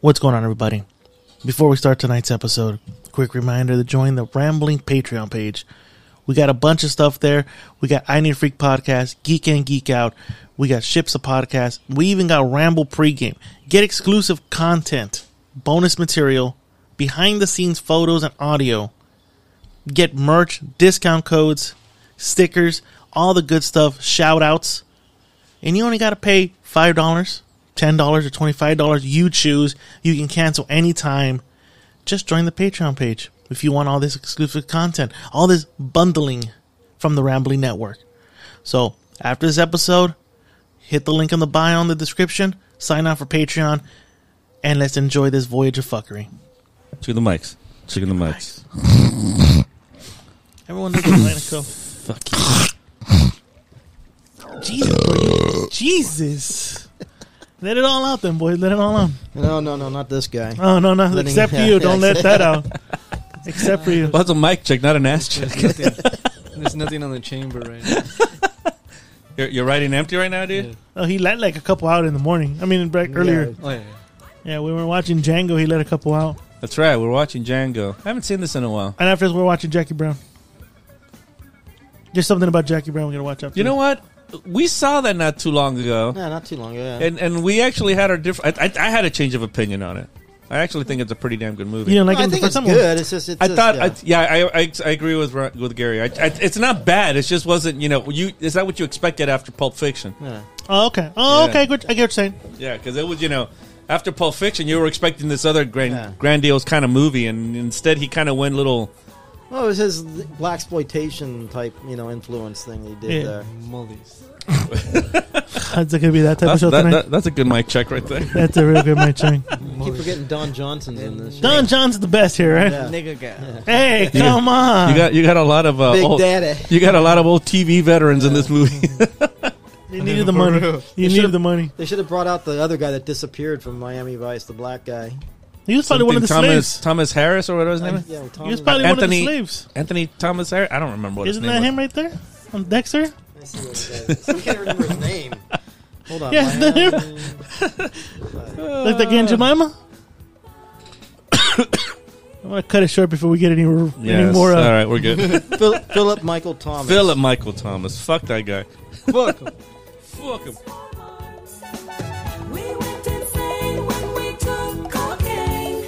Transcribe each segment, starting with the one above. What's going on, everybody? Before we start tonight's episode, quick reminder to join the Rambling Patreon page. We got a bunch of stuff there. We got I Need Freak podcast, Geek and Geek Out. We got Ships of podcast. We even got Ramble pregame. Get exclusive content, bonus material, behind the scenes photos and audio. Get merch, discount codes, stickers, all the good stuff, shout outs. And you only got to pay $5, $10, or $25. You choose. You can cancel anytime just join the Patreon page if you want all this exclusive content, all this bundling from the Rambling Network. So, after this episode, hit the link in the bio in the description, sign up for Patreon, and let's enjoy this voyage of fuckery. Check the mics. Check the mics. Everyone does Atlantico. Fuck you. Jesus. Brady. Jesus. Let it all out then, boys. Let it all out. No, no, no, not this guy. Oh, no, no. Letting- Except for you. Don't let that out. Except for you. Well, that's a mic check, not an ass check. There's nothing, there's nothing on the chamber right now. You're, you're riding empty right now, dude. Yeah. Oh, he let like a couple out in the morning. I mean, back earlier. Oh, yeah. Yeah, we were watching Django. He let a couple out. That's right. We're watching Django. I haven't seen this in a while. And after this, we're watching Jackie Brown. There's something about Jackie Brown we're gonna watch after. You know what? We saw that not too long ago, No, not too long. Yeah. and and we actually had our different. I, I, I had a change of opinion on it. I actually think it's a pretty damn good this. you movie. didn't No, like I it the think first it's time. good. It's just, it's I just, thought, yeah. I, yeah, I, I, I agree with Ron- with Gary. I, I, it's not bad. It's just wasn't, you know, you is that what you expected after Pulp Fiction? yeah. Oh, okay. Oh, Yeah. okay. Good. I get what you're saying. Yeah, because it was, you know, after Pulp Fiction, you were expecting this other grand, Yeah. grandiose kind of movie, and instead he kind of went little. Well, it was his black exploitation type, you know, influence thing he did Yeah. there. Mullies. It's gonna be that type of show that- tonight. that- that's a good mic check right there. That's a real good match. Shane. Keep Mullies. forgetting Don Johnson's in this. Don John's the best here, right? Yeah. Nigga guy. Hey, come on. You got you got a lot of uh, Big old, Daddy. you got a lot of old TV veterans in this movie. you needed the money. You needed should've- the money. They should have brought out the other guy that disappeared from Miami Vice, the black guy. He was probably one of the Thomas slaves. Thomas Harris or what was his name? is? Yeah, well, Tom He was probably one Anthony- of the slaves. Anthony Thomas Harris. I don't remember what Isn't his name that was. him right there on Dexter? I see what it is. I can't remember his name. Hold on. Yeah, isn't that Miami- like the Aunt Jemima. I'm gonna cut it short before we get any, any Yes. more. All Uh, right, we're good. Phil- Philip Michael Thomas. Philip Michael Thomas. Fuck that guy. Fuck. him. Fuck him. We went insane when we took cocaine.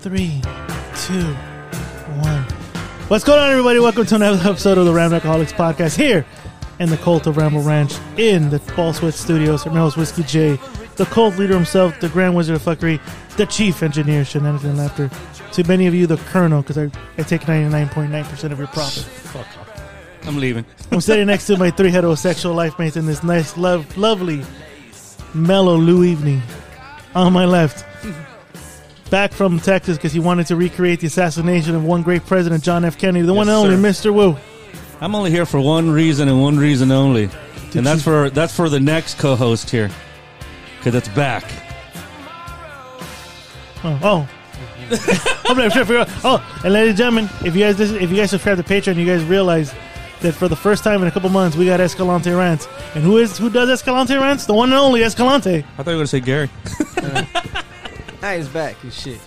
Three, two, one. What's going on, everybody? Welcome to another episode of the Ramble Alcoholics Podcast here in the cult of Ramble Ranch in the Ball Sweat Studios. I'm your host, Whiskey J, the cult leader himself, the grand wizard of fuckery, the chief engineer, shenanigans and laughter. To many of you, the colonel, because I, I take 99.9% of your profit. I'm leaving. I'm sitting next to my three heterosexual life mates in this nice, love, lovely, mellow Lou evening. On my left, back from Texas because he wanted to recreate the assassination of one great president, John F. Kennedy, the one Yes, and only Mr. Wu. I'm only here for one reason and one reason only, and that's for that's for the next co-host here, because it's back. Oh, oh. I'm not sure. if you're- Oh, and ladies and gentlemen, if you guys listen, if you guys subscribe to Patreon, you guys realize that for the first time in a couple months, we got Escalante rants. And who is who does Escalante rants? The one and only Escalante. I thought you were gonna say Gary. Ah, he's back. He's shit.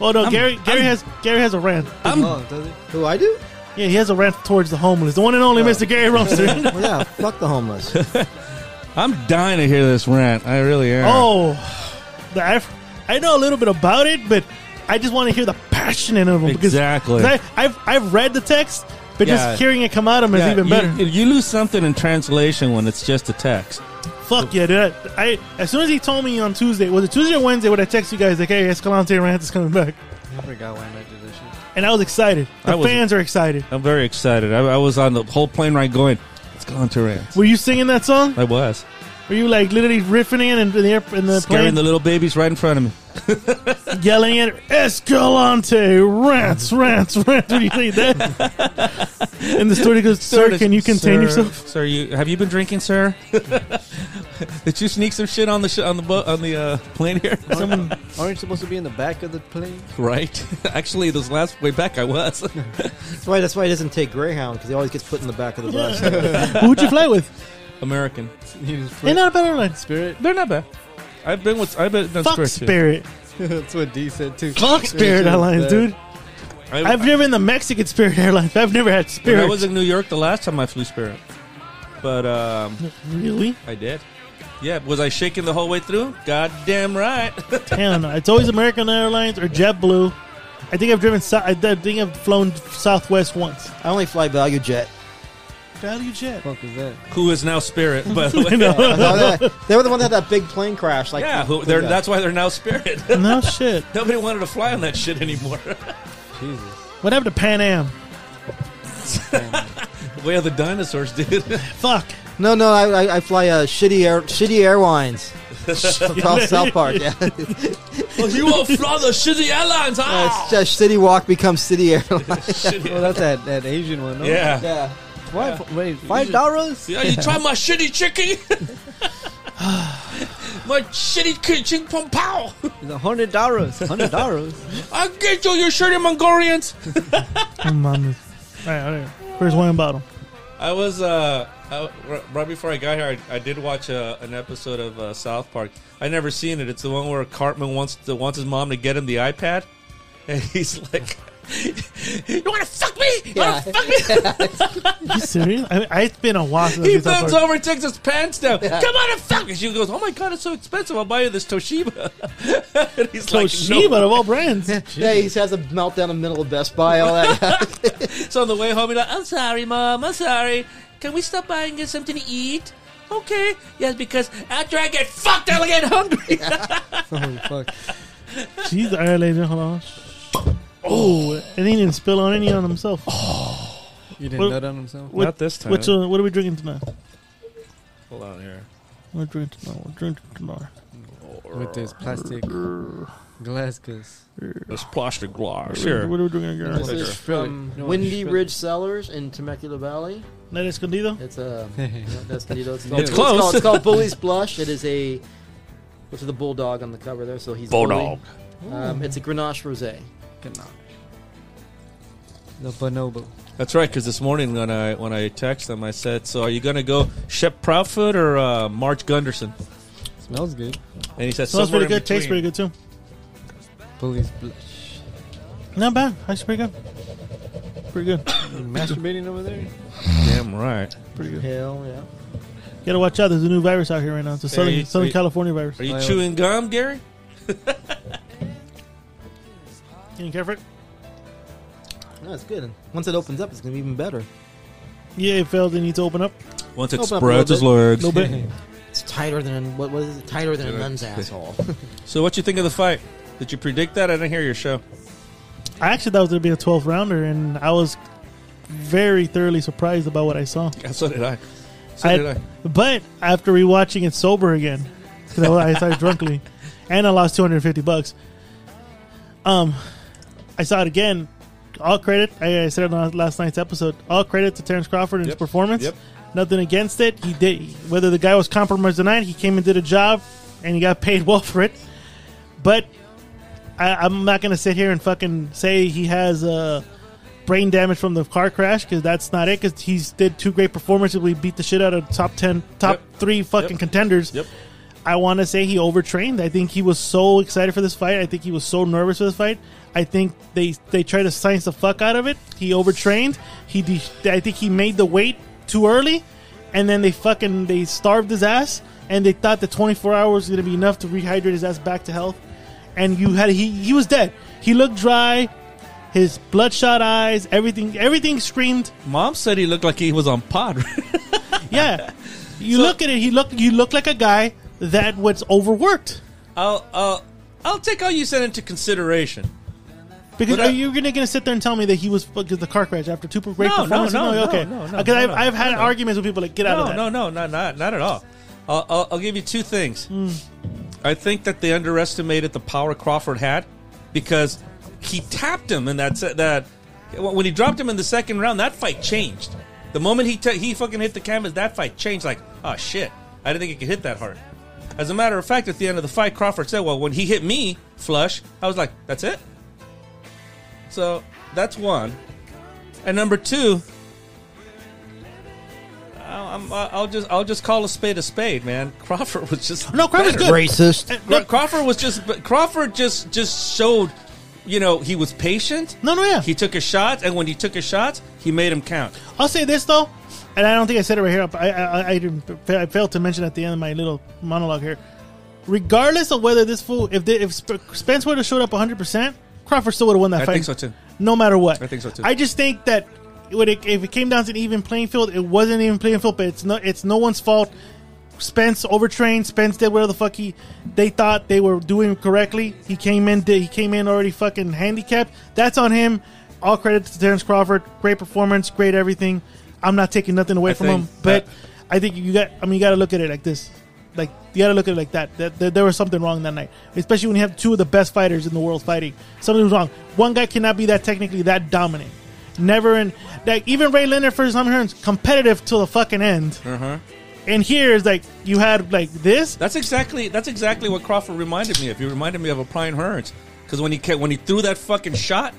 Oh no, I'm- Gary. Gary I'm- has Gary has a rant. I'm oh, does he? Who I do? Yeah, he has a rant towards the homeless. The one and only Uh. Mr. Gary Rumster. Well, yeah, fuck the homeless. I'm dying to hear this rant. I really am. oh, the Af- I know a little bit about it, but I just want to hear the passion in him. Because, Exactly. 'cause I, have I've read the text, but Yeah. just hearing it come out of him Yeah, is even you- better. You, lose something in translation when it's just a text. Fuck yeah, dude. I, as soon as he told me on Tuesday, was it Tuesday or Wednesday when I text you guys, like, hey, Escalante Rant is coming back. I forgot why I did this shit. And I was excited. The I wasn't. fans are excited. I'm very excited. I, I was on the whole plane ride going, let's go on to rants. Were you singing that song? I was. Were you like literally riffing it in the air, in the Scaring plane, the little babies right in front of me. yelling at it, Escalante rants, rants, rants? When you say that, and the story goes, "Sir, can you contain sir, yourself?" Sir, you have you been drinking, sir? Did you sneak some shit on the sh- on the boat on the uh, plane here? Someone, aren't you supposed to be in the back of the plane? right. Actually, this last way back, I was. That's why. That's why he doesn't take Greyhound because he always gets put in the back of the bus. Who'd you fly with? American. You just They're flip not a better line. spirit. They're not bad. I've been with. I've been. done Fuck too. Spirit. That's what D said too. Fuck Spirit Airlines, dude. I, I've driven the Mexican Spirit Airlines. I've never had when I Spirit. was in New York the last time I flew Spirit, but um, really? I did. Yeah, was I shaking the whole way through? God damn right. Hell no. It's always American Airlines or JetBlue. I think I've driven. Sou- I think I've flown Southwest once. I only fly value jet. Value Jet. Fuck was that? Who is now Spirit? By the way, No, they, they were the one that had that big plane crash. Like yeah, who, they're, that's why they're now Spirit. No shit. Nobody wanted to fly on that shit anymore. Jesus. What happened to Pan Am? Way of the dinosaurs, dude. Fuck. No, no, I, I, I fly uh, shitty air, shitty airlines from South, South Park. Yeah, well, Oh, you all fly the shitty airlines, it's huh? just City Walk becomes City Airlines. Well, that's that, that Asian one. No? yeah. yeah, Why? Wait, five dollars? Yeah, you try my shitty chicken? my shitty ki- ching pong pow! It's a hundred dollars. Hundred dollars. I'll get you, you shitty Mongolians! Oh, mama. All right, all right. First wine bottle. I was, uh, I, r- right before I got here, I, I did watch uh, an episode of uh, South Park. I never seen it. It's the one where Cartman wants to, wants his mom to get him the iPad, and he's like, "You want to fuck me? You want to fuck me?" You serious? I mean, it's been a while since He I've been bends to a over and takes his pants down. Come on and fuck. And she goes, Oh my God, it's so expensive. I'll buy you this Toshiba. and he's party. Toshiba like, no. of all brands. yeah. He has a meltdown in the middle of Best Buy. All that. So on the way home, he's like, I'm sorry, Mom. I'm sorry. Can we stop by and get something to eat? Okay. Yes, because after I get fucked, I'll get hungry. Holy fuck. Jeez, all right, ladies, hold on. Oh, and he didn't spill on any on himself. You didn't Well- nut on himself? What- Oh, Not this time. What's, uh, what are we drinking tonight? Hold on here. We're drinking tonight. We're drinking tonight. With this plastic Glasgows. This plastic glass. What are we drinking This again? is Sure. from Windy Ridge Cellars in Temecula Valley. That Escondido? It's a That's that's Nito. It's, called- It's close. It's called, it's called Bully's Blush. It is a what's the bulldog on the cover there? So he's bully. Um, it's a Grenache Rosé. The bonobo. That's right, because this morning when I when I text them, I said, "So are you gonna go Shep Proudfoot or uh, March Gunderson?" Smells good. And he said, Smells "Somewhere pretty in good. Tastes pretty between." good, too. Police blush. Not bad. Actually, pretty good. Pretty good. You masturbating over there? Damn right. Pretty good. Hell yeah. Gotta watch out. There's a new virus out here right now. It's a Hey, Southern, are you- Southern are you- California virus. Are you I- chewing gum, Gary? Can you care for it? No, it's good. Once it opens up, it's gonna be even better. Yeah, it failed. It needs to open up. Once it Open up a spreads little its bit. legs. No bit. It's tighter than what was it? Tighter than a nun's asshole. So, what you think of the fight? Did you predict that? I didn't hear your show. I actually thought it was going to be a 12th rounder, and I was very thoroughly surprised about what I saw. Yeah, so did I. So I- did I. But after rewatching it sober again, because I, I saw it drunkly, and I lost 250 bucks. Um, I saw it again. All credit, I, I said it on last night's episode. All credit to Terrence Crawford and his Yep. performance. Yep. Nothing against it. He did whether the guy was compromised or not. He came and did a job, and he got paid well for it. But I, I'm not gonna sit here and fucking say he has uh, brain damage from the car crash because that's not it. Because he's did two great performances. We beat the shit out of top ten, top Yep. three fucking Yep. contenders. Yep. I want to say he overtrained. I think he was so excited for this fight. I think he was so nervous for this fight. I think they they tried to science the fuck out of it. He overtrained. He de- I think he made the weight too early, and then they fucking they starved his ass, and they thought that 24 hours was gonna be enough to rehydrate his ass back to health. And you had he he was dead. He looked dry. His bloodshot eyes, everything, everything screamed Mom said he looked like he was on pod. yeah. You look at it. He look. You look like a guy that was overworked I'll, I'll, I'll take all you said into consideration. because But uh, I- are you gonna gonna sit there and tell me that he was because the car crash after two great No, no, performances? no, no, okay. no, no, Because no, I've, no, I've had no. arguments with people like get out of No, that. no, no, no, not, not at all. I'll, I'll, I'll give you two things. I think that they underestimated the power Crawford had because he tapped him, and that's that. When he dropped him in the second round, that fight changed. The moment he ta he fucking hit the canvas, that fight changed. Like, oh shit, I didn't think he could hit that hard. As a matter of fact, at the end of the fight, Crawford said, "Well, when he hit me flush, I was like, that's it." So that's one. And number two, I- I'm, I'll just I'll just call a spade a spade, man. Crawford was just No, Crawford's better. good. Uh, Racist. No, Look, Crawford was just but Crawford just just showed, you know, he was patient. no, no, yeah. He took his shots, and when he took his shots, he made him count. I'll say this though, and I don't think I said it right here. but I I, I, didn't, I failed to mention at the end of my little monologue here. Regardless of whether this fool, if they, if Sp- Spence would have showed up 100, percent Crawford still would have won that I fight. think so, too. No matter what, I think so, too. I just think that when it, if it came down to an even playing field, it wasn't even playing field. But it's no, it's no one's fault. Spence overtrained. Spence did whatever the fuck he they thought they were doing correctly. He came in did, he came in already fucking handicapped. That's on him. All credit to Terrence Crawford. Great performance, great everything. I'm not taking nothing away I from think him, but that- I think you got. I mean, you got to look at it like this. Like you got to look at it like that. That that there was something wrong that night, especially when you have two of the best fighters in the world fighting. Something was wrong. One guy cannot be that technically that dominant. Never in like even Ray Leonard versus Tommy Hearns competitive till the fucking end. Uh-huh. And here is like you had like this. That's exactly that's exactly what Crawford reminded me of. He reminded me of a Brian Hearns because when he ca- when he threw that fucking shot,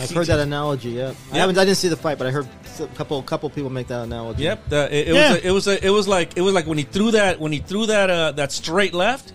I've heard that analogy. Yeah, I Yeah. haven't. I didn't see the fight, but I heard a couple couple people make that analogy. yep, the, it, it Yeah. was a, it was a, it was like it was like when he threw that when he threw that uh, that straight left.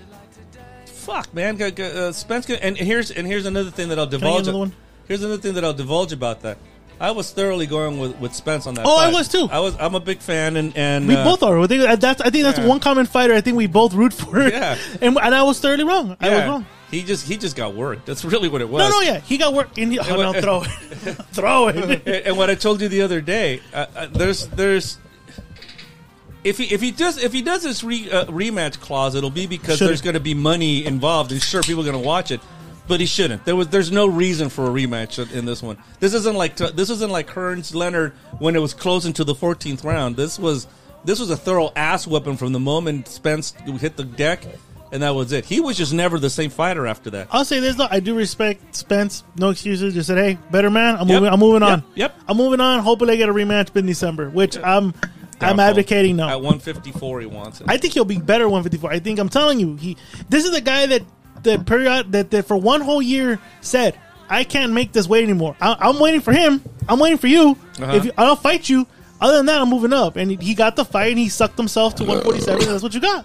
Fuck, man, G- g- uh, Spence. could- And here's and here's another thing that I'll I get divulge. another one? Here's another thing that I'll divulge about that. I was thoroughly going with, with Spence on that. Oh, I fight. was too. I was. I'm a big fan, and and We uh, both are. I think that's. I think that's Yeah. one common fighter. I think we both root for. Yeah. And, and I was thoroughly wrong. I was yeah, wrong. He just he just got worked. That's really what it was. No, no, yeah. He got work. In the, oh, no, was- throw it. throw it. and, and what I told you the other day, uh, uh, there's there's if he if he does if he does this re, uh, rematch clause, it'll be because Should've. there's going to be money involved, and sure, people are going to watch it. But he shouldn't. There was there's no reason for a rematch in- in this one. This isn't like t- this isn't like Hearns Leonard when it was close into the 14th round. This was this was a thorough ass weapon from the moment Spence hit the deck, and that was it. He was just never the same fighter after that. I'll say this though. I do respect Spence. No excuses. Just said, hey, better man. I'm Yep. moving. I'm moving on. Yep. Yep. I'm moving on. Hopefully, I get a rematch in December, which I'm. I'm Doubtful. advocating now. At 154, he wants it. I think he'll be better 154. I think I'm telling you, he. This is the guy that the period that, that for one whole year said, "I can't make this weight anymore. I, I'm waiting for him. I'm waiting for you. Uh-huh. If you, I'll fight you, other than that, I'm moving up." And he got the fight, and he sucked himself to 147. and that's what you got.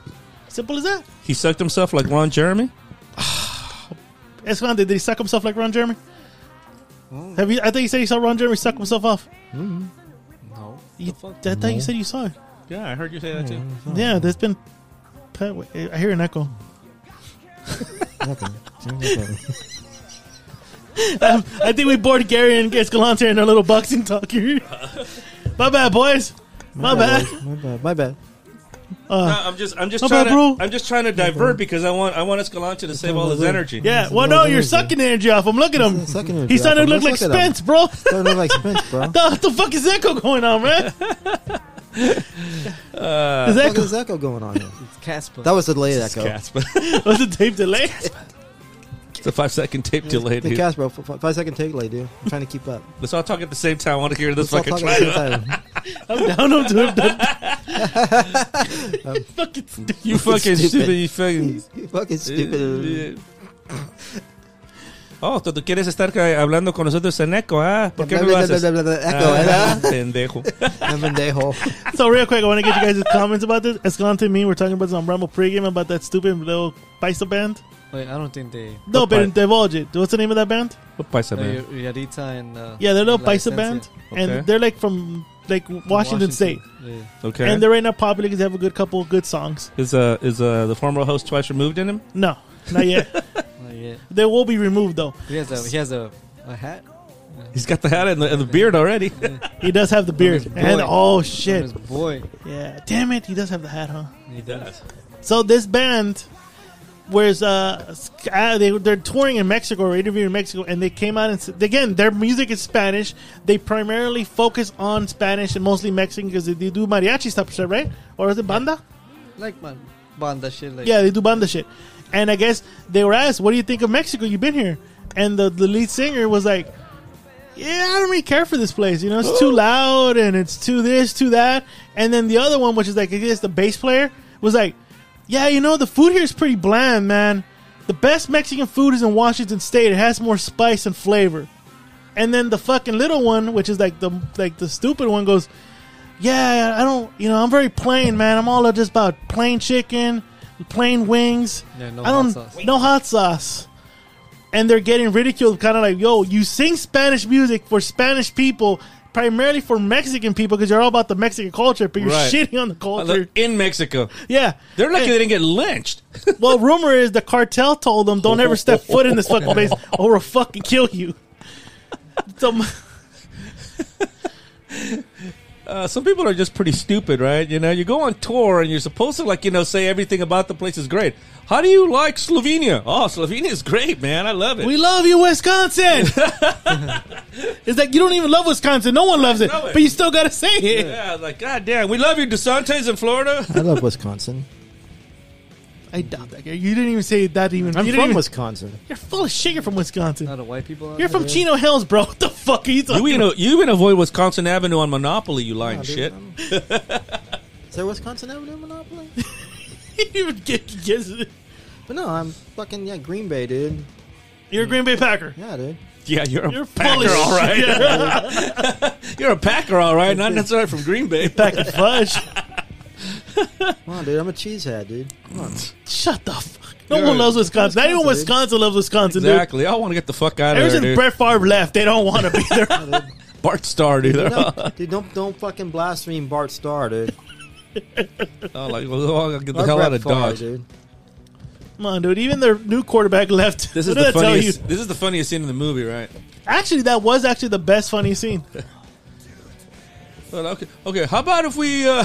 Simple as that. he sucked himself like Ron Jeremy. Escalante, did he suck himself like Ron Jeremy? Have you? I thought you said you saw Ron Jeremy suck himself off. Mm-hmm. No, you, I thought you said you saw it. Yeah, I heard you say that too. Yeah, there's been. I hear an echo. Um, I think we bored Gary and Escalante in our little boxing talk here. My bad, boys. My bad. My bad. My bad. No, I'm just, I'm just How trying about to, bro? I'm just trying to divert because I want, I want Escalante to save all his bro. energy. Yeah, well, no, you're sucking the energy off him. Look at Um, him. Yeah, sucking energy He's starting off to him. look like Let's look at him. Spence, bro. Don't look like Spence, bro. What the, what the fuck is Echo going on, man? is the fuck Echo is echo going on here? It's Casper. That was a delayed It's echo. Casper. was the tape delay? it's a five second tape delay. The Dude. cast, bro. F- f- five second take late, dude. I'm trying to keep up. Let's all talk at the same time. I want to hear this Let's all fucking talk at the track. same time. I'm down on to him. Fucking stupid. You fucking Stupid. stupid. You fucking You fucking Yeah. stupid. Oh, tú, tú quieres estar ca- hablando con nosotros en eco, ¿ah? ¿Por qué no lo Bla, bla, haces? bla, bla, bla, bla, eco, Ah, ¿verdad? Pendejo. I'm pendejo. So real quick, I want to get you guys' comments about this. Escalante and me, we're talking about this on Rumble pregame about that stupid little paisa band. Wait, I don't think they. No, What but pa- divulge it. What's the name of that band? What Oh, paisa, No, man? Y- Yarita and. Uh, Yeah, they're a little La paisa Esencia band, Okay. and they're like from like Washington, from State, Yeah. Okay. and they're right now popular because they have a good couple of good songs. Is uh is uh the former host twice removed in him? No, not yet. Not yet. they will be removed though. He has a he has a, a hat. on He's got the hat and the, and the beard already. He does have the beard, his and boy. oh shit, His boy. yeah, damn it, he does have the hat, huh? He does. So this band, where's uh, uh, they they're touring in Mexico or interviewing in Mexico, and they came out and s- again their music is Spanish. They primarily focus on Spanish and mostly Mexican because they, they do mariachi stuff, shit, right? Or is it banda? Like man, banda shit. Like, Yeah, they do banda shit. And I guess they were asked, "What do you think of Mexico? You've been here." And the, the lead singer was like, "Yeah, I don't really care for this place. You know, it's too loud and it's too this, too that." And then the other one, which is like, I guess the bass player was like, "Yeah, you know, the food here is pretty bland, man. The best Mexican food is in Washington State. It has more spice and flavor." And then the fucking little one, which is like the like the stupid one, goes, "Yeah, I don't. You know, I'm very plain, man. I'm all just about plain chicken, plain wings. Yeah, no I don't hot sauce. no hot sauce." And they're getting ridiculed, kind of like, "Yo, you sing Spanish music for Spanish people." Primarily for Mexican people because you're all about the Mexican culture, but you're Right. shitting on the culture. In Mexico. Yeah, They're lucky And- they didn't get lynched. well, rumor is the cartel told them, "Don't ever step foot in this fucking place, or we'll fucking kill you." Some Uh, some people are just pretty stupid, right? You know, you go on tour and you're supposed to like, you know, say everything about the place is great. How do you like Slovenia? Oh, Slovenia is great, man. I love it. We love you, Wisconsin. it's like you don't even love Wisconsin. No one loves it, know it. but you still gotta say it. yeah, like God damn, we love you, Desantes in Florida. I love Wisconsin. I doubt that. guy. You didn't even say that. Even I'm you didn't from even- Wisconsin. You're full of shit. You're from Wisconsin. Not a white people. out You're there. from Chino Hills, bro. What the fuck are you Uh, you talking? even you even avoid Wisconsin Avenue on Monopoly, you lying shit. Oh, Is there Wisconsin Avenue in Monopoly? you even get, get, But no, I'm fucking yeah, Green Bay, dude. you're a Green Bay Packer. Yeah, dude. Yeah, you're a You're full packer, of all right. shit. You're a packer, all right. Not necessarily from Green Bay. Packer fudge. Come on, dude. I'm a cheesehead, dude. Come on. Shut the fuck. No You're one a- loves Wisconsin. Not even Wisconsin, dude. Wisconsin loves Wisconsin, dude. Exactly. I want to get the fuck out Ever of there, since dude. Brett Favre left, they don't want to be there. Bart Star, dude. Dude, no, dude, don't don't fucking blaspheme Bart Starr, dude. Oh, like, well, I'll get the Or hell Brett out of Favre, Dodge. dude. Come on, dude. Even their new quarterback left. This is What the did that tell you? funniest. This is the funniest scene in the movie, right? Actually, that was actually the best funny scene. Well, okay, okay. How about if we? Uh,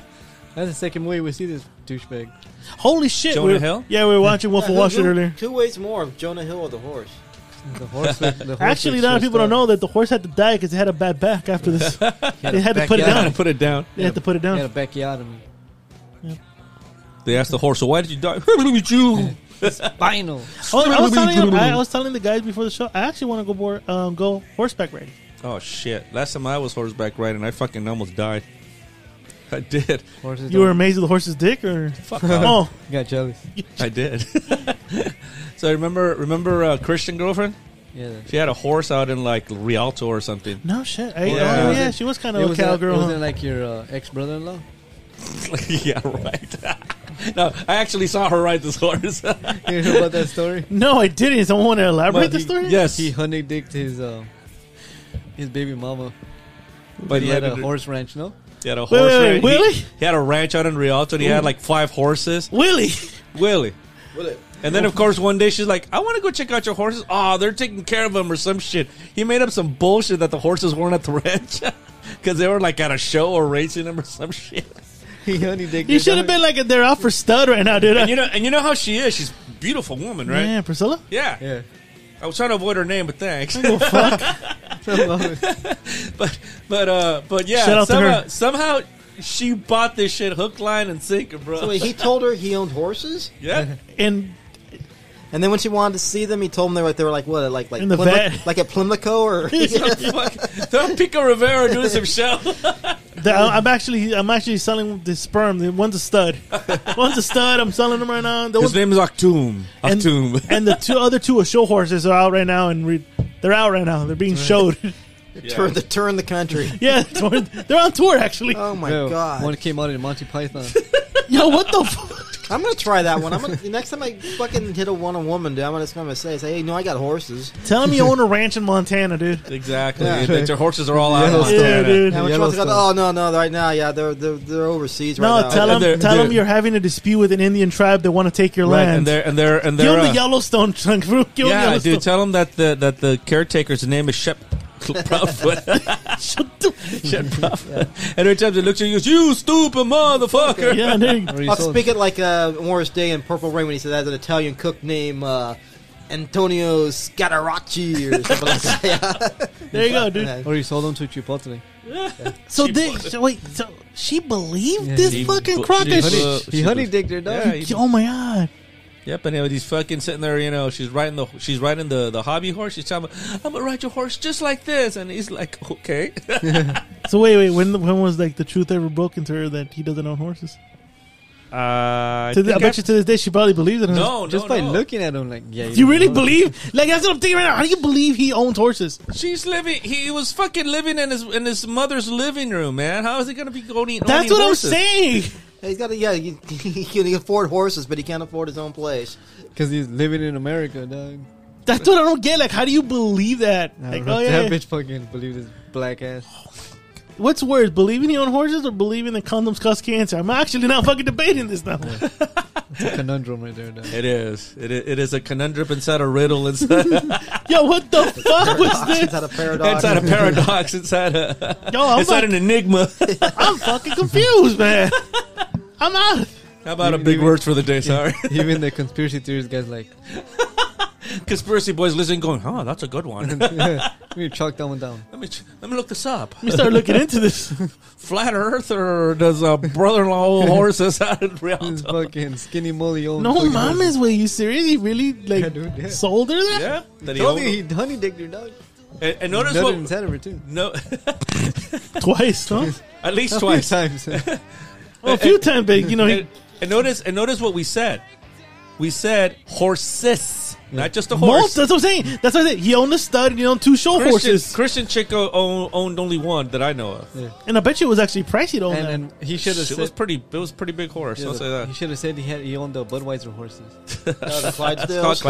That's the second way we see this douchebag. Holy shit! Jonah we were, Hill? Yeah, we were watching Wolf of Wall Street earlier. Two ways more: Jonah Hill or the horse. The horse. the horse Actually, a lot of people don't know that the horse had to die because it had a bad back after this. They had to put it I down. put it down. They had to put it He had a down. bacchiotomy. They asked the horse, "So why did you die?" you. Spinal. Oh, I was telling you, I, I was telling the guys before the show. I actually want to go board, um, go horseback riding. Oh shit! Last time I was horseback riding, I fucking almost died. I did. Horses. You were don't- amazed at the horse's dick, or Fuck. off. oh, You got jealous. I did. so remember, remember uh, Christian girlfriend? Yeah. She had a horse out in like Rialto or something. no shit. I, Yeah. Oh yeah, she was kind It of a wasn't- It cowgirl. wasn't huh? like your uh, ex brother-in-law. yeah, right. no, I actually saw her ride this horse. You heard about that story? No, I didn't. Someone want to elaborate But the he- story? yes, He honey dicked his uh, his baby mama. but He had a horse. horse ranch, no? He had a Wait, horse. wait, ranch. wait, He- Willie? He, had a ranch out in Rialto. And he had like five horses. Willie. Willie. And then, of course, one day she's like, "I want to go check out your horses. Oh, they're taking care of them or some shit." He made up some bullshit that the horses weren't at the ranch because they were like at a show or racing them or some shit. He honey dicked. You should have been like they're out for stud right now, dude. And you know, and you know how she is. She's a beautiful woman, right? Man, Priscilla. Yeah. Yeah. I was trying to avoid her name, but thanks. That's but but uh, but yeah. Shout out to somehow, her. somehow she bought this shit hook, line, and sinker, bro. So wait, he told her he owned horses, yeah. And and then when she wanted to see them, he told them they were like they were like what at, like like In the Plymouth- vet. like at Plymlico or Fuck. They're Pico Rivera doing some show. The- I- I'm actually, I'm actually selling the sperm. The- One's a stud, one's a stud. I'm selling them right now. The His one- name is Octoom. and, Octoom. and the two other two are show horses are out right now, and re- they're out right now. They're being showed. Turn the turn the country. yeah, tour- they're on tour actually. Oh my Yo, god! One came out in Monty Python. Yo, what the? F- I'm gonna try that one. I'm gonna the next time I fucking hit a one on woman, dude. I'm gonna, just gonna say, say, hey, no, I got horses. Tell them you own a ranch in Montana, dude. Exactly. Yeah. Their their horses are all out. Yeah, on Yeah, Montana. dude. Yeah, which ones I got? Yellowstone. Oh no, no, right now, yeah, they're they're, they're overseas right No, now. tell And them, they're- tell them they're- you're having a dispute with an Indian tribe that want to take your Right, land. and they're and they're and Give they're. them uh, the Yellowstone trunk, bro. Give 'em yeah, Yellowstone. dude. Tell them that the that the caretaker's name is Shep. Proudfoot. Shep Proudfoot. And every time he looks at you, he goes, "You stupid motherfucker." yeah, they- Or he I'll sold- speak it like uh, Morris Day in Purple Rain when he said that's an Italian cook named uh, Antonio Scataracci or something like that. Yeah. there you go, dude. Or he sold them to Chipotle. So they so wait, so she believed Yeah, this she fucking bu- crocodile. she Honey, Uh, he honey digged her dog. Yeah, he- oh my god! Yep, and he's fucking sitting there, you know, she's riding the she's riding the, the hobby horse. She's talking about, I'm gonna ride your horse just like this and he's like, Okay. So wait, wait, when when was like the truth ever broken to her that he doesn't own horses? Uh, I, To the- I, think bet you to this day she probably believes it. huh? No, Just no, by no. looking at him, like, yeah. Do you don't really know. believe? Like that's what I'm thinking right now. How do you believe he owns horses? She's living he was fucking living in his in his mother's living room, man. How is he gonna be going That's what I'm saying. He's got to, yeah, he, he can afford horses, but he can't afford his own place. Because he's living in America, dog. That's what I don't get. Like, how do you believe that? Nah, Like, bro, oh yeah. That bitch fucking believed his black ass. What's worse, believing he owns horses or believing that condoms cause cancer? I'm actually not fucking debating this now. It's a conundrum right there, dog. It is. It is, it is a conundrum inside a riddle inside Yo, what the fuck was Is this? that a paradox? inside a paradox, inside a Yo, I'm, inside fuck- an enigma. I'm fucking confused, man. I'm out. How about a You- big you- word for the day, sorry. Even the conspiracy theorist guys like, Conspiracy boys listening going, Oh, that's a good one. let we chalk that one down. me ch- let me look this up. Let me start looking into this. flat earther does a brother-in-law own horses out in This Rialto? fucking skinny molly old. No, fucking- mama's way. You seriously really like Yeah, dude, yeah. sold her that? Yeah, that he Told owned. you he honey digged her dog. and, and notice Nutted what? inside of her too. No, Twice, huh? at least A few twice. times. yeah, well, a few times, but you know, he, And, and notice, and notice what we said. We said horses, not just a most. horse. That's what I'm saying. That's what I said. He owned a stud and he owned two show Christian, horses. Christian Chico owned, owned only one that I know of. And I bet you it was actually pricey to Oh, own and, that. and he should have It was said. pretty. It was a pretty big horse. I'll say He that. should have said he had he owned the Budweiser horses. Uh, the It's called Clydesdales.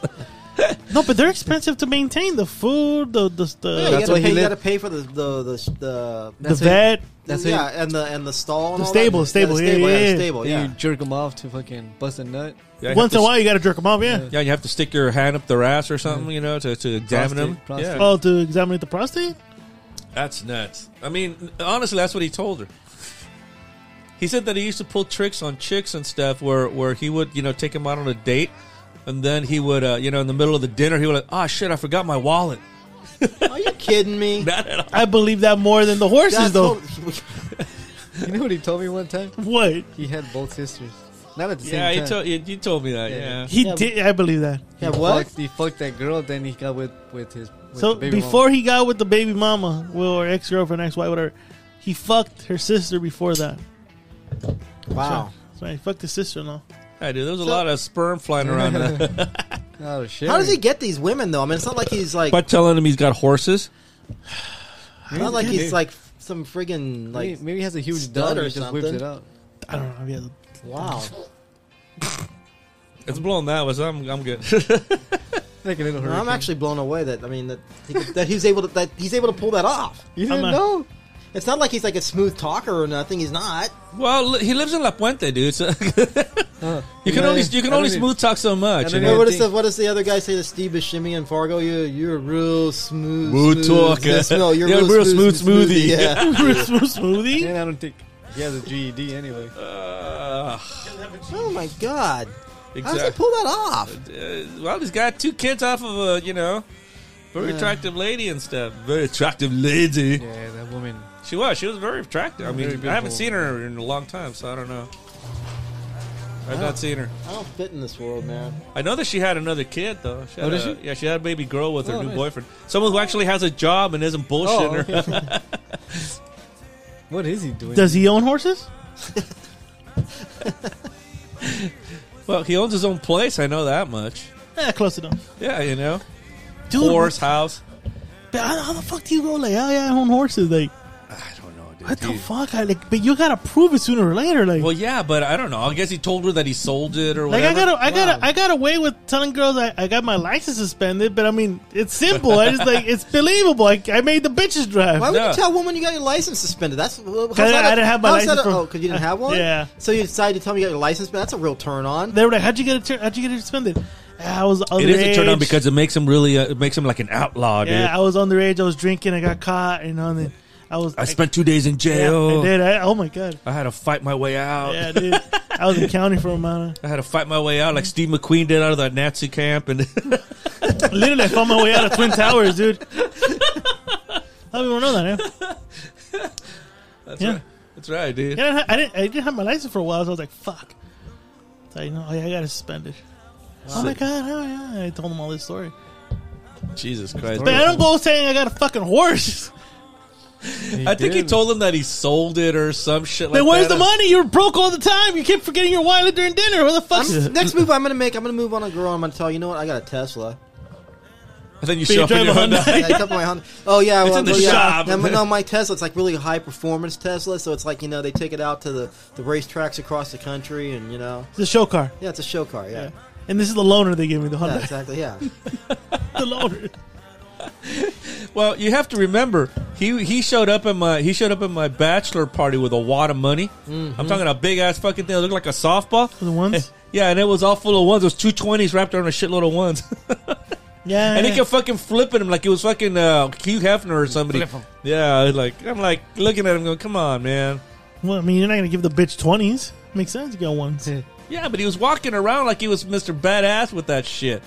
Clydesdales. no, but they're expensive to maintain. The food, the the the, Yeah, yeah you, That's gotta why he pay, you lit- gotta pay for the the the, the, the that's how you- vet. That's how you- yeah, and the and the stall, and The all stable, that. stable, yeah, yeah, the stable, yeah, yeah, yeah. the stable, Yeah. Oh, yeah. You jerk him off to fucking bust a nut. Yeah, you Once in a have to- while, you got to jerk them off. Yeah. Yeah, you have to stick your hand up their ass or something, you know, to, to examine them. Prostate, prostate. Yeah. Oh, to examine the prostate. That's nuts. I mean, honestly, that's what he told her. He said that he used to pull tricks on chicks and stuff, where where he would you know take him out on a date, and then he would uh, you know in the middle of the dinner he would like, ah shit, I forgot my wallet. Are you kidding me? Not at all. I believe that more than the horses, That's though. what- You know what he told me one time? What He had both sisters. Not at the same Yeah, time. you told you, you told me that. Yeah. Yeah. he Yeah, did? I believe that. Yeah, what? Fucked, he fucked that girl, then he got with with his. With So the baby before he got with the baby mama, well, or ex girlfriend, ex wife, whatever, he fucked her sister before that. Wow. So he fucked his sister in law. I do. There was a lot of sperm flying around. there. mama. oh shit! How does he get these women though? I mean, it's not like he's like, By telling him he's got horses. not like he's like some friggin' Maybe, like, maybe he has a huge stud dog or and just whips something? it out. I don't know. Yeah, wow. It's blown that was. I'm I'm good. Like a little No, hurricane. I'm actually blown away that I mean that he, that he's able to that he's able to pull that off. You didn't I'm a- know. It's not like he's like a smooth talker or nothing. He's not. well, li- he lives in La Puente, dude. So Huh. you can Uh, Yeah, only you I can don't only need- smooth talk so much. I you don't know? Hey, what, I does the, think- what does the other guy say to Steve Buscemi and Fargo? You you're a real smooth Smooth talker. yeah, smell, you're, You're a real smooth, smoothie. Yeah. smooth smoothie. And I don't think he has a GED anyway. Uh, oh my god! How does he exactly. pull that off? uh, well, he's got two kids off of a, you know, very attractive lady and stuff. Very attractive lady. Yeah, that woman. She was. She was very attractive. I mean, Very I haven't beautiful. seen her in a long time, so I don't know. I've not seen her. I don't fit in this world, man. I know that she had another kid, though. She had Oh, did a- she? Yeah, she had a baby girl with her Oh, new nice. Oh, Oh, boyfriend. Someone who actually has a job and isn't bullshitting her. okay. What is he doing? Does he own horses? Well, he owns his own place. I know that much. Yeah, Eh, close enough. Yeah, you know, Dude, horse house. but How, how the fuck do you go like, oh yeah, I own horses? Like, I don't know, dude. what the He- fuck? I, like, but you gotta prove it sooner or later. Like, Well, yeah, but I don't know. I guess he told her that he sold it or like whatever. I got, I got, to I got away with telling girls I, I got my license suspended. But I mean, it's simple. I just like it's believable. I, I made the bitches drive. Why would No. you tell a woman you got your license suspended? That's how's I- that I didn't have my how's that license a- for- oh, because you didn't have one. Yeah. So you decided to tell me you got your license, but that's a real turn on. They were like, "How'd you get it? tur- How'd you get it suspended?" I was underage. it is a turn on because it makes him really. Uh, it makes him like an outlaw, dude. yeah, I was underage. I was drinking. I got caught. You know, and then I was. I spent two days in Yeah, I jail. did. I, oh my god. I had to fight my way out. Yeah, Mm-hmm. dude. I was in county for a minute. I had to fight my way out like Steve McQueen did out of that Nazi camp. And Literally, I found my way out of Twin Towers, dude. How do people know that? Man? that's Yeah. right. That's right, dude. Yeah, I, didn't ha- I didn't. I didn't have my license for a while, so I was like, "Fuck." So, you know, oh, yeah, I got to suspend it. Oh my god! Oh yeah! I told them all this story, Jesus Christ. but I don't go saying I got a fucking horse. I think he told him that he sold it or some shit like Then where's that. uh, the money? You're broke all the time. You keep forgetting your wallet during dinner. Where the fuck? I'm, next move I'm gonna make, I'm gonna move on a girl. I'm gonna tell her, you know what? I got a Tesla. And then you But you show up in your drive a Hyundai. Yeah, I kept my Honda. Oh yeah, It's well, in the yeah. shop. Yeah, but no, my Tesla. It's like really high performance Tesla. So it's like you know they take it out to the the racetracks across the country, and you know It's a show car. yeah, it's a show car. Yeah, Yeah. And this is the loaner they gave me. The yeah, Hyundai. exactly. Yeah, the loaner. Well, you have to remember he he showed up at my he showed up at my bachelor party with a wad of money. Mm-hmm. I'm talking a big ass fucking thing that looked like a softball. The ones? yeah, and it was all full of ones. It was two twenties wrapped around a shitload of ones, Yeah. and he kept fucking flipping him like it was fucking uh, Hugh Hefner or somebody. Yeah, like I'm like looking at him going, "Come on, man." Well, I mean, you're not gonna give the bitch twenties. Makes sense. You got ones. Yeah, but he was walking around like he was Mr. Badass with that shit.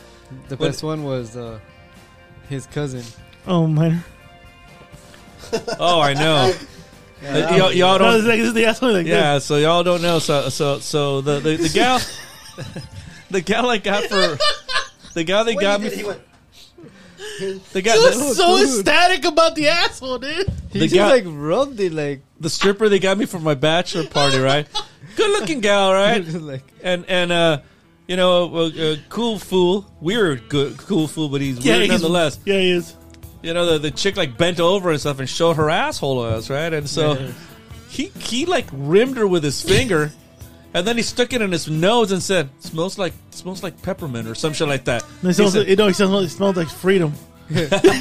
The What- best one was uh, his cousin. Oh minor. Oh, I know. Uh, y'all, y'all No, don't. this is like, this is the asshole like Yeah, so y'all don't know. So so so the the, the gal, the gal I got for the gal they got me. He went, The gal, this. He was so dude. ecstatic about the asshole, dude. He The just guy- like rubbed it like, the stripper they got me for my bachelor party, right? Good looking gal, right? like And and uh, you know, a, a cool fool, weird, good, cool fool, but he's weird nonetheless. Yeah, he is. You know, the, the chick like bent over and stuff and showed her asshole to us, right? And so he he like rimmed her with his finger, and then he stuck it in his nose and said, "Smells like smells like peppermint or some shit like that." No, He he smells, said- it, no, he smells, it smells like freedom. like No, Vic-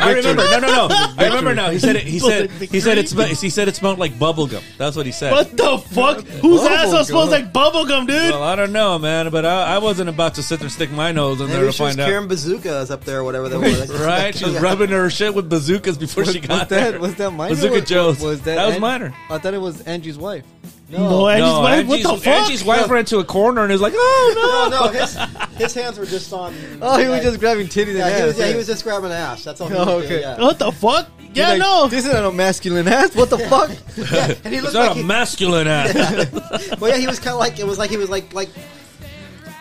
I Victor. remember. No, no, no. I remember now. He said it. He Smells said. like the He said it. cream. Sm- he said it smelled like bubble gum. That's what he said. What the fuck? Whose Bubble asshole smells gum. like bubblegum, dude? Well, I don't know, man, but I, I wasn't about to sit there and stick my nose in there maybe to she was find out. Karen Bazooka is up there, or whatever that was. Right? She was Yeah. rubbing her shit with bazookas before she Was- got was that, there. Was that minor? Bazooka Was- Joe's. Was that, That was An- minor. I thought it was Angie's wife. no, Angie's no, wife? Angie's, what the fuck? Angie's wife ran to a corner and is like, "Oh No, no, his, his hands were just on. Oh, he was Yeah. just grabbing titties and Yeah, he ass. was, yeah, he was just grabbing ass. That's all. He Oh, was okay. doing, yeah. what the fuck? You're Yeah, like, no. This isn't a masculine ass. What the fuck? yeah, and he no!" Is looked that like a he, masculine ass? well, yeah, he was kind of like it was like he was like like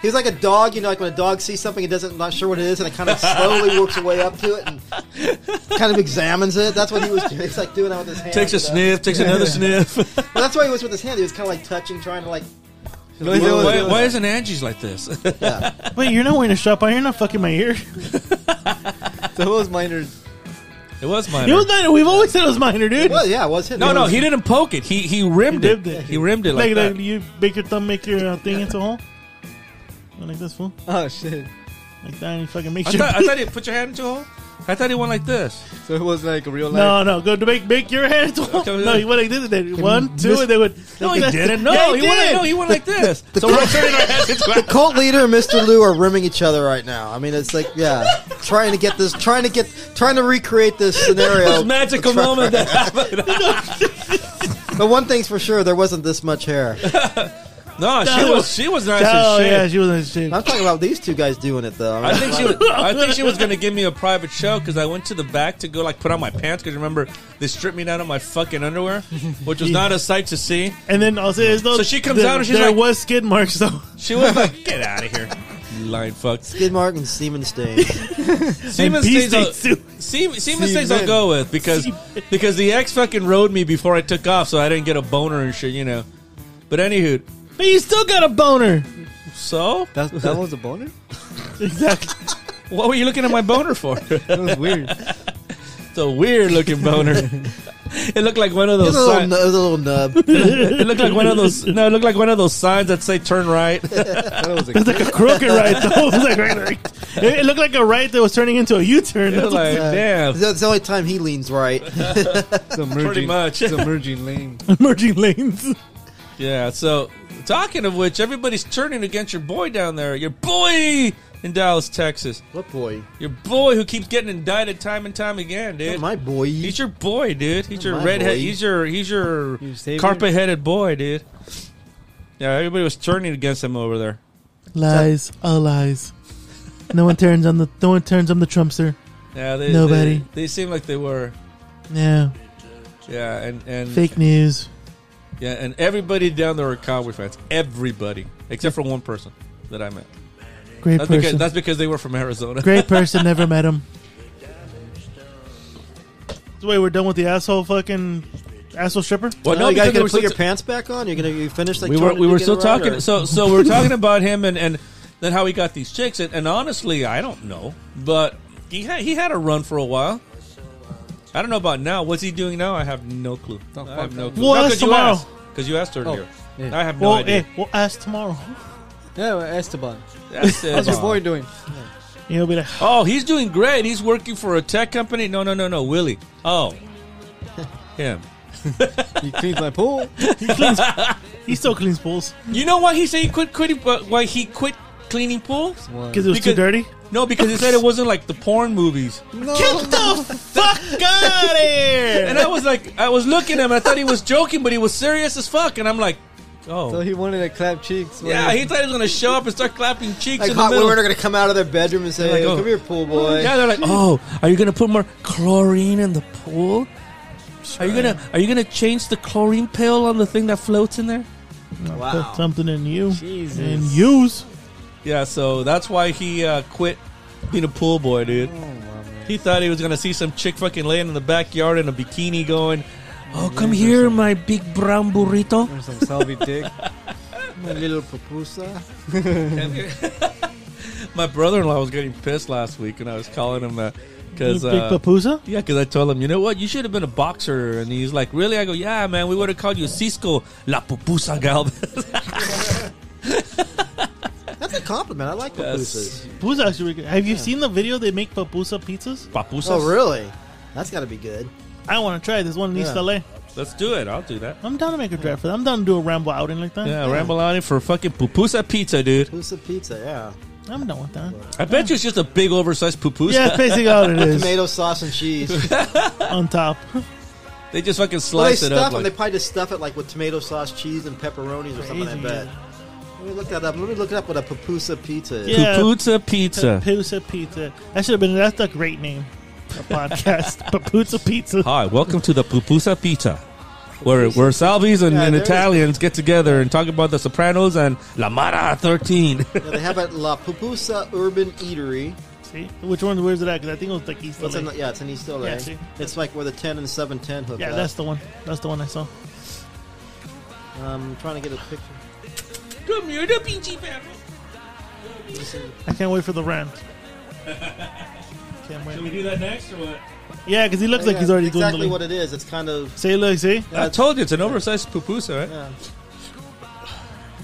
he was like a dog, you know, like when a dog sees something and doesn't not sure what it is, and it kind of slowly works away up to it and kind of examines it. That's what he was doing. He's like doing that with his hand. takes a you know? sniff, takes another sniff. Well, that's why he was with his hand. He was kind of like touching, trying to like. No, he why, was- why isn't Angie's like this? Yeah. Wait, you're not wearing a strap on. You're not fucking my ear. That was minor's. it was mine. It was minor. We've always said it was minor, dude. Well, yeah, it was him. no, It no, was- he didn't poke it. He he rimmed He it. rimmed it. He rimmed it like, Like, that. like, you make your thumb, make your uh, thing into a hole. Like this fool. Oh shit! Like that, and you fucking make I sure. thought, I thought he put your hand into a hole. I thought he went like this. So it was like real life. no, no, go to make make your hand into a hole. Okay. No, he went like this. And then one, two, and they would. No, he didn't. No, Yeah, he, went. did. Like, no, he went like this. so we're turning our heads into a- Cult leader and Mr. Lou are rimming each other right now. I mean, it's like, yeah, trying to get this, trying to get, trying to recreate this scenario. this magical moment that happened. But one thing's for sure, there wasn't this much hair. No, she No. was she was nice Oh as shit. yeah, she was in shape. I'm talking about these two guys doing it though. I think she was. I think she was going to give me a private show because I went to the back to go like put on my pants because remember they stripped me down of my fucking underwear, which was not a sight to see. And then I'll say, there's no, So she comes there, out and she's there like- was skid marks though. She was like, "Get out of here, line fuck. Skid Mark and Steven Stain. Seaman And stays. Beefsteak I'll- too. Seam- Seaman stays. I'll Seaman. go with because because the ex fucking rode me before I took off, so I didn't get a boner and shit, you know. But anywho, But you still got a boner. so That, that was a boner? Exactly. what were you looking at my boner for? That was weird. it's a weird looking boner. it looked like one of It those. was a little, signs. nu- it was a little nub. it looked like one of those. No, it looked like one of those signs that say turn right. That was a It's like a crooked right though. It, was like right, right. It- it looked like a right that was turning into a U-turn. It was like damn, That's the only time he leans right. submerging, pretty much. submerging lane. merging lanes. Yeah, so talking of which, everybody's turning against your boy down there, your boy in Dallas, Texas. what boy? Your boy who keeps getting indicted time and time again, dude. My boy. he's your boy, dude. He's your my redhead. boy. He's your he's your Your savior? carpet-headed boy, dude. Yeah, everybody was turning against him over there. Lies, all lies. No one turns on the no one turns on the Trumpster. Yeah, they, Nobody. They, they seemed like they were. Yeah, Yeah, and and fake news. yeah, and everybody down there were Cowboy fans. Everybody except for one person that I met. Great That's because person. that's because they were from Arizona. Great person. Never met him. So wait, we're done with the asshole fucking asshole stripper. Well, no, you guys because they gonna were put your such- pants back on. You're gonna you finish like we were trying to we were get still around, talking. or- So so we're talking about him and and then how he got these chicks and, and honestly, I don't know, but he had, he had a run for a while. I don't know about now. What's he doing now? I have no clue. Don't I have fuck no up. clue. Well, that's tomorrow. because you asked earlier. yeah. I have no Well, idea. eh, we'll ask tomorrow. Yeah, Esteban. That's it. How's your boy doing? You'll be like, Oh, he's doing great. He's working for a tech company. No, no, no, no, Willie. Oh, him. He cleans my pool. he still cleans pools You know why he said he quit quitting? uh, Why he quit cleaning pools? because it was Because- too dirty. No, because he said it wasn't like the porn movies. Get the fuck out of here! And I was like, I was looking at him. I thought he was joking, but he was serious as fuck. And I'm like, oh, So he wanted to clap cheeks. when- yeah. He thought he was gonna show up and start clapping cheeks like in the hot middle. women are gonna come out of their bedroom and say, Like, oh. "Come here, pool boy." yeah, they're like, oh, are you gonna put more chlorine in the pool? Are you gonna Are you gonna change the chlorine pill on the thing that floats in there? Put something in you Jesus. and use. Yeah, so that's why he uh, quit being a pool boy, dude. Oh, He thought he was gonna see some chick fucking laying in the backyard in a bikini, going, "Oh, come here, my big brown burrito." Or some salvi dick. My little pupusa. My brother-in-law was getting pissed last week, and I was calling him because. Big Uh, papusa. yeah, because I told him, you know what, you should have been a boxer. And he's like, really? I go, yeah, man, we would have called you Cisco La Pupusa Galvez. That's a compliment. I like pupusas. Papusa actually. really good. Have you seen the video they make papusa pizzas? Papusa? Oh, really? That's got to be good. I want to try this one in East Yeah. LA. Let's do it. I'll do that. I'm down to make a draft for that. I'm down to do a ramble outing like that. Yeah, ramble on it for fucking pupusa pizza, dude. Pupusa pizza, yeah. I'm down with that. I bet you it's just a big oversized pupusa. Yeah, that's basically all it is. Tomato sauce and cheese. on top. They just fucking well, they slice stuff it up. them. Like, They probably just stuff it like with tomato sauce, cheese, and pepperonis or something. I Crazy. bet. Let me look that up. Let me look it up what a pupusa pizza is. Yeah. Pupusa pizza. Papusa pizza. That should have been that's a great name. A podcast. Papusa pizza. Hi, welcome to the Pupusa Pizza, where where Salvis and, Yeah, and there is- Italians get together and talk about the Sopranos and La Mara 13. Yeah, they have at La Pupusa Urban Eatery. See? Which one? Where's it at? Because I think it was like East It's in, LA. yeah, it's in East LA. Yeah, see? it's like where the 10 and 710 hook Yeah, up. that's the one. That's the one I saw. I'm trying to get a picture. Come here, the peachy family. I can't wait for the rant. Can't wait. do that next or what? Yeah, because he looks like Oh, Yeah, he's already exactly doing what the it is. It's kind of. See, look, see? I told you it's an oversized pupusa, right? Yeah.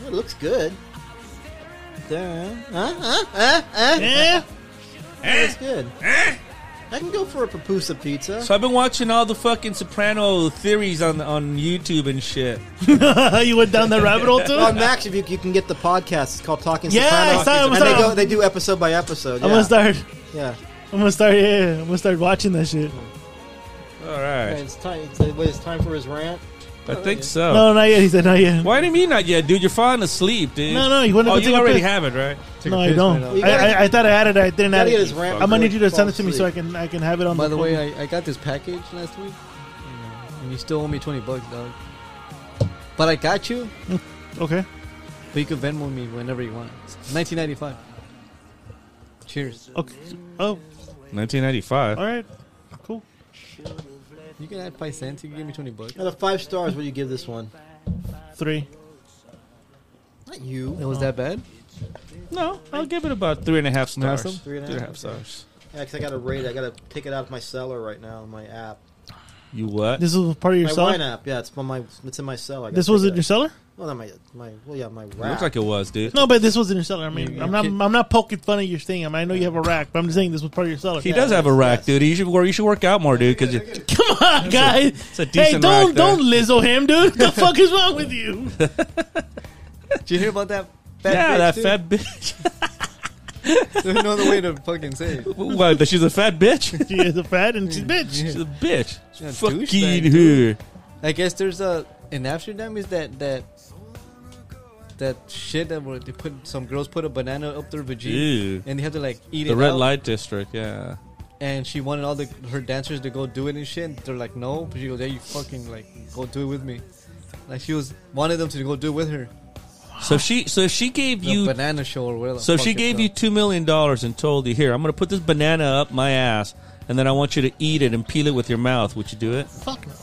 Yeah, it looks good. There. Huh? Huh? Huh? Huh? Yeah. It's good. I can go for a pupusa pizza. So I've been watching all the fucking Soprano theories on on YouTube and shit. you went down that rabbit hole too? On Max, if you, you can get the podcast, it's called Talking Yeah, Sopranos. I saw it, I and saw they it. go, they do episode by episode. Yeah, I'm gonna start. yeah. I'm gonna start. Yeah, I'm gonna start watching that shit. All right, it's time. It's, wait, it's time for his rant. I think so. No, not yet. He said not yet. Why do you mean not yet, dude? You're falling asleep, dude. No, no, you wanna Oh, go you take a already piss. have it, right? Take a No, I piss don't. right You I, gotta I, I thought I had it. I didn't Gotta have get his it. rant. I'm gonna need you to before send he it to me so I falls can I can have it on. now. By the phone. way, I, I got this package last week, and, uh, and you still owe me twenty bucks, dog. But I got you. okay. But you can Venmo me whenever you want. Nineteen ninety five. Cheers. Okay. Oh, 1995. all right. Cool. You can add five cents. You can give me twenty bucks. Out of five stars, what do you give this one? Three. Not you. It was that bad? No, I'll give it about three and a half Wanna have stars. some? Three and a Three and a half? half stars. Yeah, 'cause I got to rate. it. I got to take it out of my cellar right now. My app, You what? This was part of your my cellar. wine app. Yeah, it's on my. It's in my cellar. I gotta This take was it in out. your cellar. Well, not my my. Well, yeah, my rack. Looks like it was, dude. No, but this was in your cellar. I mean, You- I'm you not. kid- I'm not poking fun at your thing. I mean, I know you have a rack, but I'm just saying this was part of your cellar. He does have a rack, dude. You should work. You should work out more, dude. Because Come on, guys. a hey, decent don't rack there. don't Lizzo him, dude. the fuck is wrong with you? Did you hear about that? Fat yeah, bitch, that dude? fat bitch. There's no other way to fucking say it. what? That she's a fat bitch. She is a fat and she's a bitch. She's a bitch. Yeah, douchebag, Fucking her. dude. I guess there's a in Amsterdam is that that that shit that where they put some girls put a banana up their vagina Ew. and they have to like eat The it red out. light district. Yeah. and she wanted all the her dancers to go do it and shit. And they're like, no, but she goes, yeah, you fucking like go do it with me. Like she was wanted them to go do it with her. So if she. So if she gave The you. banana show or whatever. the So if fuck she it's gave called. you two million dollars and told you, "Here, I'm going to put this banana up my ass, and then I want you to eat it and peel it with your mouth," would you do it? Fuck no.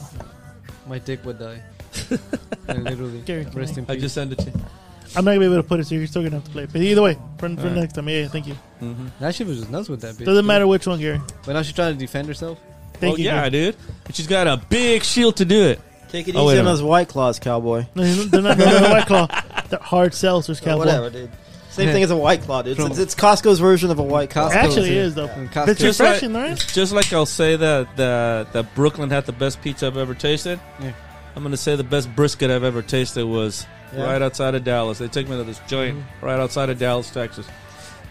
my dick would die. Like, literally, Gary, can rest I- in I peace. just send it to. you. I'm not gonna be able to put it, so you're still gonna have to play it. But either way, for, for next time, yeah, thank you. that shit was just nuts with that bitch. Doesn't matter which one, Gary. But now she's trying to defend herself. Thank oh you. yeah, Gary. dude. And she's got a big shield to do it. Take it Oh, easy wait a on minute. those white claws, cowboy. No, he's- they're not, they're not white claw. They're hard seltzers, Or cowboy. whatever, dude. Same thing as a white claw, dude. It's, it's, it's Costco's version of a white claw. Costco. Actually, it Yeah. is though. And Costco- It's Just like- refreshing, right? Just like I'll say that that that Brooklyn had the best pizza I've ever tasted. Yeah. I'm going to say the best brisket I've ever tasted was Yeah. right outside of Dallas. They took me to this joint Mm-hmm. right outside of Dallas, Texas.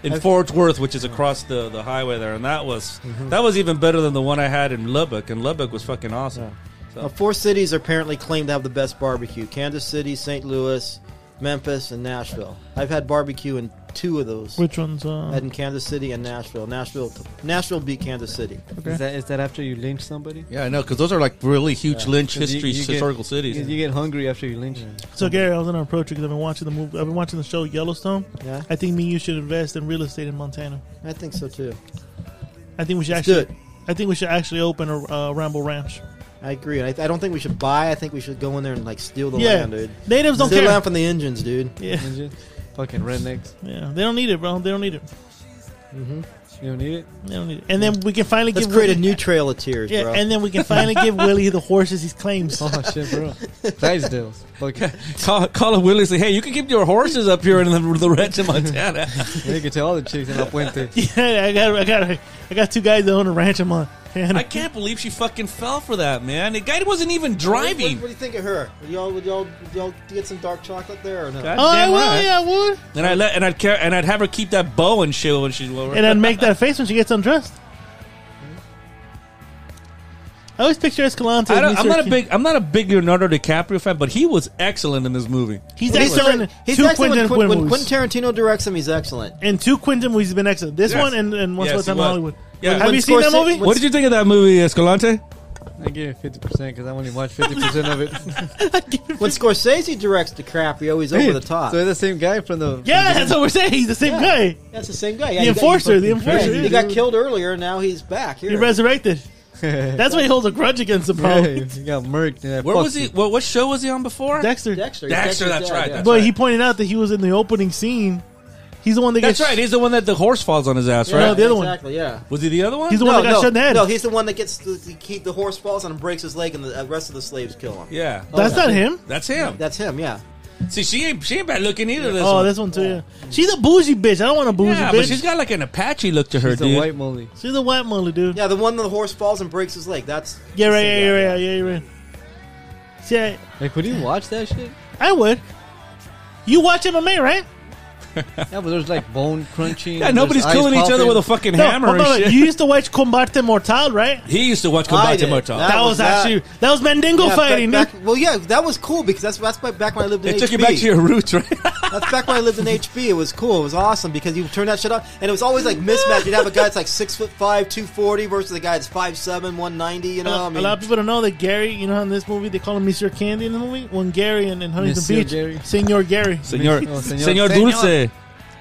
In Fort Worth, which is across the, the highway there, and that was Mm-hmm. that was even better than the one I had in Lubbock, and Lubbock was fucking awesome. Now, Uh, four cities are apparently claimed to have the best barbecue: Kansas City, St. Louis, Memphis, and Nashville. I've had barbecue in two of those. Which one's I uh, had in Kansas City and Nashville. Nashville, Nashville beat Kansas City. Is that is that after you lynch somebody? Yeah, I know because those are like really huge lynch 'Cause you- history you get- historical cities. You, you get hungry after you lynch. so Gary? I was gonna approach you because I've been watching the movie. I've been watching the show Yellowstone. Yeah, I think me and you should invest in real estate in Montana. I think so too. I think we should Let's do actually. it. I think we should actually open a uh, Ramble Ranch. I agree. I, I don't think we should buy. I think we should go in there and like steal the yeah, land, dude. natives don't steal care. land from the Indians, dude. Yeah, Ninja. Fucking rednecks. yeah, they don't need it, bro. They don't need it. You don't need it. They don't need it. And then we can finally Let's give create a Willie- new Trail of Tears, Yeah, bro. and then we can finally give Willie the horses he claims. Oh shit, bro. Clydesdales. Fuck. it. Call, call up Willie and say, hey, you can keep your horses up here in the, the ranch in Montana. You can tell all the chicks in La Puente. Yeah, I got, I got, I got two guys that own a ranch. I'm on. And I can't believe she fucking fell for that, man. The guy wasn't even What, what, driving. what do you think of her? Would y'all, would y'all, would y'all get some dark chocolate there or no? God oh, I damn would. right. Yeah, I would. And I let and I'd care and I'd have her keep that bow and shit when she's over. And I'd make that face when she gets undressed. I always picture Escalante. I as don't, I'm Mr. not a Ki- big I'm not a big Leonardo DiCaprio fan, but he was excellent in this movie. He's He's excellent. in excellent. He's two excellent Quentin when, Quin- Quinn when movies. Quentin Tarantino directs him. He's excellent. and two Quentin movies, he's been excellent. This Yes. one and, and Once Yes, Upon a Time in he was. Hollywood. Yeah. Have When you seen that Scorsese- movie? when- What did you think of that movie, Escalante? I give it fifty percent because I only watched fifty percent of it. When Scorsese directs DiCaprio, he's over the top. So they're the same guy from the. Yeah, that's what we're saying. He's the same guy. That's the same guy. Yeah, The he got- enforcer, the he- enforcer, yeah, yeah. He got killed earlier. Now he's back here. He resurrected. That's why he holds a grudge against him, Yeah, probably. he got murked. and I Where fucked was he? you. What, what show was he on before? Dexter. Dexter. Dexter, Dexter's that's dad, right, yeah. that's- But he pointed out that he was in the opening scene. He's the one that That's gets right. He's the one that the horse falls on his ass, Yeah, No, right? the other one. Exactly. Yeah. Was he the other one? He's the one that got no, shot in the head. no, he's the one that gets the, the, he, the horse falls on him, breaks his leg, and the uh, rest of the slaves kill him. yeah, That's Oh, yeah. not him. that's him. That's him. Yeah. See, she ain't she ain't bad looking either. This oh, one. this one too. Yeah. She's a bougie bitch. I don't want a bougie yeah, bitch. but she's got like an Apache look to her, He's dude. a white molly. she's a white mullet, dude. Yeah, Yeah, the one that the horse falls and breaks his leg. That's right, yeah, yeah, yeah, yeah, you're right. See, I, Like, would you watch that shit? I would. You watch MMA, right? Yeah, but there's like bone crunching. yeah, and nobody's there's eyes killing each other popping. with a fucking No, hammer hold and on, shit. You used to watch Combate Mortal, right? He used to watch I Combate did. Mortal. That That, was, was that- actually that was Mandingo Yeah, back- fighting. dude. back- well, yeah, that was cool because that's that's my, back when I lived in. it took you HB. back to your roots, right? That's back when I lived in HB. It was cool. It was awesome because you turn that shit up, and it was always like mismatch. You'd have a guy that's like six foot five, two forty, versus the guy that's five seven, one ninety. You know, I a mean, lot of people don't know that Gary, you know, how in this movie they call him Mr. Candy in the movie. When Gary and in Huntington Monsieur Beach, Gary. Senor Gary, Senor, Oh, Senor, senor. Oh, Dulce.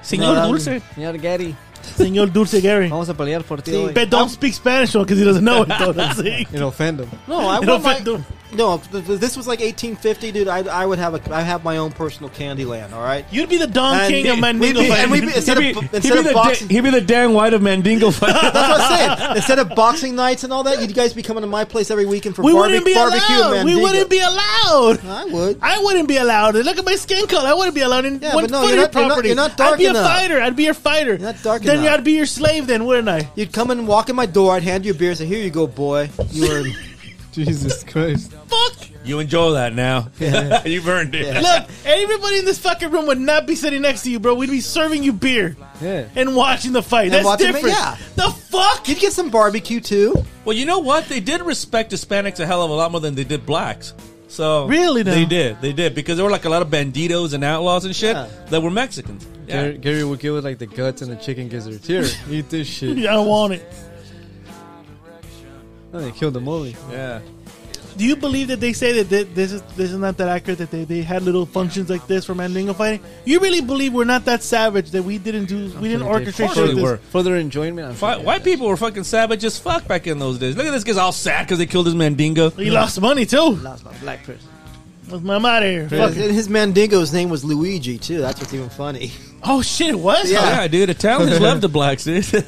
Senor No, Dulce. Señor Gatti. Señor Dulce Gary. Vamos a pelear por ti Sí, hoy. But don't speak Spanish to him because he doesn't know it. Though. That's it. It'll offend him. No, I It'll would like. fit them. No, if th- th- this was like 1850, dude. I, I would have a. I have my own personal Candyland. All right. You'd be the Don And King of we- Mandingo. we- and we- fighting. instead He'd of be- he'd instead be of the boxing, da- he'd be the Dan White of Mandingo fight. that's what I'm saying. Instead of boxing nights and all that, you guys be coming to my place every weekend for we barbe- wouldn't be barbecue. allowed. and We Mandingo. wouldn't be allowed. I would. I wouldn't be allowed. Look at my skin color. I wouldn't be allowed in Yeah, one but no, foot you're of your not- you're not- property. you're not I'd be dark enough. a fighter. I'd be your fighter. You're not dark then enough. I'd be your slave. Then wouldn't I? You'd come and walk in my door. I'd hand you a beer. and Say, "Here you go, boy. You were." Jesus Christ. Fuck. you enjoy that now. You've earned it. Look, everybody in this fucking room would not be sitting next to you, bro. We'd be serving you beer Yeah. and watching the fight. And That's watching it, different. yeah. The fuck. You'd get some barbecue too. Well, you know what? They did respect Hispanics a hell of a lot more than they did blacks. So Really, now? they did, they did, because there were like a lot of banditos and outlaws and shit Yeah. that were Mexicans. Yeah. Gary, Gary would give us like the guts and the chicken gizzards. Here, eat this shit. I don't want it. And they killed the molly. yeah. Do you believe that they say that thi- this is this is not that accurate? That they, they had little functions like this for Mandingo fighting? You really believe we're not that savage? That we didn't do we didn't orchestrate Sure shit they like this? were. For their enjoyment. I'm Fi- sure. White people were fucking savage as fuck back in those days. Look at this guy's all sad because they killed his mandingo. We lost money too. That's my black person. With my out here. Fuck it. His mandingo's name was Luigi too. That's what's even funny. Oh shit! It was. Yeah. Yeah, dude, Italians love the blacks, dude. Damn,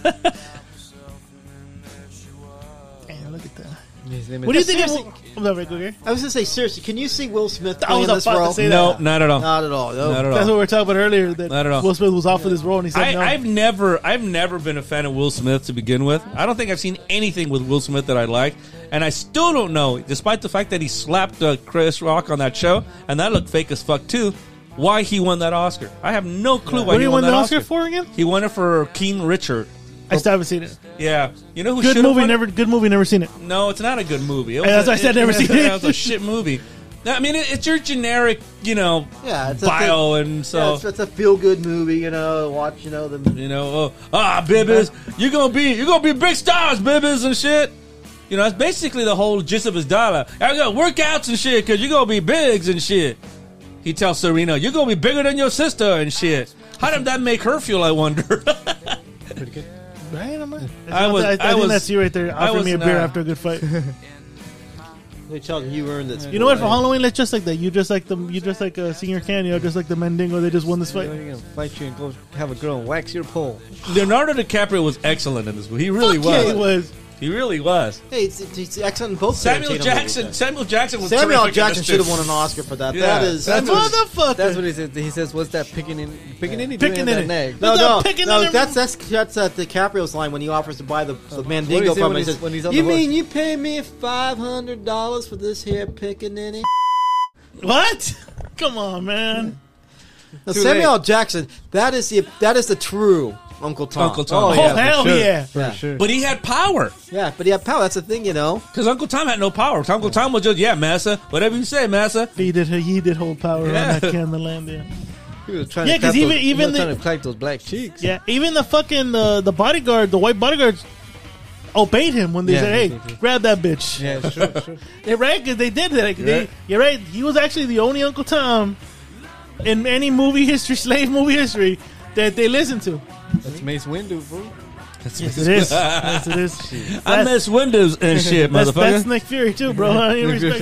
look at that. His name is- What do you think? seriously. Of, I'm sorry, go here. I was gonna say seriously, can you see Will Smith I was playing this about to role? say no, not at all. Not at all. No. Not at all. That's what we were talking about earlier. That Not at all. Will Smith was off of this role, and he said I, no. I've never, I've never been a fan of Will Smith to begin with. I don't think I've seen anything with Will Smith that I like, and I still don't know, despite the fact that he slapped uh, Chris Rock on that show, and that looked fake as fuck too. Why he won that Oscar? I have no clue why what he, do you won win that Oh. the Oscar, for again? He won it for King Richard. I still haven't seen it. Yeah, you know who? Good should've movie, won it? never good movie, never seen it. No, it's not a good movie. It was Hey, that's a- why I said never seen it. It was a shit movie. No, I mean, it, it's your generic, you know, Yeah, it's a- bio, and so Yeah, it's, it's a feel good movie, you know. Watch, you know the. You know, oh, ah, Bibbers, you're gonna be you're gonna be big stars, Bibbers and shit. You know, that's basically the whole gist of his dialogue. I got workouts and shit because you're gonna be bigs and shit. He tells Serena, "You're gonna be bigger than your sister and shit." How did that make her feel? I wonder. Right? Am I? I was- I, I think was- that's you right there. I Offering was me a beer not. after a good fight. Hey, Chuck, you earned this. You know what? For Halloween, let's just like that. You just like the you just like uh, senior can. You know, just like the Mandingo. They just won this They're fight. gonna fight you and go have a girl and wax your pole. Leonardo DiCaprio was excellent in this movie. He really Fuck yeah, was. it was. He really was. Hey, it's, it's, it's excellent in both. Samuel Tarantino Jackson. movies, Samuel Jackson was though. Samuel terrific in Jackson this should have too. won an Oscar for that. Yeah. That is. That's motherfucker. That's what he said. He says, "What's that picking in? Picking in? Picking in it. neck. no, That's no, a picking no. in the- That's that's that's uh, DiCaprio's line when he offers to buy the, the What do Mandingo you say from when him. He he's- says, when he's on "You the hook?" mean you pay me five hundred dollars for this here pickaninny?" What? Come on, man. Now, Too Samuel Jackson. That is the that is the true Uncle Tom. Uncle Tom. Oh, Oh, hell sure. yeah. For Yeah. sure. But he had power. Yeah, but yeah, pal, that's the thing, you know. Because Uncle Tom had no power. Uncle Tom was just, yeah, massa. Whatever you say, massa. He did. He did hold power Yeah. on that can the land. Yeah. He was trying Yeah, to clap 'cause even- those- he even was the- trying to clap those black cheeks. Yeah. Even the fucking uh, the bodyguard, the white bodyguards, obeyed him when they Yeah, said, they "Hey, did. grab that bitch." Yeah, sure, sure. Yeah, right? Because they did that. Like, You're they, right. You're right. He was actually the only Uncle Tom in any movie history, slave movie history, that they listened to. That's Mace Windu, bro. Yes, it is. yes, it is. I That's- miss windows and shit, That's, motherfucker. that's Nick Fury too, bro. I mean, respect.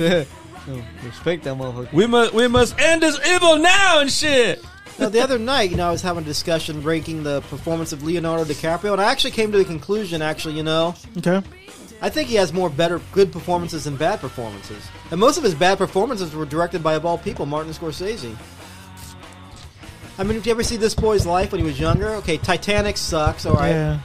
No, "Oh, respect that motherfucker. we must we must end this evil now and shit. Now, the other night, you know, I was having a discussion ranking the performance of Leonardo DiCaprio, and I actually came to the conclusion, actually, you know, Okay. I think he has more better good performances than bad performances. And most of his bad performances were directed by, of all people, Martin Scorsese. I mean, if you ever see this boy's life when he was younger, okay, Titanic sucks, all right. Yeah.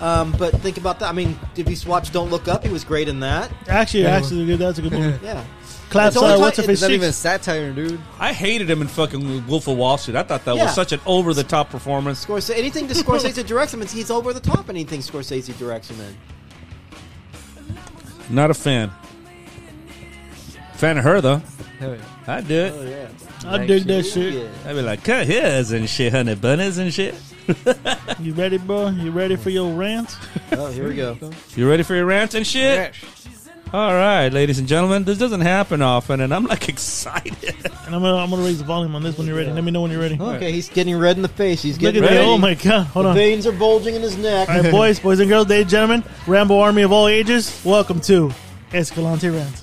Um, but think about that. I mean, if you watch Don't Look Up, he was great in that. Actually, actually, good. That's a good movie. Yeah. Claps. It's only Uh, ti- what's her It's face? not even Chicks. satire, dude. I hated him in fucking Wolf of Wall Street. I thought that Yeah. was such an over the top performance. Scorsese, anything that Scorsese directs him, in, he's over the top in anything Scorsese directs him in. Not a fan. Fan of her though. Hell yeah. I'd do it. Oh, yeah. I dig that shit. Yeah. I'd be like, cut his and shit, honey bunnies and shit. You ready, bro? You ready for your rant? Oh, here we go. You ready for your rant and shit? All right, ladies and gentlemen, this doesn't happen often, and I'm like excited. And I'm gonna, I'm gonna raise the volume on this when you're ready. Let me know when you're ready. Okay, he's getting red in the face. He's Look getting at that! ready. Oh my god! Hold The on. veins are bulging in his neck. All right, boys, boys and girls, ladies and gentlemen, Rambo Army of all ages, welcome to Escalante Rant.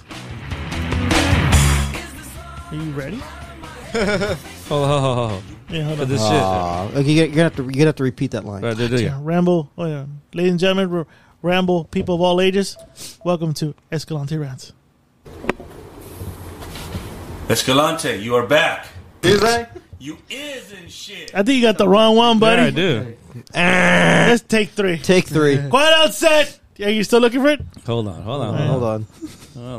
Are you ready? Oh, ho, ho, ho, ho. Yeah, hold For on. this Aw, okay, you're gonna have to you're gonna have to repeat that line. shit. Right, there, there you Yeah, go. Rambo, oh yeah. ladies and gentlemen, we're Rambo, people of all ages, welcome to Escalante Rant. Escalante, you are back. Is I? You is and shit. I think you got the wrong one, Yeah, I buddy. do. Let's take three. Take three. Quiet outset. Are you still looking for it? Hold on, hold on, hold on, Hold on.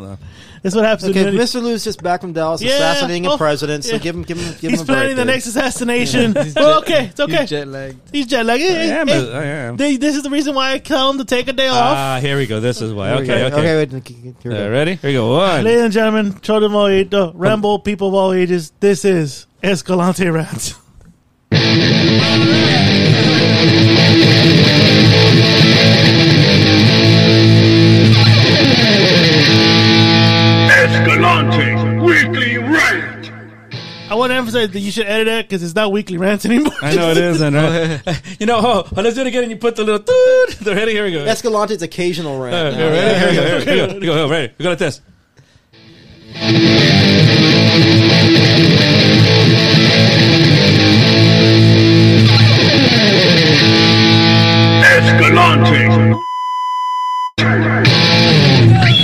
hold on. That's what happens. Okay, when you- Mr. Lou's just back from Dallas, Yeah, assassinating oh, a president. So yeah. give him, give him, give He's him a break. planning the dude. next assassination. well, okay, it's okay. He's jet lagged. He's jet lagged. Hey, I am. hey, I am. they- this is the reason why I tell him to take a day off. Ah, here we go. This is why. Here we Okay, go. okay. wait, okay, here we Uh, go. ready? Here we go. One. Ladies and gentlemen, children of all ages, uh, Rambo, people of all ages, this is Escalante Rant. Escalante Weekly Rant. I want to emphasize that you should edit that because it's not weekly rants anymore. I know it isn't. Right? you know, oh, oh, let's do it again. And you put the little. They're ready. Here we go. Escalante's occasional rant. Uh, here, ready? Here we go. Here we go. Here we go. Here we go. Ready? We got this. Escalante.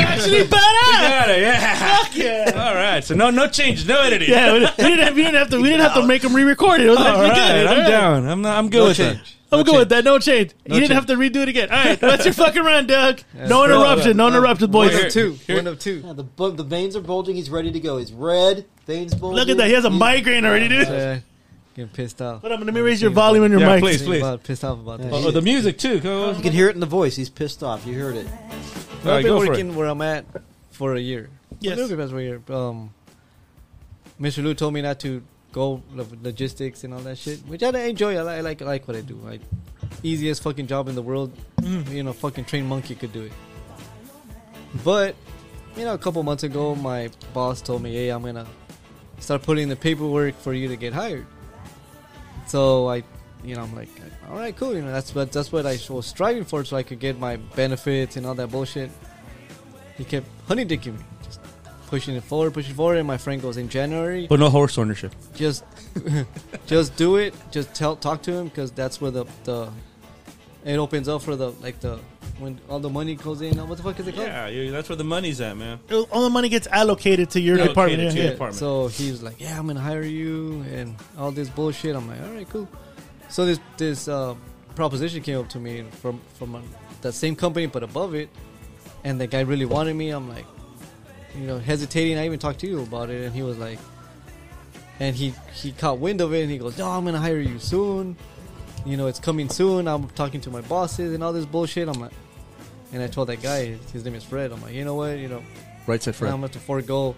Actually, badass. Got it. Yeah. Fuck yeah. All right. So no, no change, no editing. Yeah, we didn't- we didn't have, we didn't have to. We didn't have to make him re-record it. It was All actually right. good. All I'm right. down. I'm not, I'm good No with change. it. I'm good with that. No change. you didn't have to redo it again. All right, that's your fucking run, Doug. no interruption. No interruption, boys. One of two. Here. One of two. Yeah, the, bu- the veins are bulging. He's ready to go. He's red. Veins bulging. Look at that. He Mm. has a migraine already, dude. Uh, getting pissed off. But I'm gonna let me raise your volume on your Yeah, mic. please. About, pissed off about this. Oh, the music too. Go, You can hear it in the voice. He's pissed off. You heard it. All right, I've been go for working where I'm at for a year. Yes. A little bit past for a year. Um, Mr. Lou told me not to go lo- logistics and all that shit, which I enjoy. I like, I like, I like what I do. Like, easiest fucking job in the world. Mm. You know, fucking trained monkey could do it. But, you know, a couple months ago, my boss told me, hey, I'm going to start putting the paperwork for you to get hired. So I, you know, I'm like, all right, cool. You know, that's what that's what I was striving for, so I could get my benefits and all that bullshit. He kept honey dicking me, just pushing it forward, pushing it forward. And my friend goes, in January, But no horse ownership. just just do it. Just tell talk to him because that's where the the it opens up for the like the when all the money goes in. What the fuck is it called? Yeah, you, that's where the money's at, man. It- All the money gets allocated to your Allocated department. to yeah, your yeah. department. So he was like, "Yeah, I'm gonna hire you," and all this bullshit. I'm like, "All right, cool." So this this uh, proposition came up to me from from uh that same company, but above it, and the guy really wanted me. I'm like, you know, hesitating. I even talked to you about it, and he was like, and he he caught wind of it, and he goes, "No, I'm gonna hire you soon. You know, it's coming soon. I'm talking to my bosses and all this bullshit." I'm like, and I told that guy, his name is Fred. I'm like, you know what, you know. Right side I'm going to forego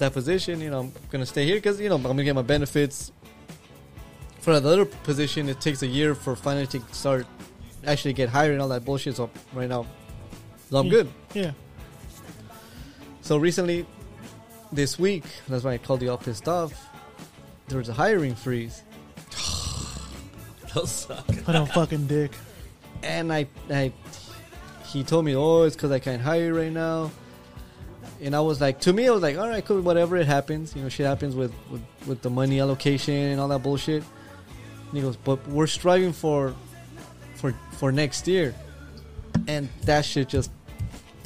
that position. You know, I'm going to stay here because you know I'm going to get my benefits. For the other position, it takes a year for finally to start actually get hired and all that bullshit. So right now, so I'm good. Mm. Yeah. So recently, this week, that's why I called the office stuff. There was a hiring freeze, Those suck. Put on fucking dick. and I, I, he told me, oh, it's because I can't hire you right now. And I was like, to me, I was like, all right, cool, whatever, it happens. You know, shit happens with with, with the money allocation and all that bullshit. And he goes, but we're striving for, for for next year, and that shit just,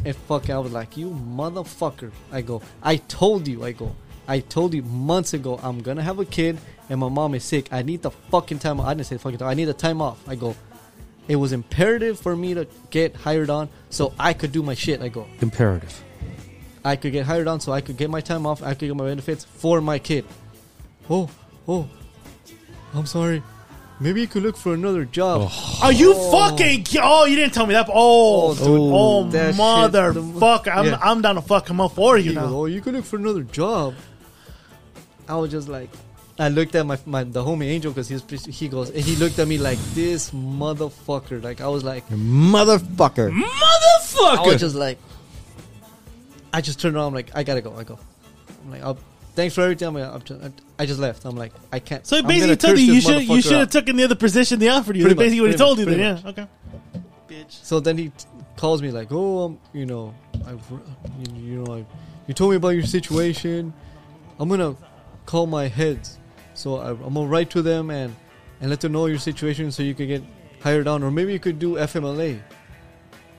it fucking. I was like, you motherfucker. I go, I told you. I go, I told you months ago. I'm gonna have a kid, and my mom is sick. I need the fucking time. I didn't say fucking time. I need the time off. I go. It was imperative for me to get hired on so I could do my shit. I go. Imperative. I could get hired on, so I could get my time off. I could get my benefits for my kid. Oh, oh, I'm sorry. Maybe you could look for another job. Are you fucking? ki- Oh, you didn't tell me that. Oh, Oh, oh, dude, that shit- motherfucker! I'm Yeah. I'm down to fuck him up for you He goes, now. oh, you could look for another job. I was just like, I looked at my, my the homie Angel because he's he goes he looked at me like this motherfucker. Like I was like, Motherfucker. Motherfucker. I was just like, I just turned around. I'm like, I gotta go. I go. I'm like, I'll, thanks for everything. I'm like, I'm t- I just left. I'm like, I can't. So I'm it basically gonna told curse you you this should you motherfucker should have out. taken the other position they offered you. Pretty That's basically what much, he told you. pretty Then yeah, okay. So then he t- calls me like, "Oh, um, you know, I, you, you know, I, you told me about your situation. I'm gonna call my heads. So I, I'm gonna write to them and and let them know your situation, so you could get hired on, or maybe you could do FMLA.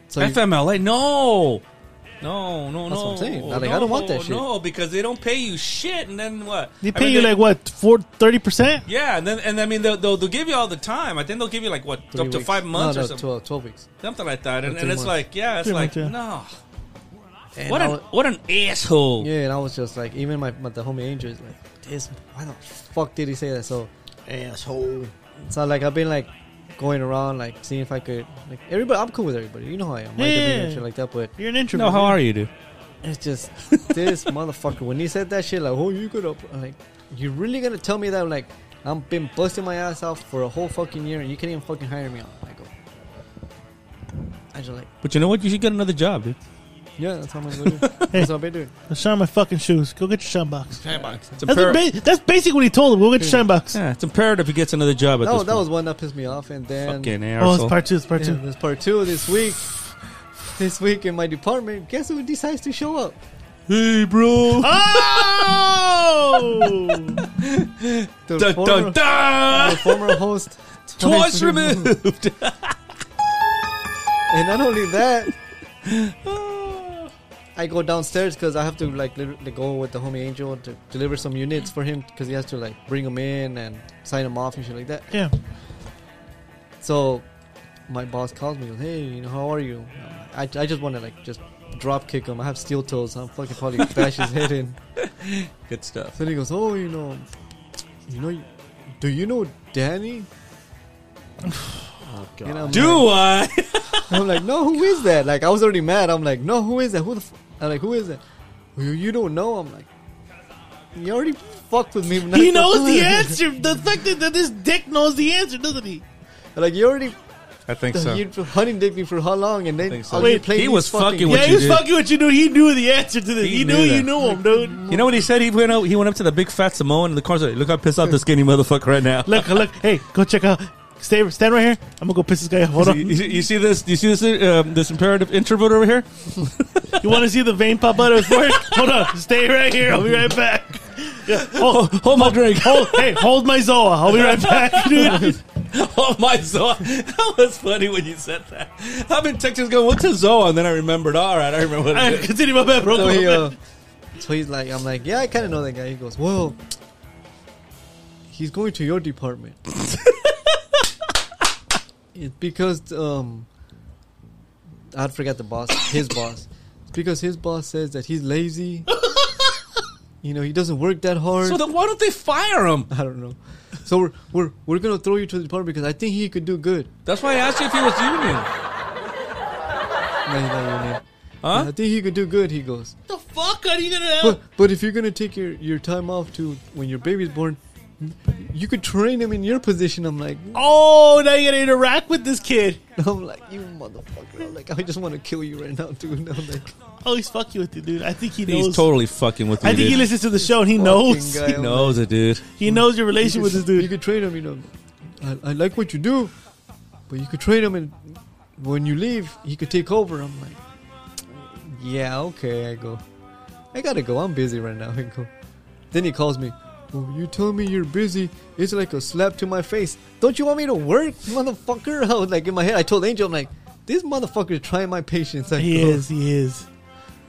So you- FMLA, no. No, no, no. That's what I'm saying. Like, I don't want that shit. No, because they don't pay you shit, and then what? They I pay mean, you like what four thirty percent? Yeah, and then and I mean they'll, they'll they'll give you all the time. I think they'll give you like what three up to weeks. five months No, or no, something, 12, 12 weeks. something like that. And, Or and three it's months. like yeah, it's Three like months, no. And What I an wa- what an asshole. Yeah, and I was just like, even my, my the homie Angel is like, this why the fuck did he say that? So Asshole. so like I've been like going around like seeing if I could like everybody. I'm cool with everybody. You know how I am. Like, Yeah. demeanor and shit like that. But You're an introvert. No, how are you, dude? it's just this motherfucker when he said that shit like, oh you could up I'm like you really gonna tell me that like I'm been busting my ass out for a whole fucking year and you can't even fucking hire me on. I go. I just like But you know what? You should get another job, dude. yeah, that's how I'm gonna do. That's what I've been doing. I'm shine my fucking shoes. Go get your shine box. It's That's, what imperative. ba- that's basically what he told him. Go get your shine box. Yeah, it's imperative he gets another job at That this was, that point. was one that pissed me off, and then fucking Oh, it's asshole. part two. It's part Yeah, two. There's part two this week. This week in my department, guess who decides to show up? Hey, bro. Oh! The Dun, former, dun, dun! the former host. Twice removed. removed. And not only that, I go downstairs because I have to like lit- like, go with the homie Angel to deliver some units for him because he has to like bring them in and sign them off and shit like that. yeah. So my boss calls me, goes, "Hey, you know how are you?" I'm like, I, I just want to like just drop kick him. I have steel toes. I'm fucking probably bash his head in. Good stuff. So then he goes, "Oh, you know, you know, do you know Danny?" oh god. I'm Do I? Like, I'm like, no, who is that? Like, I was already mad. I'm like, no, who is that? Who the? F-? I'm like, who is that? You, you don't know. I'm like, you already fucked with me. Now He you don't knows know the it." answer. The fact that, that this dick knows the answer, doesn't he? Like, you already I think you hunting dick me for how long? And then think so. I'll be Wait, playing he these was fucking with yeah, you he was did. fucking with you, dude. He knew the answer to this. He, He knew, knew you that. knew him, dude. You know what he said? He went out. He went up to the big fat Samoan in the corner. Look how pissed off the skinny motherfucker right now. Look, look. Hey, go check out. Stay, stand right here. I'm gonna go piss this guy off. Hold You on. see- You You, see- you see this? You see this? uh, Um, this imperative introvert over here? want to see the vein pop out of his forehead? Hold on. Stay right here. I'll be right back. Yeah. Hold, Hold my drink. hold, hey, hold my Zoa. I'll be right back, dude. Oh my Zoa. That was funny when you said that. I've been texting going, what's a Zoa? And then I remembered, all right, I remember what I it is. continue my bad, bro. So Go he, ahead. uh, so he's like, I'm like, yeah, I kind of know that guy. He goes, well, he's going to your department. it's because um, I forgot the boss, his boss. It's because his boss says that he's lazy. you know, he doesn't work that hard. So then why don't they fire him? I don't know. So we're we're we're gonna throw you to the department because I think he could do good. That's why I asked you if he was union. No, he's not union. I Huh? think he could do good. He goes. the fuck are you gonna? But, but if you're gonna take your, your time off to when your baby's born, you could train him in your position. I'm like, Oh, now you gotta interact with this kid. I'm like, you motherfucker! I'm like, I just want to kill you right now, dude. I'm like, Oh, he's fucking with you, dude. I think he knows. He's totally fucking with you. I think he dude. listens to the show and he knows. guy. He knows it, dude. He knows your relation with this you dude. could train him. You know, I, I like what you do, but you could train him, and when you leave, he could take over. I'm like, yeah, okay. I go, I gotta go. I'm busy right now. I go. Then he calls me. Oh, you tell me you're busy. It's like a slap to my face. Don't you want me to work, motherfucker? I was like in my head. I told Angel, I'm like, this motherfucker is trying my patience. I He go. is. He is.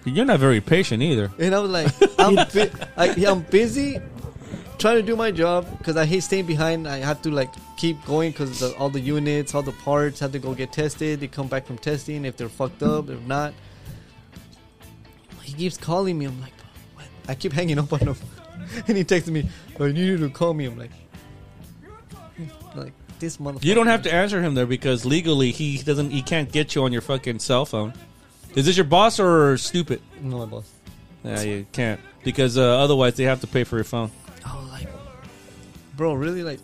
You're not very patient either. And I was like, I'm, bu- I, I'm busy trying to do my job because I hate staying behind. I have to like keep going because all the units, all the parts have to go get tested. They come back from testing if they're fucked up, if not. He keeps calling me. I'm like, what? I keep hanging up on him. and he texts me, oh, you need to call me. I'm like, like this motherfucker. You don't have to answer him there because legally he doesn't. He can't get you on your fucking cell phone. Is this your boss or stupid? No, my boss. Yeah, you can't because uh, otherwise they have to pay for your phone. I was like, bro, really? Like,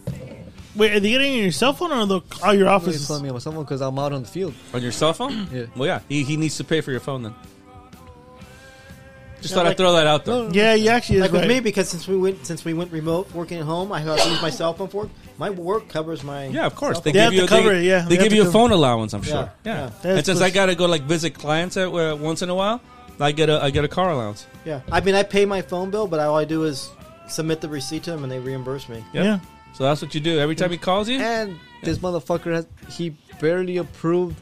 Wait, are they getting on your cell phone or the, oh, your he's office? calling me on someone because I'm out on the field. On your cell phone? Yeah. Well, yeah. He, he needs to pay for your phone then. Just thought I'd throw that out there. Yeah, you actually is Like right. with me, because since we went since we went remote working at home, I have to use my cell phone for it. My work covers my Yeah, of course. They, They give have you to a, they- cover it, yeah. They, They have give to you a cover- phone allowance. I'm Yeah, sure. Yeah. yeah. And since That's- I gotta go like visit clients at, uh, once in a while, I get a I get a car allowance. yeah. I mean, I pay my phone bill, but all I do is submit the receipt to them, and they reimburse me. Yep. Yeah. So that's what you do every time he calls you. And this motherfucker has he barely approved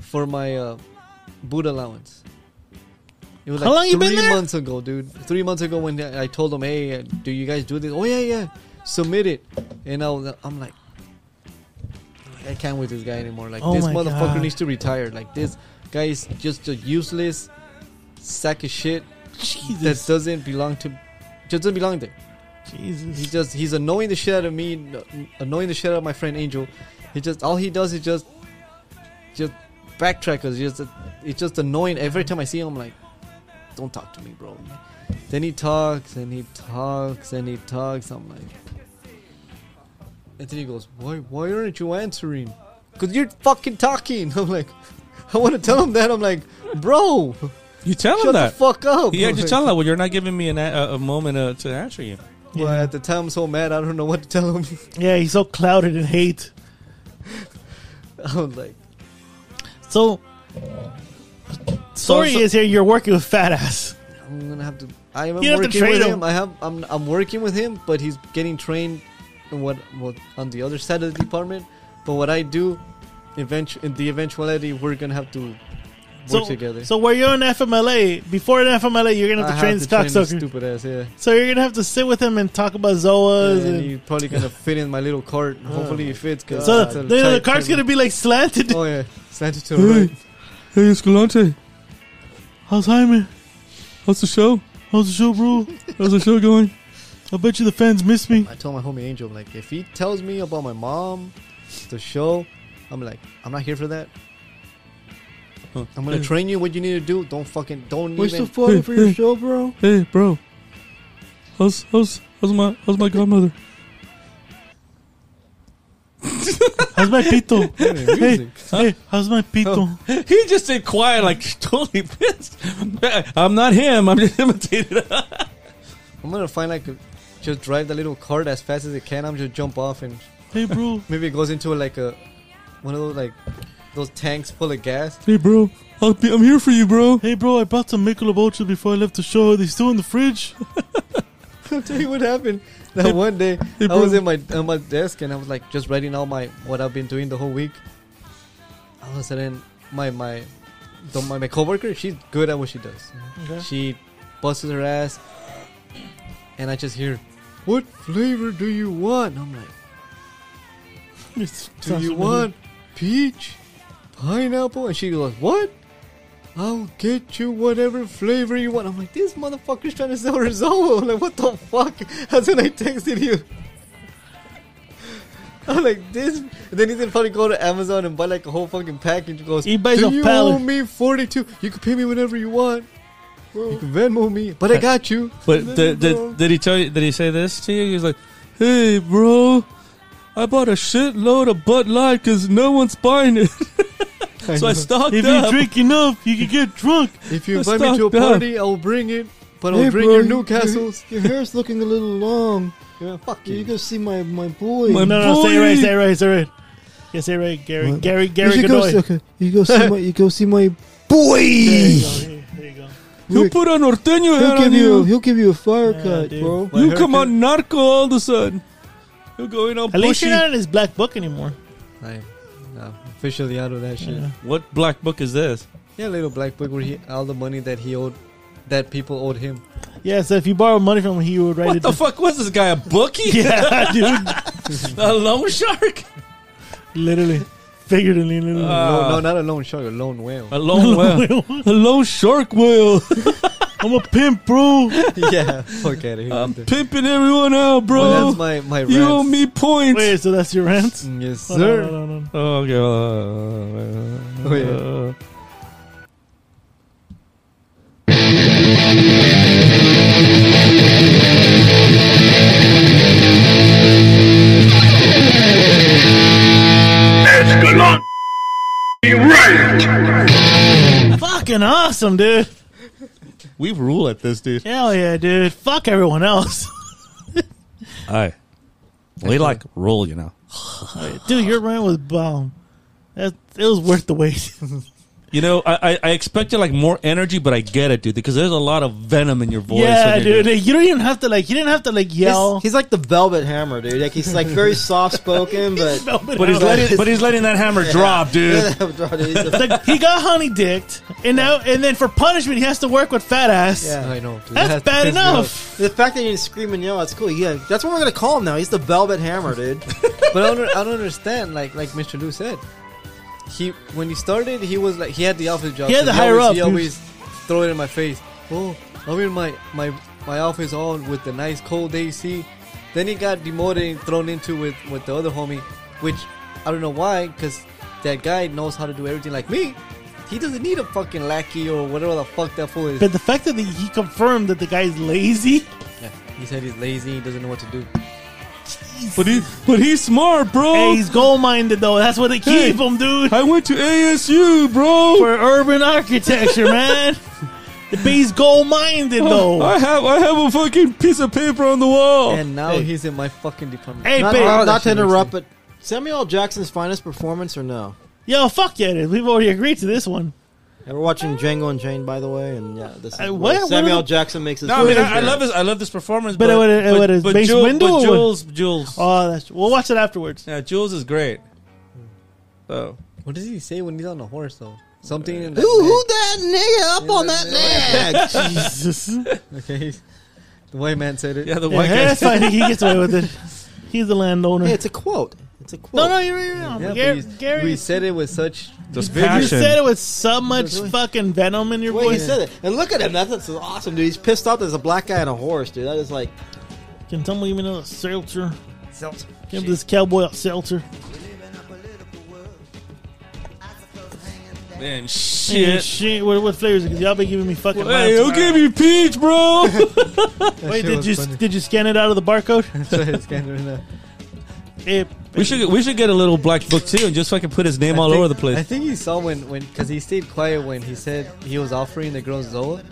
for my uh, boot allowance. It was How long you three been there? months ago, dude. Three months ago when I told him, "Hey, uh, do you guys do this?" Oh yeah, yeah. Submit it, and I was, I'm like, I can't with this guy anymore. Like Oh this my motherfucker God. needs to retire. Like this guy is just a useless sack of shit that doesn't belong to, just doesn't belong there. He Jesus. just he's annoying the shit out of me, annoying the shit out of my friend Angel. He just all he does is just just backtrack us. Just it's just annoying. Every time I see him, I'm like, don't talk to me, bro. Then he talks and he talks and he talks. I'm like, and then he goes, why why aren't you answering? Cause you're fucking talking. I'm like, I want to tell him that. I'm like, bro, You tell him shut the that. fuck up. Yeah, I'm just like- tell him. Well, you're not giving me an, a, a moment uh, to answer you. Well, at the time, I'm so mad. I don't know what to tell him. Yeah, he's so clouded in hate. I was like. So, sorry so- is here. You're working with fat ass. I'm gonna have to. I am You have to working train with him. him. I have. I'm. I'm working with him, but he's getting trained. In what? What on the other side of the department? But what I do, eventu- in the eventuality, we're gonna have to work So, together. so where you're in FMLA, before in FMLA, you're gonna I have to train this cocksucker. stupid ass. Yeah, so you're gonna have to sit with him and talk about Zoas. and and he's probably gonna fit in my little cart. Hopefully, it fits. Cause so it's a the, the, tight car's trailer. gonna be like slanted. Oh yeah, send it to the right. Hey, Escalante, How's Jaime? how's the show? How's the show, bro? How's the show going? I bet you the fans miss me. I told my homie Angel, I'm like, if he tells me about my mom, the show, I'm like, I'm not here for that. Huh. I'm gonna train you what you need to do. Don't fucking don't even. fun for your show, bro? Hey, bro. How's how's how's my how's my godmother? How's my pito? hey, music. hey, how's my pito? Oh, He just said quiet, like totally pissed. I'm not him. I'm just imitating. I'm gonna find like, a, just drive the little cart as fast as it can. I'm just jump off and Hey, bro. maybe it goes into like a, one of those like, those tanks full of gas. Hey, bro. I'll be, I'm here for you, bro. Hey, bro. I bought some Michelob Ultra before I left the show. Are they still in the fridge? I'll tell you what happened. That one day, I bro. was in my on my desk and I was like just writing out my what I've been doing the whole week. All of a sudden, my my the, my, my coworker, she's good at what she does. She busts her ass, and I just hear, "What flavor do you want?" I'm like, It's- "Do you want peach, pineapple?" And she goes, "What?" I'll get you whatever flavor you want. I'm like, this motherfucker's trying to sell her Zoa. I'm like, what the fuck? That's when I texted you. I'm like, this. and then he's gonna probably go to Amazon and buy like a whole fucking package. He goes, He buys Do a you pallet." owe me 42? You can pay me whatever you want. You can Venmo me, but I got you. But did, did, did he tell you? Did he say this to you? He was like, "Hey, bro, I bought a shitload of Bud Light because no one's buying it, so I stocked If up." you drink enough, you can get drunk. if you I invite me to a stocked up. party, I'll bring it. But I'll Hey, bring bro, your you- Newcastles. Your hair's looking a little long. Yeah, fuck You you. go see my my boy. My- No, no, say it boy. right, say it right, say it right. Yeah, say it right, Gary. What? Gary, you Gary should go. Godoy. See, okay, you go see my. You go see my boy. There you go. Here, there you go. You put on Orteño He'll hat give on you. you. He'll give you a fire Yeah, cut, dude. bro. My You come haircut. on narco all of a sudden. You're going on At least bushy. you're not in his black book anymore. I, I'm officially out of that shit. Yeah. What black book is this? Yeah, little black book where he all the money that he owed, that people owed him. Yeah, so if you borrow money from him, he would write What it the down. fuck was this guy? A bookie? Yeah, dude. a loan shark? Literally. Figuratively, literally. Uh, no, no, not a loan shark, a lone whale. A loan whale. a loan shark whale. I'm a pimp, bro. yeah, fuck out of here. I'm pimping everyone out, Um, bro. well, that's my my you owe rants. me points. Wait, so that's your rant? Mm, Yes, Oh, no, sir. Oh, no, no, no, no. Oh, okay. well, uh, Wait. uh, Fucking awesome, dude. We rule at this, dude. Hell yeah, dude. Fuck everyone else. Aye. We like rule, you know. dude, your rant was bomb. That, it was worth the wait. You know, I, I, I expected like more energy, but I get it, dude, because there's a lot of venom in your voice. yeah, when you're dude. doing- You don't even have to like. You didn't have to like yell. He's, he's like the Velvet Hammer, dude. Like he's like very soft spoken, but But he's letting, but he's letting that hammer drop, dude. yeah, Like, he got honey dicked, and now and then for punishment he has to work with fat ass. I know. Dude, That's that bad pissed me off. enough. the fact that you didn't scream and yell, that's cool. Yeah, that's what we're gonna call him now. He's the Velvet Hammer, dude. But I don't, I don't understand. Like like Mr. Lou said, he when he started, he was like he had the office job. He had so the higher always, up, He dude. always throw it in my face. Oh, I'm in my my my office all with the nice cold AC. Then he got demoted and thrown into with with the other homie, which I don't know why, because that guy knows how to do everything like me. He doesn't need a fucking lackey or whatever the fuck that fool is. But the fact that he confirmed that the guy's lazy. Yeah, he said he's lazy. He doesn't know what to do. But he, but he's smart, bro. Hey, he's goal minded though. That's what they Hey. keep him, dude. I went to ASU, bro. For urban architecture, man. The bee's goal minded though. I have, I have a fucking piece of paper on the wall. And now Oh, Hey. he's in my fucking department. Hey, not, babe. not- that not to shit makes interrupt, but Samuel L. Jackson's finest performance or no? Yo, fuck yeah, it is. We've already agreed to this one. Yeah, we're watching Django Unchained, by the way, and yeah, this is Uh, where what? What Samuel are L. the- Jackson makes his. no, I mean, first I, I love appearance. this. I love this performance, But but what it- what is, but, Mace Jules, Windu or but what? Jules, Jules, Oh, that's we'll watch it afterwards. yeah, Jules is great. So What does he say when he's on a horse though? Something. in that Who, neck. who that nigga up on that neck? Jesus. Okay. The white man said it. yeah, the Yeah, white guy. that's fine. He gets away with it. He's the landowner. hey, it's a quote. It's a no, quote. no, you're, you're wrong. Yeah, but Gary, you- Gary, we said it with such. Just you passion. said it with so much fucking venom in your Wait, he voice. said it. And look at him. That's, that's awesome, dude. He's pissed off. There's a black guy on a horse, dude. That is like. Can someone give me another seltzer? Give this cowboy a seltzer. Man, Yeah, shit. shit. What, what flavors? Because y'all been giving me fucking. Hey, miles. who gave you peach, bro? Wait, did you did you scan it out of the barcode? It, we should, we should get a little black book too, and just fucking put his name all over the place. I think he saw when when because he stayed quiet when he said he was offering the girl Zoa.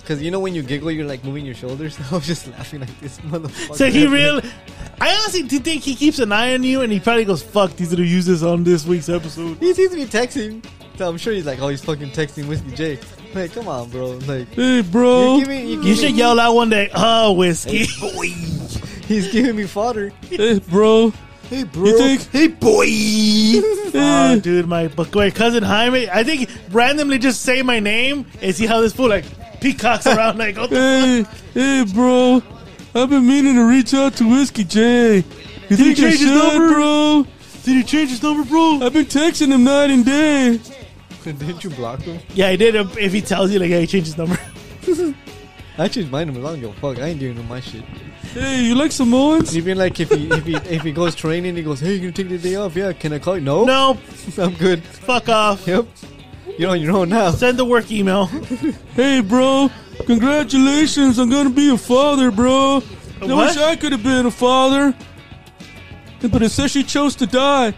Because you know when you giggle, you're like moving your shoulders. I was just laughing like this motherfucker. so he real. I honestly do think he keeps an eye on you, and he probably goes, "Fuck, these are the users on this week's episode." He seems to be texting. So I'm sure he's like, oh, he's fucking texting Whiskey J. Like, come on, bro. Like, hey, bro. you're giving, you're You giving should me- yell out one day, "Oh, whiskey." He's giving me fodder. Hey, bro. Hey, bro. You think? hey, boy. Oh, dude, my, but my cousin Jaime, I think randomly just say my name and see how this fool like peacocks around like, oh, Hey, hey, bro. I've been meaning to reach out to Whiskey J. You think he I change his should, number? bro? did you change his number, bro? I've been texting him night and day. Didn't you block him? Yeah, I did. If if he tells you, like, yeah, he changed his number. I changed my number long ago. Fuck, I ain't giving him my shit. Hey, you like Samoans? Even like if he if he if he goes training, he goes, "Hey, you gonna take the day off? Yeah, can I call you? No, No, I'm good. fuck off. Yep, you're on your own now. Send the work email. Hey, bro. Congratulations. I'm going to be a father, bro. I What? wish I could have been a father. But it says she chose to die.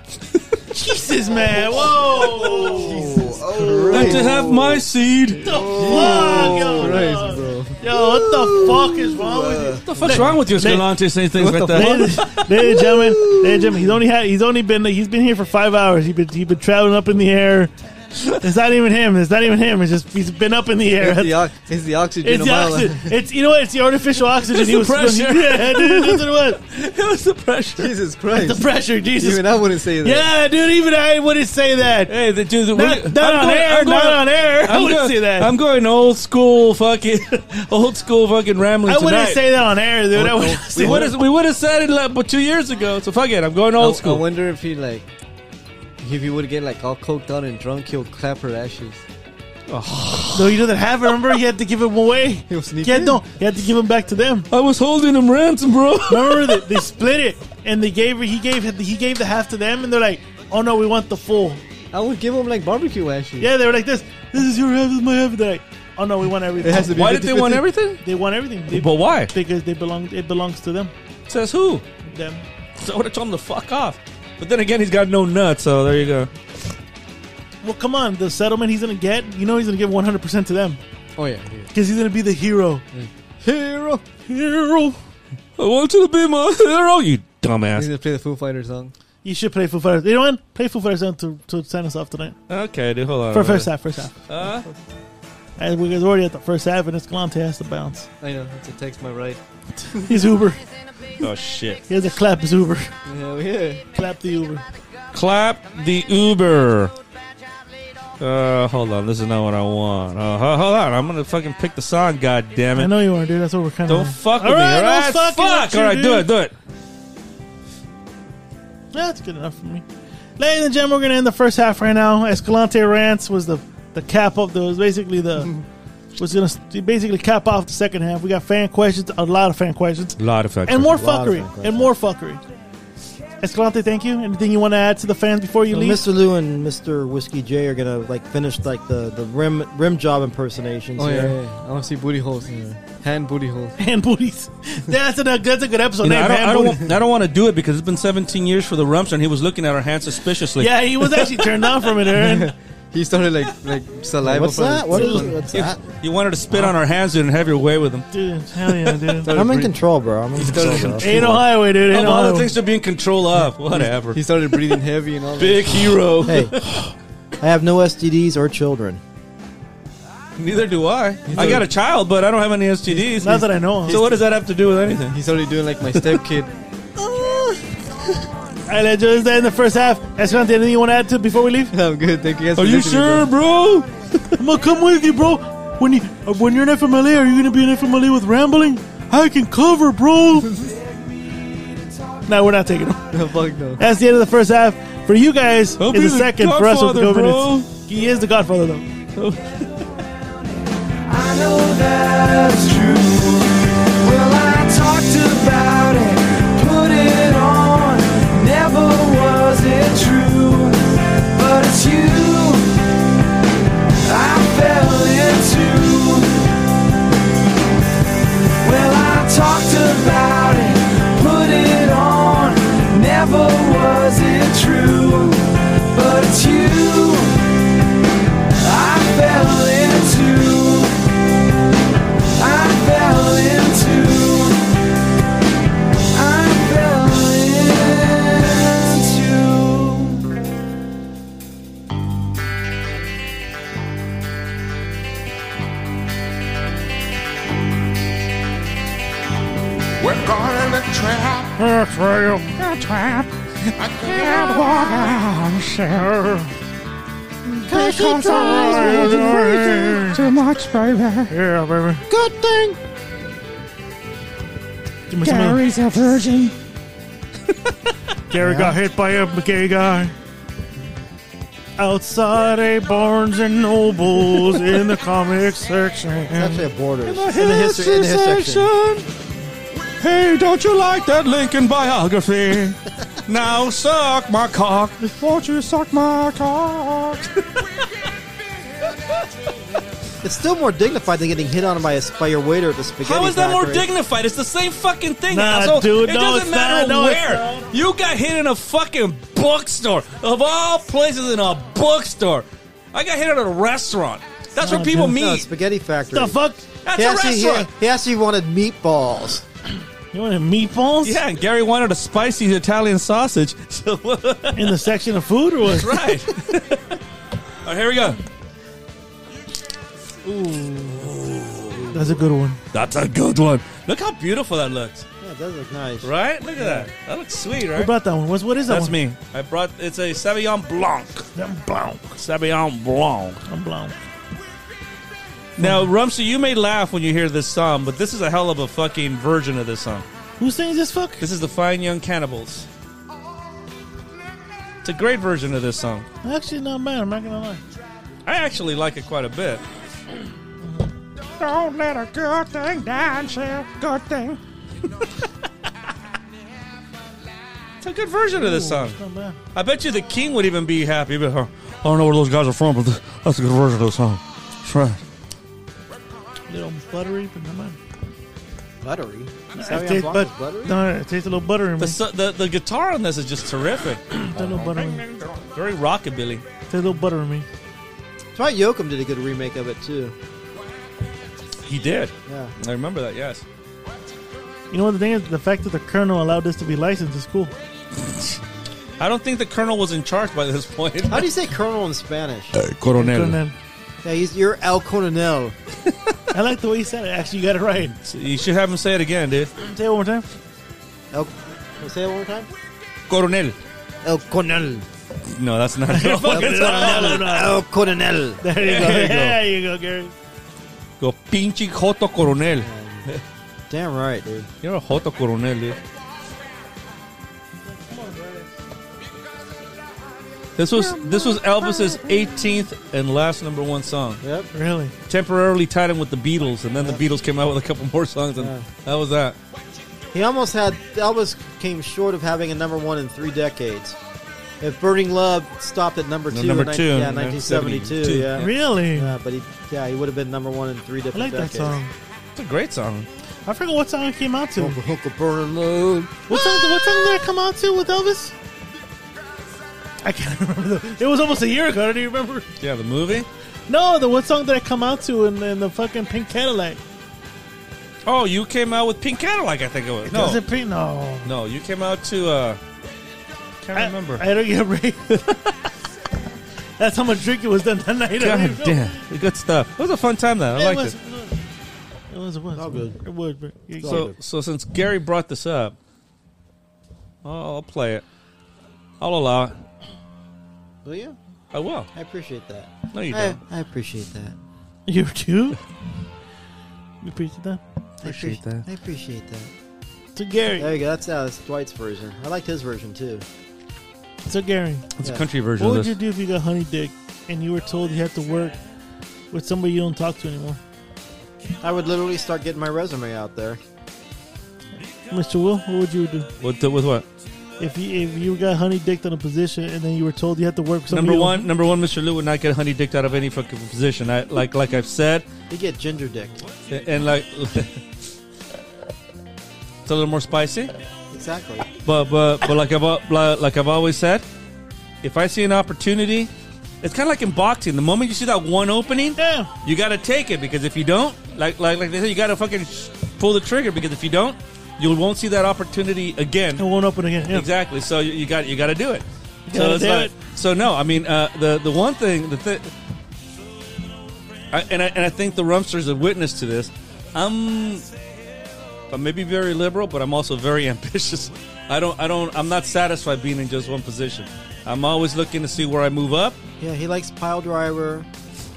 Jesus, man. Whoa. And to have my seed. What the fuck, yo, Christ, bro. yo, what the fuck is wrong with you? What the fuck's wrong with you, Escalante, saying things like that? Ladies, ladies and gentlemen, ladies and gentlemen, he's only had he's only been he's been here for five hours. He's been he's been traveling up in the air. It's not even him. It's not even him. It's just he's been up in the air. It's the, ox- it's the oxygen. It's of the my oxygen. life. It's you know what? It's the artificial oxygen. It's he the was pressure. Yeah, dude, that's what it was. It was the pressure. Jesus Christ. The pressure, Jesus. Even I wouldn't say that. yeah, dude. Even I wouldn't say that. Hey, the dude, Not, we- not I'm on going- air. I'm not going- on air. I I'm wouldn't go- say that. I'm going old school fucking, old school fucking rambling I wouldn't tonight. say that on air, dude. I wouldn't we say would that. have we would have said it like, but two years ago. So fuck it, I'm going I, old I school. wonder if he like if he would get like all coked out and drunk, he'll clap her ashes. No, you doesn't have it. Remember, you had to give him away. He'll sneak Yeah, in. no, you had to give him back to them. I was holding him ransom, bro. Remember that they split it, and they gave he gave he gave the half to them, and they're like, "Oh no, we want the full." I would give him like barbecue ashes. Yeah, they were like, "This, this is your half, this is my half." They're like, "Oh no, we want everything." It has to be Why did they want 50-50. everything? They want everything. They, But why? Because they belong. It belongs to them. Says who? Them. So I would have told him to fuck off. But then again, he's got no nuts, so there you go. Well, come on. The settlement he's gonna get, you know, he's gonna give one hundred percent to them. Oh yeah. yeah. Because he's going to be the hero. Hero. Hero. I want you to be my hero, you He's dumbass. gonna play the Foo Fighters song. You should play Foo Fighters. You know what? Play Foo Fighters song to, to sign us off tonight. Okay, dude, hold on. For first half, first half. Uh, And we're already at the first half, and it's Galante has to bounce. I know it's a text my right. He's Uber. oh, shit. He has to clap his Uber. Hell yeah. Clap the Uber. Clap the Uber. Uh, hold on. This is not what I want. Uh, ho- hold on. I'm gonna fucking pick the song. God damn I it! know you are, dude. That's what we're kind Don't of. fuck with All right, me. don't All right, fuck fuck. with you, All right, do dude. it. Do it. That's good enough for me. Ladies and gentlemen, we're gonna end the first half right now. Escalante Rants was the the cap of the was basically the was gonna s- basically cap off the second half. We got fan questions, a lot of fan questions, A lot of fucking. and more lot of fan fuckery, and more fuckery. Escalante, thank you. Anything you want to add to the fans before you Well, leave? Mr. Lou and Mr. Whiskey J are gonna like finish like the, the rim rim job impersonations. Oh yeah, here. yeah, yeah. I want to see booty holes. Hand booty holes. Hand booties. That's a that's a good episode. You know, name, I don't, hand I, don't booties. want, I don't want to do it because it's been 17 years for the Rumster, and he was looking at our hand suspiciously. yeah, he was actually turned on from it, Aaron. He started like like saliva. What's from that? his- What is what's You, that? you wanted to spit on our hands dude, and have your way with them. Dude, hell yeah, dude. I'm in control, bro. I'm in control. Bro. Ain't no highway, dude. Ain't Of no all the highway. things to be in control of, whatever. He started breathing heavy and all. that. Big hero. Hey, I have no STDs or children. Neither do I. I got a child, but I don't have any STDs. Not that I know. Of. So what does that have to do with anything? He started doing like my step kid. All right, Joe, is that in the first half? Escalante, anything you want to add to before we leave? I'm good. Thank you guys. Are for you listening, sure, bro? I'm gonna come with you, bro. When you uh, when you're in FMLA, are you gonna be in FMLA with rambling? I can cover, bro. no, we're not taking them. bro. Fuck no. That's the end of the first half. For you guys, I'll it's be the the second. For us, with the Godfather, bro. governance. He is the Godfather, though. I know that's true. Well, I talked about it, put it on. Never was it true, but it's you. I fell into. Well, I talked about it, put it on. Never was it true, but it's you. I fell into. I fell into. I fell into. We're going in the trap. Yeah, baby. Good thing. Give me some milk. a virgin. Gary got hit by a gay guy. Outside a Barnes and Nobles in the comic section. It's actually a Borders. In the history- in the history Hey, don't you like that Lincoln biography? now suck my cock. Won't you suck my cock? It's still more dignified than getting hit on by a by your waiter at the spaghetti. How is that more factory. dignified? It's the same fucking thing. Nah, asshole. dude, It no, doesn't it's matter not. No, it's where. you got hit in a fucking bookstore. Of all places, in a bookstore. I got hit at a restaurant. That's where people dude. No, meet. spaghetti factory. the fuck? That's He a actually, he, restaurant. he actually wanted meatballs. You wanted meatballs? Yeah, and Gary wanted a spicy Italian sausage. So In the section of food or what? right. All right, here we go. That's a good one. That's a good one. Look how beautiful that looks. Yeah, that does look nice. Right? Look at that. That looks sweet, Who right? brought that one? What's, what is that That's one? me. I brought it's a Sauvignon Blanc. I'm blown. Sauvignon Blanc. I'm blown. Now, Rumsey, you may laugh when you hear this song, but this is a hell of a fucking version of this song. Who sings this fuck? This is the Fine Young Cannibals. It's a great version of this song. Actually, not bad. I'm not gonna lie. I actually like it quite a bit. Don't let a good thing down, shell. Good thing. It's a good version of this song. Not bad. I bet you the king would even be happy. But uh, I don't know where those guys are from, but th- that's a good version of the song. That's right. little buttery, but not bad. Buttery. It Sauvignon tastes, Blanc but, is buttery? no, it tastes a little buttery. The, man. so- the the guitar on this is just terrific. Tastes a little buttery. Very rockabilly. Tastes a little buttery, man. Dwight Yoakam did a good remake of it too. He did. Yeah. I remember that. Yes. You know what the thing is? The fact that the colonel allowed this to be licensed is cool. I don't think the colonel was in charge by this point. How do you say colonel in Spanish? Colonel. Yeah, he's, you're El Coronel. I like the way he said it. Actually, you got it right. You should have him say it again, dude. Say it one more time. El, can I say that one more time? Coronel. El Coronel. No, that's not it. Fucking no, no, no. El Coronel. There you go. There you go. There you go, Gary. Go pinche Joto Coronel. Damn right, dude. You're a Joto Coronel, dude. This was this was Elvis's 18th and last number one song. Yep. Really? Temporarily tied in with the Beatles, and then the Beatles came out with a couple more songs, and Yeah. that was that. He almost had Elvis came short of having a number one in three decades. If Burning Love stopped at number No, two, number in, nine- two, yeah, no, 1972, 72, yeah. Really? Yeah, but he, yeah, he would have been number one in three I like different. that decades. song. It's a great song. I forgot what song it came out to. Uncle, Uncle Burning Love. What song? What song did it come out to with Elvis? I can't remember. The, it was almost a year ago. I don't even remember. Yeah, the movie. No, the what song did I come out to in, in the fucking pink Cadillac? Oh, you came out with Pink Cadillac, I think it was. no, Was it pink? No. no, you came out to. uh Can't I remember. I don't get right. That's how much drinking was done that night. I don't God even know. damn, good stuff. It was a fun time though. I It liked was. it. It was. It was. All good. It was. but- you- all So, so since Gary brought this up, I'll I'll play it. I'll allow it. Will you? I will. I appreciate that. No, you I, Uh, don't. I appreciate that. You too? You appreciate that? Appreciate I appreciate that. I appreciate that. To Gary. There you go. That's, uh, that's Dwight's version. I liked his version too. So Gary, It's a Yeah. country version what would of this. you do if you got honey dick and you were told you had to work with somebody you don't talk to anymore? I would literally start getting my resume out there. Mr. Will, what would you do With, the- with what? if you if you got honey dicked on a position and then you were told you had to work with somebody? Number you one, number one, Mr. Lou would not get honey dicked out of any fucking position. I like, like I've said, You get ginger dick. and like it's a little more spicy. Exactly. But but but like I've al- li- like I've always said, if I see an opportunity, it's kind of like in boxing. The moment you see that one opening, Yeah. you gotta take it because if you don't, like like like they say, you gotta fucking sh- pull the trigger because if you don't, you won't see that opportunity again. It won't open again. Yeah. Exactly. So you, you got you got to do it. So gotta it's do like- it. So no, I mean uh, the the one thing the thi- I, and I and I think the Rumsters are witness to this. I'm I may be very liberal, but I'm also very ambitious. I don't I don't I'm not satisfied being in just one position. I'm always looking to see where I move up. Yeah, he likes pile driver.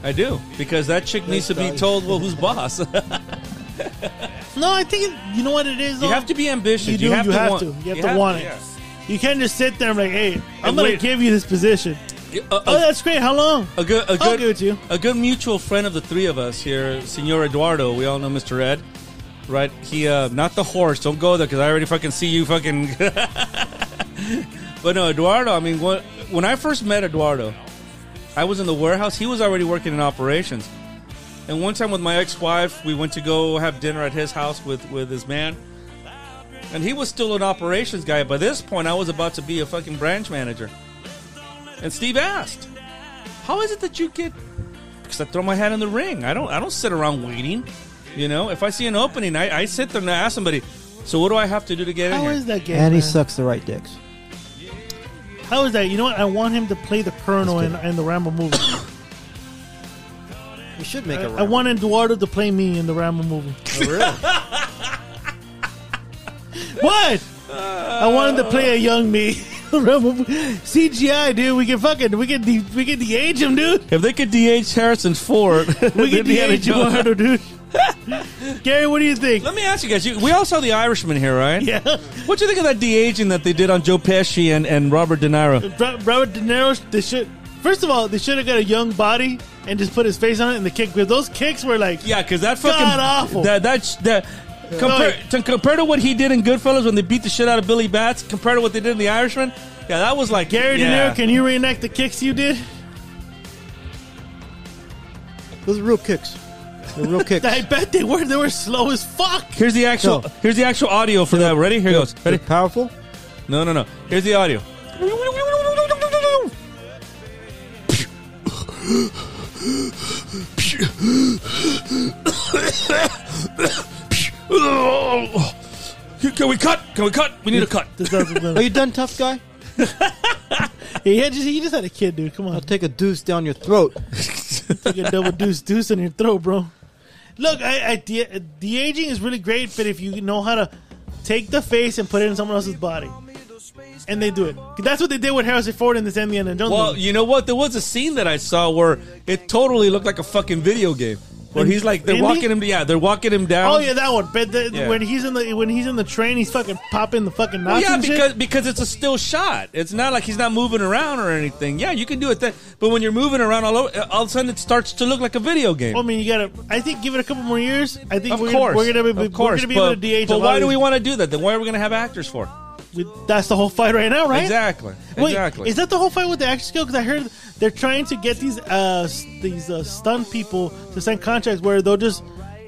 I do because that chick needs to be dog. told well who's boss. you No, I think it, you know what it is. though? have to be ambitious. You do, have you to have want to. You have to want it. You can't just sit there and be like, hey, I'm going And to wait. give you this position. yeah. A- a- oh, that's great. How long? A good, a I'll good, give it to you. a good mutual friend of the three of us here, Senor Eduardo. We all know Mr. Ed, right? He, uh, not the horse. Don't go there because I already fucking see you fucking. but no, Eduardo. I mean, when, when I first met Eduardo, I was in the warehouse. He was already working in operations. And one time with my ex-wife, we went to go have dinner at his house with with his man. And he was still an operations guy. By this point, I was about to be a fucking branch manager. And Steve asked, "How is it that you get?" Because I throw my hat in the ring. I don't. I don't sit around waiting. You know, if I see an opening, I, I sit there and I ask somebody. So what do I have to do to get in How here? is that game? And he man? sucks the right dicks. How is that? You know what? I want him to play the Colonel in, in the Rambo movie. You should make a Uh, I want Eduardo to play me in the Rambo movie. What? I wanted to play a young me. Rambo mo- CGI, dude. We can fucking we can de- we can de-age him, dude. if they could DH Harrison Ford, We can de-age Eduardo, dude. Gary, what do you think? Let me ask you guys. You, we all saw The Irishman here, right? Yeah, What do you think of that de-aging that they did on Joe Pesci and, and Robert De Niro? Ro- Robert De Niro. They should first of all they should have got a young body and just put his face on it and the kick because those kicks were like Yeah, because that fucking God-awful. That that that. Compare, to, compared to what he did in Goodfellas when they beat the shit out of Billy Bats, compared to what they did in The Irishman, yeah, that was like Gary yeah. De Niro. Can you reenact the kicks you did? Those are real kicks. They're real kicks. I bet they were. They were slow as fuck. Here's the actual. No. Here's the actual audio for that. Ready? Here goes. They're Ready? powerful. No, no, no. Here's the audio. Can we cut? Can we cut? We need a cut. Are you done, tough guy? Yeah, just, you just had a kid, dude. Come on. I'll take a deuce down your throat. Take a double deuce deuce in your throat, bro. Look, I, I de- de aging is really great, but if you know how to take the face and put it in someone else's body, and they do it, that's what they did with Harrison Ford in this Indiana Jones. Well, movie. you know what? There was a scene that I saw where it totally looked like a fucking video game. Where he's like, they're Really? walking him. Yeah, they're walking him down. oh yeah, that one. But the, Yeah. when he's in the when he's in the train, he's fucking popping the fucking Well, knots. Oh, yeah, and shit. because because it's a still shot. It's not like he's not moving around or anything. Yeah, you can do it then. But when you're moving around all over, all of a sudden it starts to look like a video game. Well, I mean, you gotta. I think give it a couple more years. I think of Oh, we're, course, we're gonna be, of course. we're gonna be but, able to de-age. but a lot why of do we these- want to do that? Then why are we going to have actors for? we- That's the whole fight right now, right? Exactly. Wait, exactly. is that the whole fight with the action skill? Because I heard they're trying to get these uh s- these uh, stunt people to sign contracts where they'll just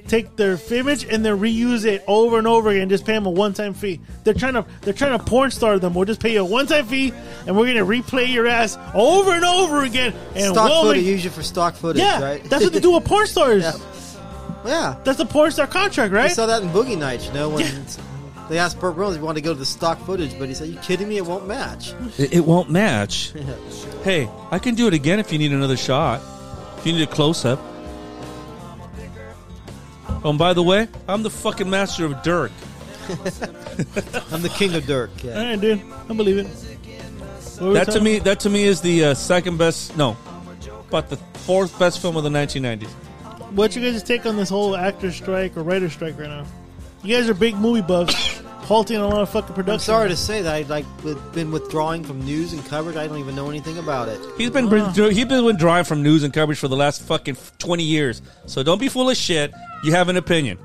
take their image and then reuse it over and over again, and just pay them a one time fee. They're trying to they're trying to porn star them. We'll just pay you a one time fee, and we're gonna replay your ass over and over again. And stock we'll footage. make- Use it for stock footage, yeah, right? that's what they do with porn stars. Yeah. yeah. That's the porn star contract, right? I saw that in Boogie Nights, you know, when Yeah. it's- they asked Burt Reynolds if he wanted to go to the stock footage, but he said, you kidding me? It won't match. It, it won't match. hey, I can do it again if you need another shot. If you need a close up. Oh, and by the way, I'm the fucking master of Dirk. I'm the king of Dirk. Yeah. All right, dude. I believe it. What were we That to talking- me, that to me is the uh, second best. No, but the fourth best film of the 1990s. What's your guys' take on this whole actor strike or writer strike right now? You guys are big movie buffs, halting a lot of fucking production. I'm sorry to say that I've like with- been withdrawing from news and coverage. I don't even know anything about it. He's been Ah. he's been withdrawing from news and coverage for the last fucking 20 years. So don't be full of shit. You have an opinion.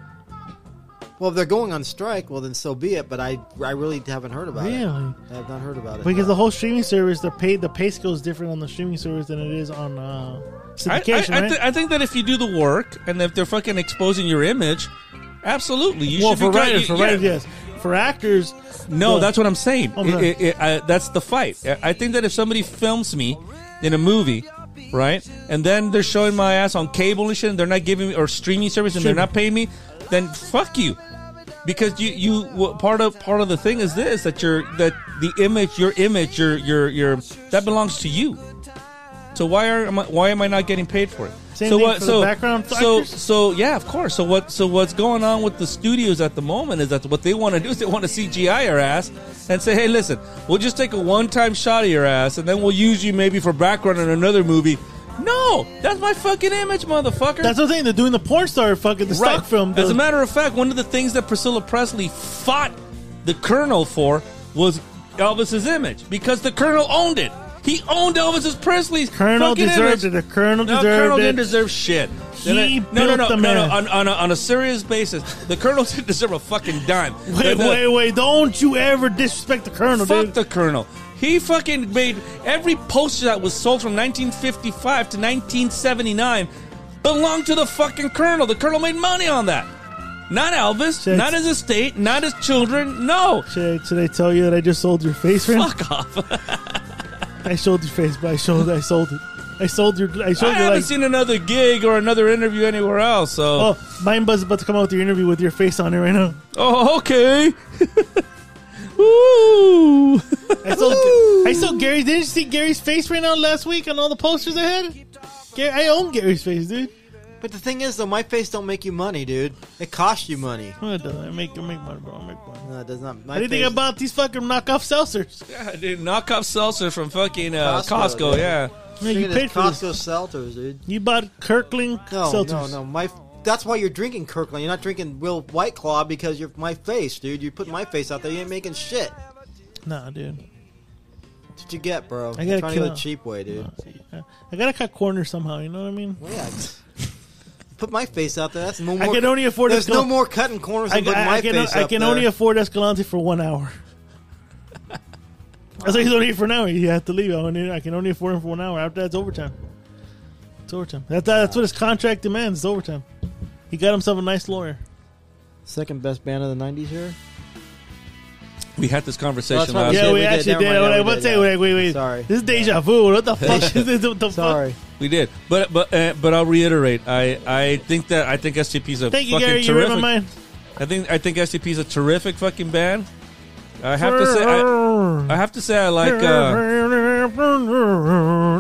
Well, if they're going on strike, well then so be it. But I, I really haven't heard about it. Really? I have not heard about it. because the whole streaming service, the pay the pay scale is different on the streaming service than it is on uh, I, I, syndication, I right? thi- I think that if you do the work and if they're fucking exposing your image, absolutely. You well, should for be writers, for yeah. writers, yes. For actors, No, the- that's what I'm saying. Oh, man. It- it- it- I- that's the fight. I I think that if somebody films me in a movie, right, and then they're showing my ass on cable and shit, and they're not giving me or streaming service, and they're not paying me, then fuck you, because you you wh- part of part of the thing is this that your that the image your image your your your that belongs to you. So why are am I, why am I not getting paid for it? Same so thing for the background So actors? so yeah, of course. So what? So what's going on with the studios at the moment is that what they want to do is they want to CGI your ass and say, hey, listen, we'll just take a one-time shot of your ass and then we'll use you maybe for background in another movie. No, that's my fucking image, motherfucker. that's what I'm saying. They're doing the porn star fucking the stock film. As the- a matter of fact, one of the things that Priscilla Presley fought the Colonel for was Elvis's image because the Colonel owned it. He owned Elvis's Presley's Colonel fucking deserved image. it. The Colonel No, deserved Colonel it. didn't deserve shit. He Then I- no, no, built no, the no, no, man. on, on, a, on a serious basis, the Colonel didn't deserve a fucking dime. The- wait, the- wait, wait! Don't you ever disrespect the Colonel, Fuck dude? the Colonel. He fucking made every poster that was sold from 1955 to 1979 belonged to the fucking Colonel. The Colonel made money on that. Not Elvis, Shit. not his estate, not his children. No. should, should I tell you that I just sold your face, friend? Fuck off. I sold your face, but I sold, I sold it. I sold your, I I sold your haven't like seen another gig or another interview anywhere else. So, oh, Oh, Mind Buzz is about to come out with your interview with your face on it right now. Oh, okay. Ooh. I saw, I saw Gary. Didn't you see Gary's face right now last week on all the posters I had? Gary, I own Gary's face, dude. but the thing is, though, my face don't make you money, dude. It costs you money. Oh, it doesn't. I make, I make money, bro. I make money. No, it does not. My How do you think face- about these fucking knockoff seltzers? God, dude, knock off seltzer from fucking uh, Costco, Costco. dude. yeah. Man, you Speaking paid of for this. Costco seltzers, dude. You bought Kirkland No, seltzers. no, no. My that's why you're drinking Kirkland. You're not drinking Will White Claw because you're my face, dude. You put my face out there. You ain't making shit. Nah, dude. That's what you get, bro. I gotta you're trying to kill Uh. go the it. cheap way, dude. I gotta cut corners somehow. You know what I mean? Yeah. Put my face out there. That's no I more. can only afford There's Escal- no more cutting corners I, than putting I- my I can, face I up can there. only afford Escalante for one hour. That's what he's only here for now. You have to leave. I, only, I can only afford him for one hour. After that, it's overtime. It's overtime. That, that- that's what his contract demands. It's overtime. He got himself a nice lawyer. Second best band of the '90s here. We had this conversation That's right. last Yeah, yeah, we we, did. actually Never did. mind, What yeah, I we about to did, say, yeah. wait, wait, wait. Sorry. This is deja vu. What the fuck? is this, what the fuck? Sorry. We did, but but uh, but I'll reiterate. I I think that I think STP is a Thank you, fucking Gary. You read terrific. my mind. I think I think STP is a terrific fucking band. I have to say, I, I have to say, I like. Uh,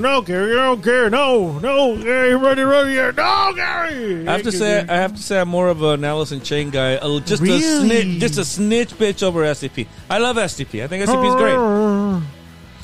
no, Gary, I don't care. No, no, Gary, ready, ready, yeah. no, Gary. I have to say, I have to say, I'm more of an Alice in Chain guy. Uh, Just a Really? snitch, just a snitch bitch over STP. I love STP. I think STP is great.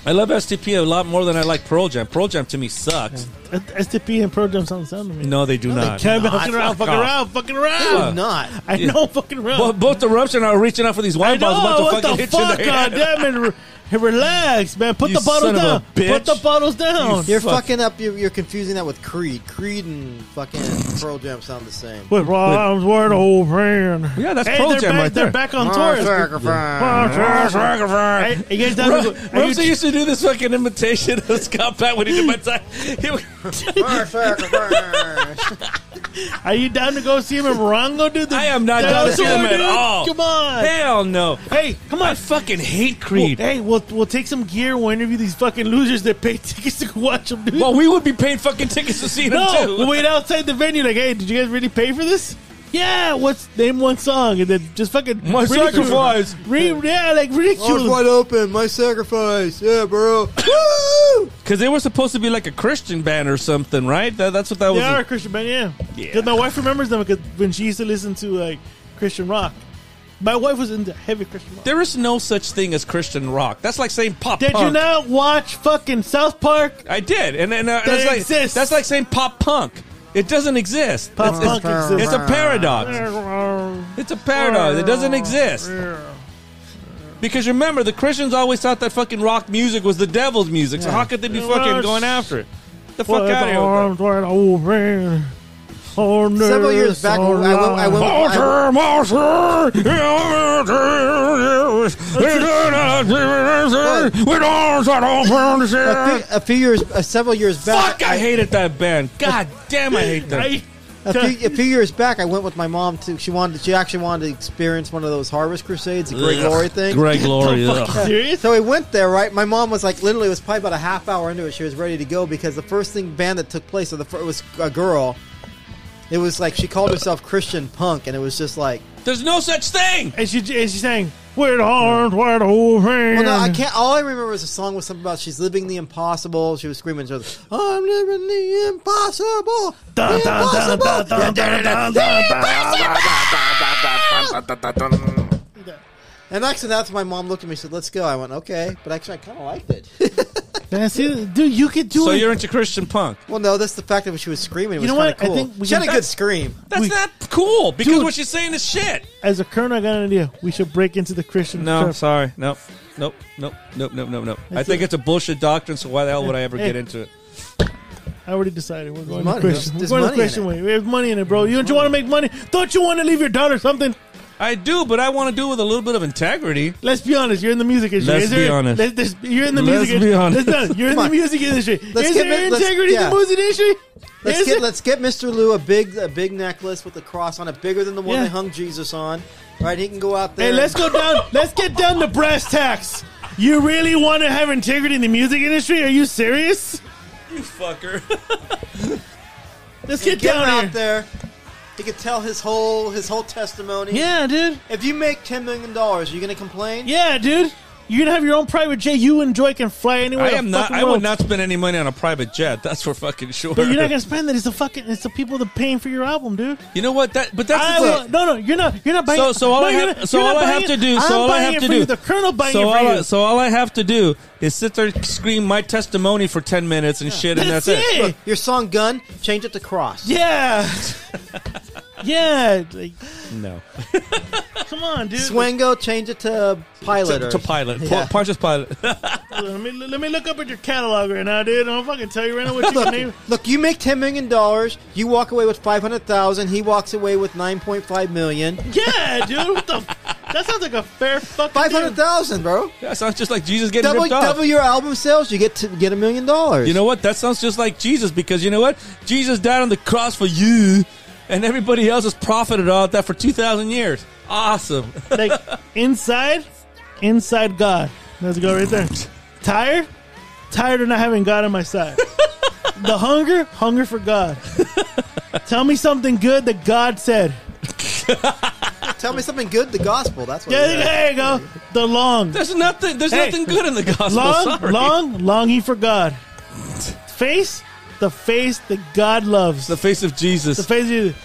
I love STP a lot more than I like Pearl Jam. Pearl Jam to me sucks. Uh, STP and Pro Jam sound sound to me. No, they do they not. Can't be fucking Nah, around, fuck fucking off. around, fucking Dude, Uh, around. not. I Yeah. know, fucking around. Bo- both the Rumption are reaching out for these wine I know, bottles. about to what fucking the hit you in fuck? the God head. damn it. Re- Hey, relax, man. Put You the bottles son of a down. Put bitch. the bottles down. You're Fuck. fucking up. You're, you're confusing that with Creed. Creed and fucking Pearl Jam sound the same. With Raw Arms, where the whole man. Yeah, that's hey, Pearl they're Jam back, right They're there. back on tour. Motherfucker. Hey, you guys done? Ru- are you- Rumpson used to do this fucking imitation of Scott Pat when he did my time. He would- Motherfucker. Are you down to go see him in Rongo, dude? The- I am not the down to see outdoor, him at dude? all. Come on. Hell no. Hey, come on. I fucking hate Creed. Well, hey, we'll, we'll take some gear. We'll interview these fucking losers that pay tickets to go watch them, dude. Well, we would be paying fucking tickets to see them no, too. we'll wait outside the venue. Like, hey, did you guys really pay for this? Yeah, what's name one song and then just fucking My ridicule- sacrifice. Re, yeah, like ridicule. Arms them. wide open. My sacrifice. Yeah, bro. Because they were supposed to be like a Christian band or something, right? That, that's what that was. They are a Christian band, yeah. Yeah. Because my wife remembers them because when she used to listen to like Christian rock, my wife was into heavy Christian rock. There is no such thing as Christian rock. That's like saying pop Did punk. you not watch fucking South Park? I did, and, and uh, That that's like exists. that's like saying pop punk. It doesn't exist. Pop it's, punk it's, exists. it's a paradox. It's a paradox. It doesn't Oh, exist. Because remember, the Christians always thought that fucking rock music was the devil's music. So how could they be fucking going after it? The fuck With out of arms wide open. Several years back, I went- I went- I A few, a few years, uh, several years back. Fuck! I hated that band. God damn, I hate them. I, A few, a few years back, I went with my mom to. She wanted. She actually wanted to experience one of those Harvest Crusades, the Grey Glory thing. Greg Laurie. ugh. serious? So we went there, right? My mom was like, literally, it was probably about a half hour into it. She was ready to go because the first thing band that took place, so the fir- it was a girl. It was like she called herself Christian punk, and it was just like, There's no such thing. And she and she's saying, "With arms wide open." well, no, I can't. All I remember was a song with something about she's living the impossible. She was screaming, she was, "I'm living the impossible, the Dun, dun, dun, impossible." dun, dun, dun, dun, dun, dun. And actually, that's when my mom looked at me. and said, "Let's go." I went, "Okay," but actually, I kind of liked it. Man, see, dude, you could do So it. you're into Christian punk. well, no, that's the fact that she was screaming. It You was know kind of what? I cool. think we she had a can- good scream. That's We- not cool because Dude. what she's saying is shit. As a colonel, I got an idea. We should break into the Christian. No, church. sorry. Nope. Nope. Nope. Nope. Nope. Nope. Nope. I That's think it. it's a bullshit doctrine, so why the hell would I ever Hey. get into it? I already decided we're going money. to Christian. There's- we're going to there's Christian way. We have money in it, bro. You don't you want to make money? Don't you want to leave your daughter something? I do, but I want to do it with a little bit of integrity. Let's be honest. You're in the music industry. Let's Is there- be honest. Let's, there's- you're in the Let's music be industry. honest. Let's not, you're in Come the on. music industry. Let's Is get there mi- let's- integrity in yeah. the music industry? Let's Is get it? let's get Mr. Lou a big a big necklace with a cross on it, bigger than the one Yeah. they hung Jesus on. Right, he can go out there. Hey, and- let's go down. let's get down to brass tacks. You really want to have integrity in the music industry? Are you serious? You fucker. Let's get, get, him down out here. there. He could tell his whole his whole testimony. Yeah, dude. If you make ten million dollars, are you gonna complain? Yeah, dude. You're gonna have your own private jet. You and Joy can fly anywhere. I the am not. fuck we I would want. not spend any money on a private jet. That's for fucking sure. But you're not gonna spend that. It's the fucking. It's the people that paying for your album, dude. You know what? That. But that's. I the thing. will, no, no, you're not. You're not buying. So, so all no, I you're have, not- so you're all not I buying have to it. do, I'm so all I buying it have to for do, you. The Colonel buying so it for all I, you. so all I have to do is sit there, scream my testimony for ten minutes and shit, and That's that's it. it. Your song "Gun," change it to "Cross." Yeah. yeah. Like, No, come on, dude. Swango, change it to "Pilot." to, or- to pilot, Yeah. Pa- Pontius Pilate. Let me let me look up at your catalog right now, dude. I'm fucking tell you right now what your name. Look, look, you make ten million dollars. You walk away with five hundred thousand. He walks away with nine point five million. Yeah, dude. What the? F- that sounds like a fair fucking. Five deal. hundred thousand, bro. That sounds just like Jesus getting Double ripped off. double your album sales. You get to get a million dollars. You know what? That sounds just like Jesus because you know what? Jesus died on the cross for you, and everybody else has profited off that for two thousand years. Awesome. like inside, inside God. Let's go right there. Tired, tired of not having God on my side. the hunger, hunger for God. Tell me something good that God said. Tell me something good. The gospel. That's what. Yeah, it is. there you go. The long, There's nothing. There's Hey. nothing good in the gospel. long, sorry. long, long. He forgot. Face, the face that God loves. The The, face of Jesus. face. Of Jesus.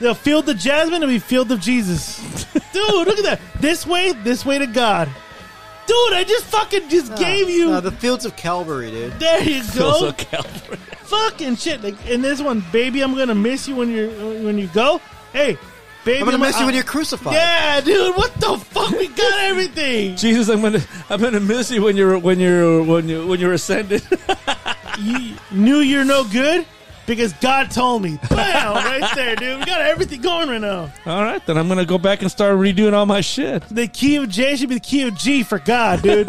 The field of jasmine and the field of Jesus. Dude, look at that. This way, this way to God. Dude, I just fucking just gave you. No, the fields of Calvary, dude. there you go. Feels so Calvary. fucking shit. Like in this one, baby, I'm gonna miss you when you're when you go. Hey, baby, I'm gonna miss you when I- you're crucified. Yeah, dude, what the fuck? We got everything. Jesus, I'm gonna, I'm gonna miss you when you're, when you're, when you, when you're ascended. you knew you're no good because God told me. Bam, right there, dude. We got everything going right now. all right, then I'm gonna go back and start redoing all my shit. The key of J should be the key of G for God, dude.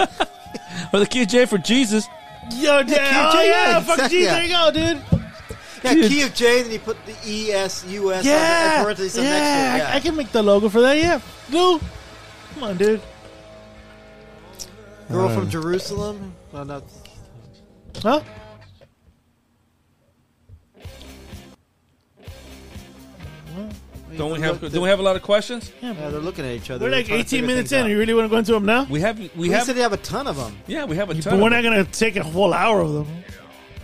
Or the key of J for Jesus. Yo, yeah, oh, J, yeah, yeah, fuck exactly, G. yeah. There you go, dude. Yeah, Dude. key of J, and then you put the E S U S. Yeah, on the, parentheses yeah. next to it. I- Yeah. I, can make the logo for that. Yeah, dude. Come on, dude. Girl Um, from Jerusalem. Well, no, Huh? Don't we have? Don't we have a lot of questions? yeah, they're looking at each other. We're They're like trying to 18 figure minutes things in. out. You really want to go into them now? We have. We He have. said they have a ton of them. yeah, we have a ton. But we're of not them. gonna take a whole hour of them.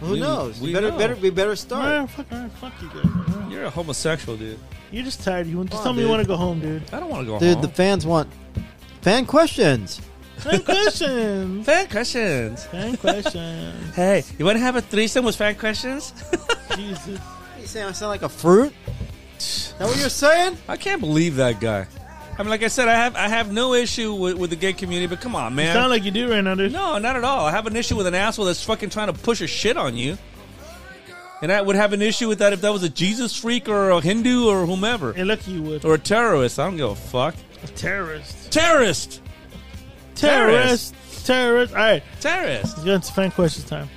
Who We- knows? we We better, know. better, we better start. Alright, fuck, alright, fuck you guys. You're a homosexual, dude. You're just tired. You want just Come tell on, me you dude. want to go home, dude. I don't want to go Dude, home. the fans want fan questions. Fan questions. fan questions. Fan questions. Hey, you want to have a threesome with fan questions? Jesus. You saying I sound like a fruit? Is that what you're saying? I can't believe that guy. I mean, like I said, I have I have no issue with, with the gay community, but come on, man. Sound like you do right now, dude. no, not at all. I have an issue with an asshole that's fucking trying to push a shit on you. And I would have an issue with that if that was a Jesus freak or a Hindu or whomever. Hey, look, you would. Or a terrorist. I don't give a fuck. Terrorist. Terrorist! Terrorist. Terrorist. Terrorist. All right, Terrorist! let's go into fan questions time.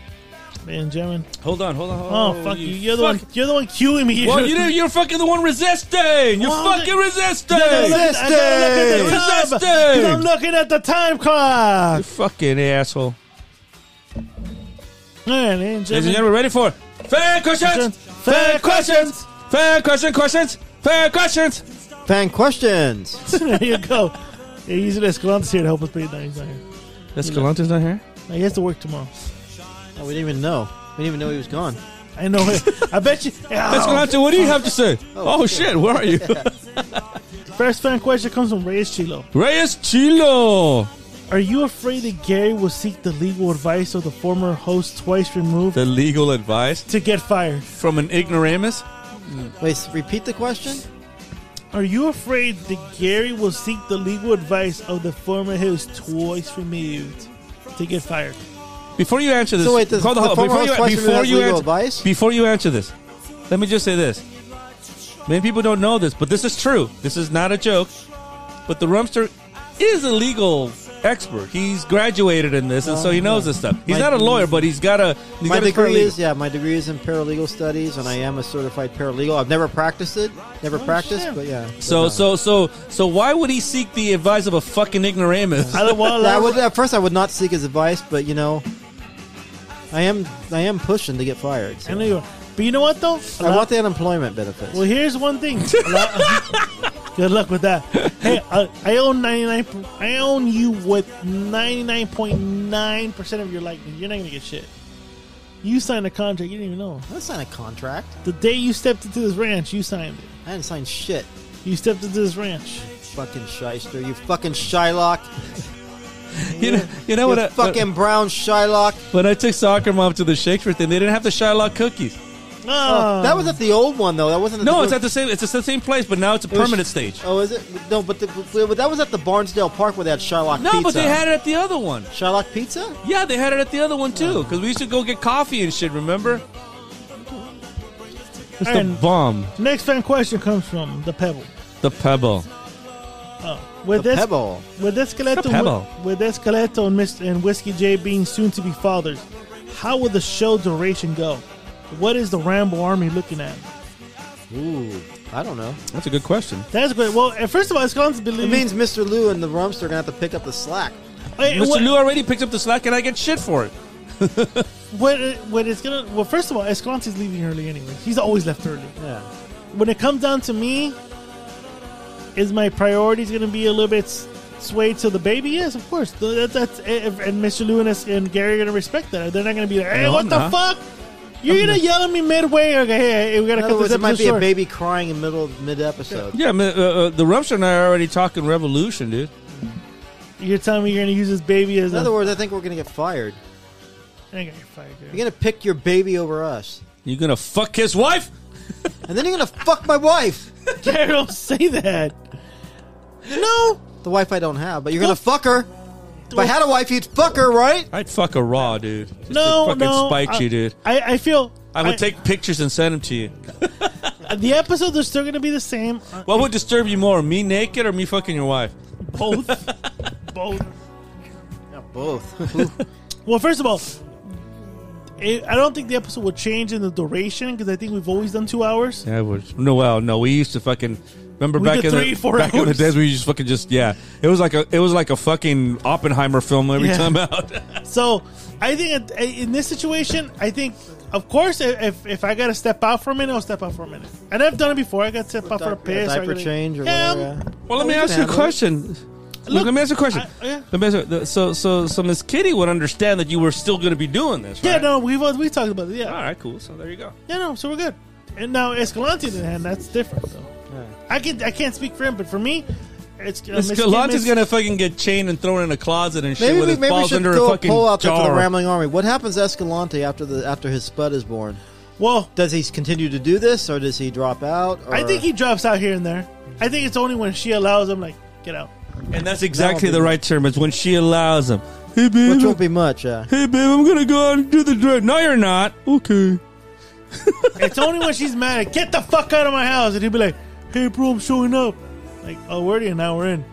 Man, gentlemen. Hold on, hold on, hold Oh, on. fuck you. You're the one. You're the one cueing me. Well, you, you're fucking the one resisting! You're Well, fucking resisting! I gotta look- I gotta look at the time, Resisting. 'cause I'm Resisting. looking at the time you clock. fucking asshole. Man, and Ladies and gentlemen. gentlemen, ready for fan questions! Fan questions! Fan question questions! Fan questions! Fan questions. there you go. Yeah, using Escalante's here to help us pay the He's not here. Escalante's not here? He has to work tomorrow. Oh, we didn't even know. We didn't even know he was gone. I know. it. I bet you. Escalante, what do you have to say? Oh, shit, where are you? First fan question comes from Reyes Chilo. Reyes Chilo! Are you afraid that Gary will seek the legal advice of the former host twice removed The legal advice to get fired? from an ignoramus? Wait, s- repeat the question. Are you afraid that Gary will seek the legal advice of the former host twice removed to get fired? Before you answer this, So wait, this- hold on, the hold on. former Before you- host question before has you legal answer- advice? before you answer this, let me just say this. Many people don't know this, but this is true. This is not a joke. But the Rumster is a legal expert. He's graduated in this, and so he knows this stuff. He's Oh, My- not a lawyer, but he's got a. He's my got his degree paralegal. is yeah, my degree is in paralegal studies, and I am a certified paralegal. I've never practiced it, never practiced, shit. but yeah. Oh, So But, uh, so so so why would he seek the advice of a fucking ignoramus? I don't want I would to. at first I would not seek his advice, but you know, I am I am pushing to get fired. so. I know you are. But you know what though? A I lot- want the unemployment benefits. Well, here's one thing. A lot- Good luck with that. Hey, I, I own ninety nine. I own you with ninety nine point nine percent of your likeness. You're not gonna get shit. You signed a contract. You didn't even know. I didn't sign a contract. The day you stepped into this ranch, you signed it. I didn't sign shit. You stepped into this ranch. Fucking shyster, you fucking Shylock, you know you know you what? I- uh, fucking brown Shylock. when I took soccer mom to the Shakespeare thing, they didn't have the Shylock cookies. Oh, that was at the old one though. That wasn't. At uh, No, the it's at the same. It's the same place, but now it's a It was- permanent stage. Oh, is it? No, but, the, but that was at the Barnsdale Park where they had Shylock No, Pizza. but they had it at the other one. Shylock Pizza. Yeah, they had it at the other one too. Because we used to go get coffee and shit. Remember? It's And- bomb. Oh. Next fan question comes from the Pebble. The pebble. Oh, with The this Pebble. with Escaleto The Pebble. with Escaleto and Mr. and Whiskey J being soon to be fathers, how will the show duration go? What is the Rambo Army looking at? Ooh, I don't know. That's a good question. That's great. Well, and first of all, Escalante's It believe means Mr. Lou and the Rumster are gonna have to pick up the slack. Hey, Mr. what- Lou already picked up the slack, and I get shit for it. What what it's gonna well first of all Escalante's leaving early anyway. He's always left early. Yeah. When it comes down to me, is my priorities gonna be a little bit s- swayed to the baby? Yes, of course. Th- That, that's eh, if- and Mr. Lewis and Gary are gonna respect that. They're not gonna be like, hey, No, what the nah. fuck? You're gonna yell at me midway? Okay, hey, hey, we gotta In cut other this words, it episode might be a short. baby crying in middle mid episode. Yeah, I mean, uh, uh, the Rumpster and I are already talking revolution, dude. You're telling me you're gonna use this baby as In a- other words, I think we're going to get fired. I think I can fight, dude. You're going to pick your baby over us, You gonna fuck his wife? and then you're going to fuck my wife. Gary, don't say that. No. The wife I don't have, but you're going to fuck her. If I had a wife, you'd fuck her, right? I'd fuck a raw, dude. Just to No, fucking no, spike I- you, dude. I, I feel I would I- take pictures and send them to you. the episodes are still going to be the same. Uh, What would disturb you more, me naked or me fucking your wife? Both, both. Both. Well, first of all, it, I don't think the episode will change in the duration because I think we've always done two hours. Yeah, I would. No, well, no, we used to fucking. Remember We back did in three, the four back in the hours. days we just fucking just yeah it was like a it was like a fucking Oppenheimer film every Yeah. time out So I think at- in this situation, I think. Of course, if if- if I gotta step out for a minute, I'll step out for a minute. And I've done it before. I got to step out for a Diaper- piss. or I diaper gotta- change or Yeah, whatever. I'm- Well, let me we ask can you a handle it. question. Look, let me ask you a question. I- yeah. Let me ask you, so, so, so Miss Kitty would understand that you were still going to be doing this, Yeah, right? no, we've uh, we talked about it. Yeah, All right, cool. So there you go. Yeah, no, so we're good. And now Escalante, on the other hand, that's different though. I can I can't speak for him, but for me, it's uh, Miss Miss- Galante's Miss- going to fucking get chained and thrown in a closet and shit Maybe when we, it maybe we falls should under a throw a fucking poll out there jar. for the Rambling Army. What happens to Escalante after the after his spud is born? Well, Does he continue to do this, or does he drop out? Or I think he drops out here and there. I think it's only when she allows him, like get out. and that's exactly the right term. It's when she allows him. Hey, babe. which won't be much. uh, Yeah. Hey, babe, I'm going to go out and do the drug. No, you're not. Okay. It's only when she's mad at get the fuck out of my house, and he'd be like, "Hey, bro, I'm showing up." Like, oh, we're already an hour in.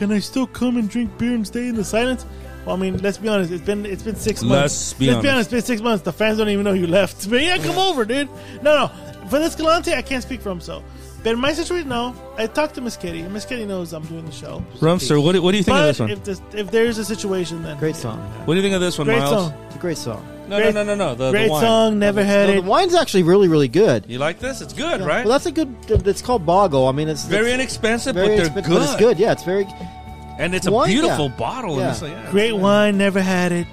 Can I still come and drink beer and stay in the silence? Well, I mean, let's be honest. It's been it's been six months. Let's be honest. It's been six months. The fans don't even know you left. But yeah, come over, dude. No, no. For this Galante, I can't speak for him. So, but in my situation, no. I talked to Miss Kitty. and Miss Kitty knows I'm doing the show. Rumster, what do, what do you think of But this one? if this, if there's a situation, then Great song. what do you think of this one, great Miles? song, It's a great song. No, Great- no, no, no, no. Uh, The, great the wine. song. Never had No, the it. wine's actually really, really good. You like this? It's good, right? Well, that's a good. It's called Boggle. I mean, it's very it's inexpensive, very but they're expensive, good. But it's good. Yeah, it's very. And it's a Wine, yeah. beautiful bottle. And Yeah. it's like, yeah. Great wine. Never had it.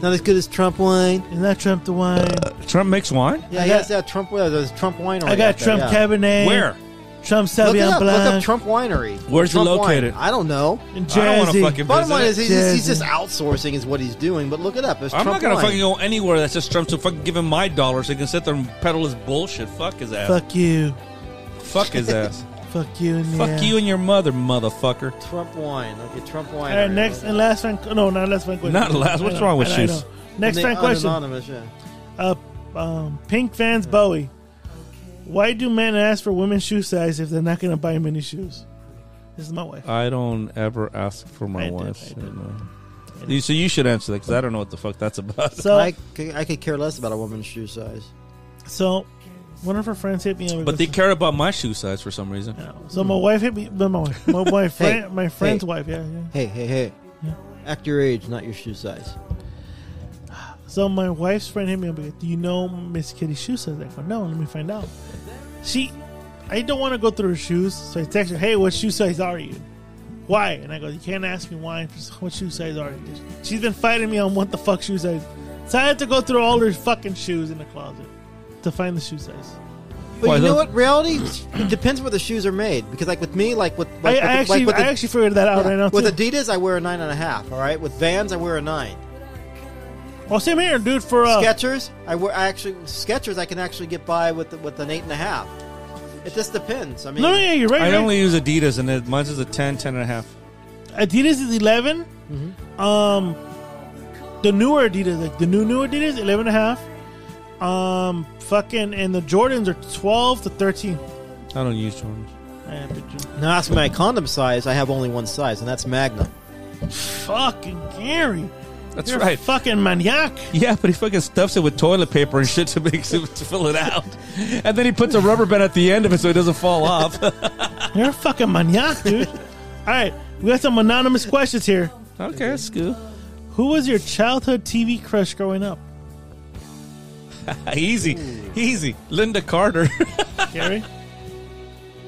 Not as good as Trump wine. Isn't that Trump the wine? Trump makes wine? Yeah, I he got- has that Trump. Well, there's Trump winery. I got out there, Trump Oh, yeah. Cabernet. Where? Trump Look it Sauvignon up. Look up Blanc. Trump Winery. Where's it Trump located? Wine. I don't know. and I don't want to Jazzy. fucking Bottom visit line it. is he's, just- he's Jazzy. just outsourcing is what he's doing. But look it up. It's I'm Trump not gonna wine. fucking go anywhere that's just Trump to fucking give him my dollar so he can sit there and peddle his bullshit. Fuck his ass. Fuck, Fuck you. his ass. Fuck you. And Fuck you and your mother, motherfucker. Trump wine. Okay, Trump wine. All right, next and last fan. No, not last fan question. Not last- what's wrong with I know, I shoes? know. Next fan question. Anonymous, yeah. Uh, um, Pink fans Bowie. Why do men ask for women's shoe size if they're not going to buy many shoes? This is my wife. I don't ever ask for I my did, wife. I did. you know. You- So you should answer that because I don't know what the fuck that's about. So, I, c- I could care less about a woman's shoe size. so one of her friends hit me. up but with they this- care about my shoe size for some reason. No. So my wife hit me. But my wife, my, my friend, my friend's hey. wife. Yeah, yeah. Hey, hey, hey. Act your age, not your shoe size. So my wife's friend hit me up. and goes, Do you know Miss Kitty shoe size? I go, no. Let me find out. She, I don't want to go through her shoes, so I text her, hey, what shoe size are you? Why? And I go, you can't ask me why. Just what shoe size are you? She's been fighting me on what the fuck shoe size. So I had to go through all her fucking shoes in the closet to find the shoe size. But Why you know the- what? Reality it depends where the shoes are made. Because like with me, like with like, I, with I the- actually, like with the- I actually figured that out right now with too. Adidas, I wear a nine and a half. All right. With Vans, I wear a nine. well, Oh, same here, dude. For uh, Skechers, I wear I actually Skechers. I can actually get by with with an eight and a half. It just depends. I mean, no, no, yeah, you're right. I right. only use Adidas and it, mine's is a 10, 10 and a half. Adidas is 11. Um, the newer Adidas, like the new new Adidas, 11 and a half. Um, fucking, and the Jordans are 12 to 13. I don't use Jordans. Eh, but you- Now ask my condom size. I have only one size, and that's Magnum. Fucking Gary. That's You're a right. Fucking maniac. Yeah, but he fucking stuffs it with toilet paper and shit to make to fill it out, and then he puts a rubber band at the end of it so it doesn't fall off. You're a fucking maniac, dude. All right, we got some anonymous questions here. okay, that's good. Who was your childhood TV crush growing up? easy, easy. Linda Carter. Gary?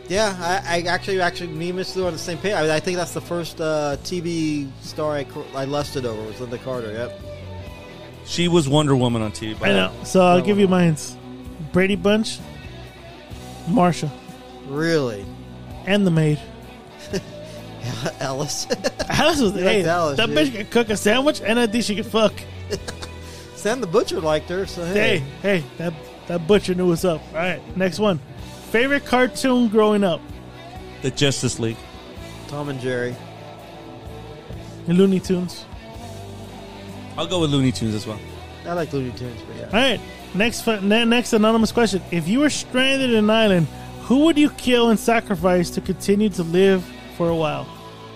Yeah, I, I actually, actually, me and Mr. Lou are on the same page. I, mean, I think that's the first uh, TV star I, cr- I lusted over was Linda Carter. Yep. she was Wonder Woman on TV. by I the know. way. So I'll give you mines. Brady Bunch, Marsha, Really, and the maid. Ellis. Alice was You like hey, Alice, that dude. bitch could cook a sandwich, and I think she could fuck. Sam the Butcher liked her, so hey. Hey, hey, that that butcher knew what's up. All right, next one. Favorite cartoon growing up? The Justice League. Tom and Jerry. Looney Tunes. I'll go with Looney Tunes as well. I like Looney Tunes, but yeah. All right, next fu- ne- next anonymous question. If you were stranded in an island, who would you kill and sacrifice to continue to live for a while?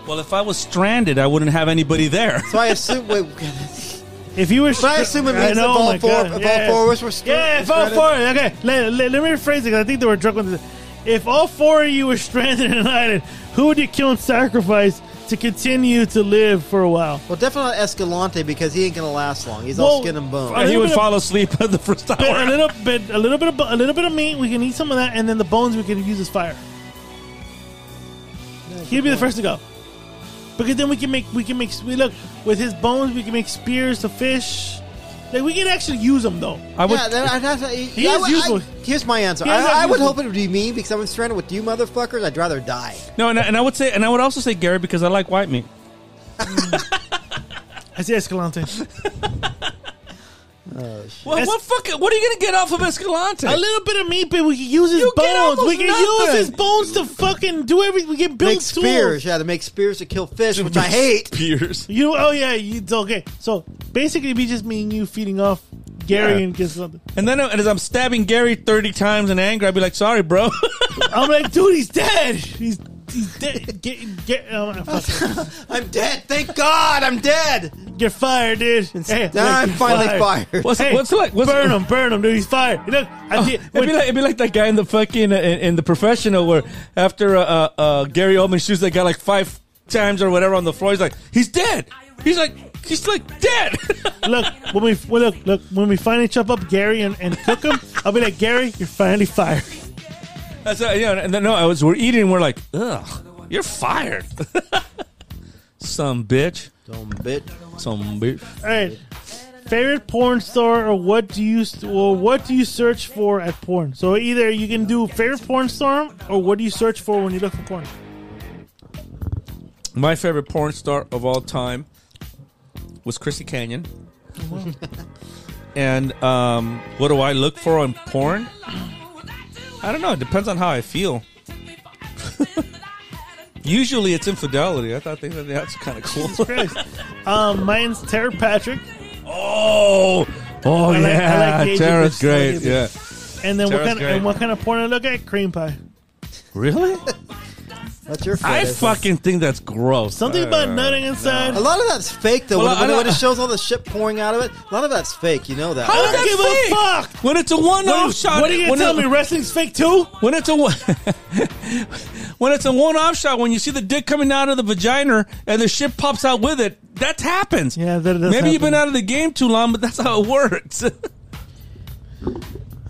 Well, if I was stranded, I wouldn't have anybody there. So I assume. Wait, If you were, So I stra- assume it I means if know, all my four- God, if all four of us were stra- yeah, if all stranded? four, okay. Let, let, let me rephrase it. 'cause I think they were drunk with this. If all four of you were stranded in an island, who would you kill and sacrifice to continue to live for a while? well, definitely not Escalante because he ain't gonna last long. He's all Well, skin and I- he bone. would little bit of- fall asleep at the first hour. Bit- a little bit, a little bit, of, bo- a little bit of meat. We can eat some of that, and then the bones we can use as fire. He'd be the first to go, because then we can make we can make we look with his bones. We can make spears to fish. Like we can actually use them though. I would. yeah, then I'd have to, he is useful. here's my answer. He is I, I would useful. hope it would be me because I was stranded with you motherfuckers. I'd rather die. no, and I, and I would say, and I would also say Gary because I like white meat. I see Escalante. Well, Es- what fucking? What are you gonna get off of Escalante? A little bit of meat, but we can use his You get bones. We almost can use nothing. his bones to fucking do everything. We can build Make spears, tools. yeah, to make spears to kill fish, which I hate. Pierce. You oh yeah, you, it's okay. So basically, it'd be just me and you feeding off Gary Yeah. and get something. And then, uh, and as I'm stabbing Gary thirty times in anger, I'd be like, "Sorry, bro." I'm like, dude, he's dead. He's he's dead. Get get um, fuck. I'm dead. Thank God, I'm dead. you're fired, dude. Hey, Now I'm you're finally fired. What's Hey, what's like? What's burn him, burn him, dude. He's fired. Oh, Look, I did, It'd be, like, it'd be like that guy in the fucking uh, in, in the professional where after uh, uh, uh, Gary Oldman shoots that guy like five times or whatever on the floor, he's like, he's dead. He's like, he's like dead. look when we well, look look when we finally chop up Gary and, and cook him. I'll be like, Gary, you're finally fired. That's uh, yeah. And then no, I was we're eating. and We're like, ugh, you're fired. Some bitch. Dumb bitch. Some bitch. All right. Favorite porn star, or what do you or what do you search for at porn? So either you can do favorite porn star, or what do you search for when you look for porn? My favorite porn star of all time was Chrissy Canyon. and um, what do I look for on porn? I don't know. It depends on how I feel. Usually it's infidelity. I thought they said that's kind of cool. Christ. um, mine's Tara Patrick, Oh, oh I like- I yeah, like Gage Tara's Gibson. great. Yeah, and then Tara's what kind of, great. and what kind of porn I look at? Cream pie. really? That's your I fetish. fucking think that's gross. Something about Uh, nutting inside. A lot of that's fake, though. Well, when, I when- don't- when it shows all the shit pouring out of it, a lot of that's fake. You know that. How I is that don't give fake? a fuck. When it's a one-off What, shot, what are you gonna when tell it- me? Wrestling's fake too? When it's a one, when it's a one-off shot, when you see the dick coming out of the vagina and the shit pops out with it, that happens. Yeah, that does maybe happen. you've been out of the game too long, but that's how it works.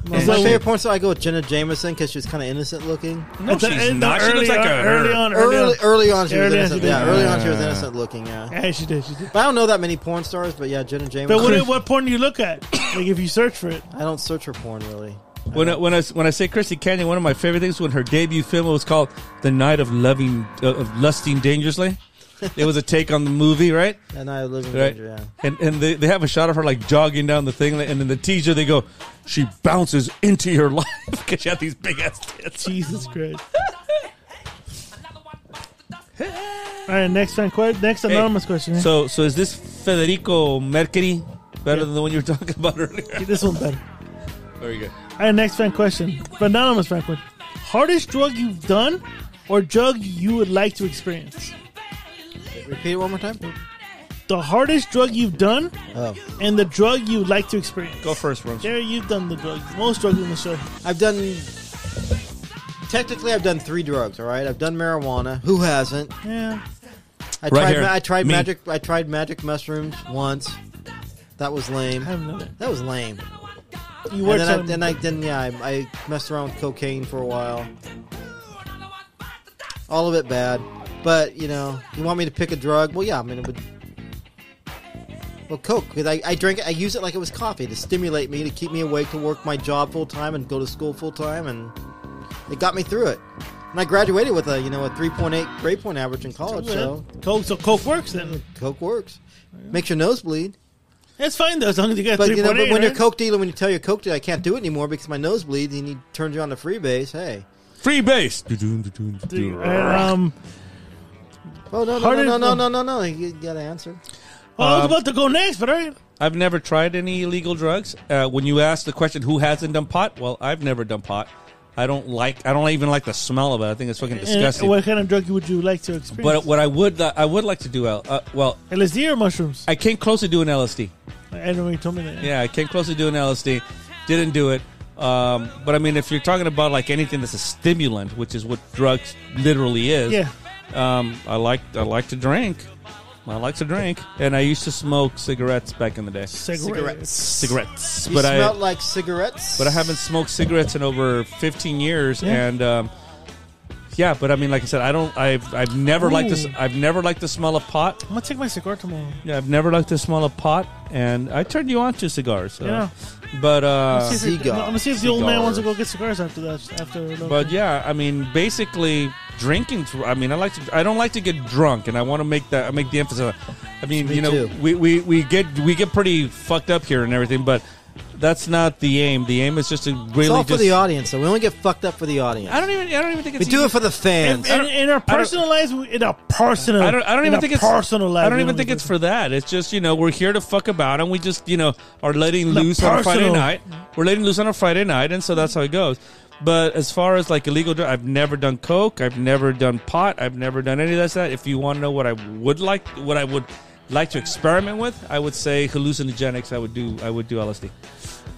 My favorite porn star, I go with Jenna Jameson because she was kind of innocent looking. no, The- she's the not. She early looks like on- a early on, early, Early, on. early on, she was Early on, innocent. she did. yeah, early on, she was innocent looking. Yeah, Yeah, she did. She did. but I don't know that many porn stars. But yeah, Jenna Jameson. But what, what porn do you look at? Like if you search for it. I don't search for porn really. When I, when I when I say Chrissy Canyon, one of my favorite things when her debut film was called "The Night of Loving uh, of Lusting Dangerously." It was a take on the movie, right? And I live in Right. danger. Yeah. And and they, they have a shot of her like jogging down the thing, and in the teaser they go, she bounces into your life because she had these big ass tits. Jesus Christ. All right, next fan question. Next anonymous question. eh? So So so is this Federico Mercury better than the one you were talking about earlier? this one's better. Very good. All right, next fan question. Anonymous fan question. Hardest drug you've done, or drug you would like to experience? Repeat it one more time. The hardest drug you've done, Oh, and the drug you would like to experience. Go first, Rums. Jerry, you've done the drugs. Most drugs in the show. I've done. Technically, I've done three drugs. All right, I've done marijuana. Who hasn't? Yeah. I Right tried. here. ma- I tried Me. magic. I tried magic mushrooms once. That was lame. haven't done it. That was lame. You And were then, I, telling then I then yeah I, I messed around with cocaine for a while. All of it bad, but you know you want me to pick a drug? Well, yeah, I mean it would. Well, coke because I, I drink it. I use it like it was coffee to stimulate me to keep me awake to work my job full time and go to school full time, and it got me through it. And I graduated with a you know a three point eight grade point average in college, so Coke, so Coke works then. coke works. Makes your nose bleed. That's fine though, as long as you got But three you know, point but eight. when right? you're coke dealer, when you tell your coke dealer, I can't do it anymore because my nose bleeds, and he turns you on to freebase. Hey, Free base. And, um, oh no, no, Harder- no, no, no, no, no, no, you got to answer. well, I was Um, about to go next, but all right. I've never tried any illegal drugs. Uh, when you ask the question, who hasn't done pot? Well, I've never done pot. I don't like. I don't even like the smell of it. I think it's fucking And disgusting. what kind of drug would you like to experience? but what I would, li- I would like to do. Uh, well, LSD or mushrooms? I came close to doing LSD. I, don't know. You told me that. Yeah, I came close to doing LSD. Didn't do it. Um, but I mean, if you're talking about like anything that's a stimulant, which is what drugs literally is. Yeah. Um, I like I like to drink. I like to drink, and I used to smoke cigarettes back in the day. Cigarettes. Cigarettes, You but I smelled like cigarettes. but I haven't smoked cigarettes in over 15 years, Yeah. and um, yeah, but I mean, like I said, I don't, I've, I've never liked this, Ooh. I've never liked the smell of pot. I'm gonna take my cigar tomorrow. Yeah, I've never liked the smell of pot, and I turned you on to cigars. So. Yeah. but Let's uh, see if- cigar. I'm gonna see if the old man wants to Cigar. go get cigars after that. After but yeah, I mean, basically drinking. through- I mean, I like to, I don't like to get drunk, and I want to make that, I make the emphasis. on I mean, Me you know, too. we, we we get we get pretty fucked up here and everything, but. That's not the aim. The aim is just to really It's all just. for the audience, so we only get fucked up for the audience. I don't even. I don't even think we it's. do even- it for the fans. in, in, in our personal lives, we- in our personal, I don't. I don't in even our think it's personal life. I don't we even think get it's for that. It's just you know we're here to fuck about, and we just you know are letting The loose on a Friday personal. night. We're letting loose on a Friday night, and so that's how it goes. But as far as like illegal, dr- I've never done coke. I've never done pot. I've never done any of that stuff. If you want to know what I would like, what I would like to experiment with, I would say hallucinogenics. I would do. I would do LSD.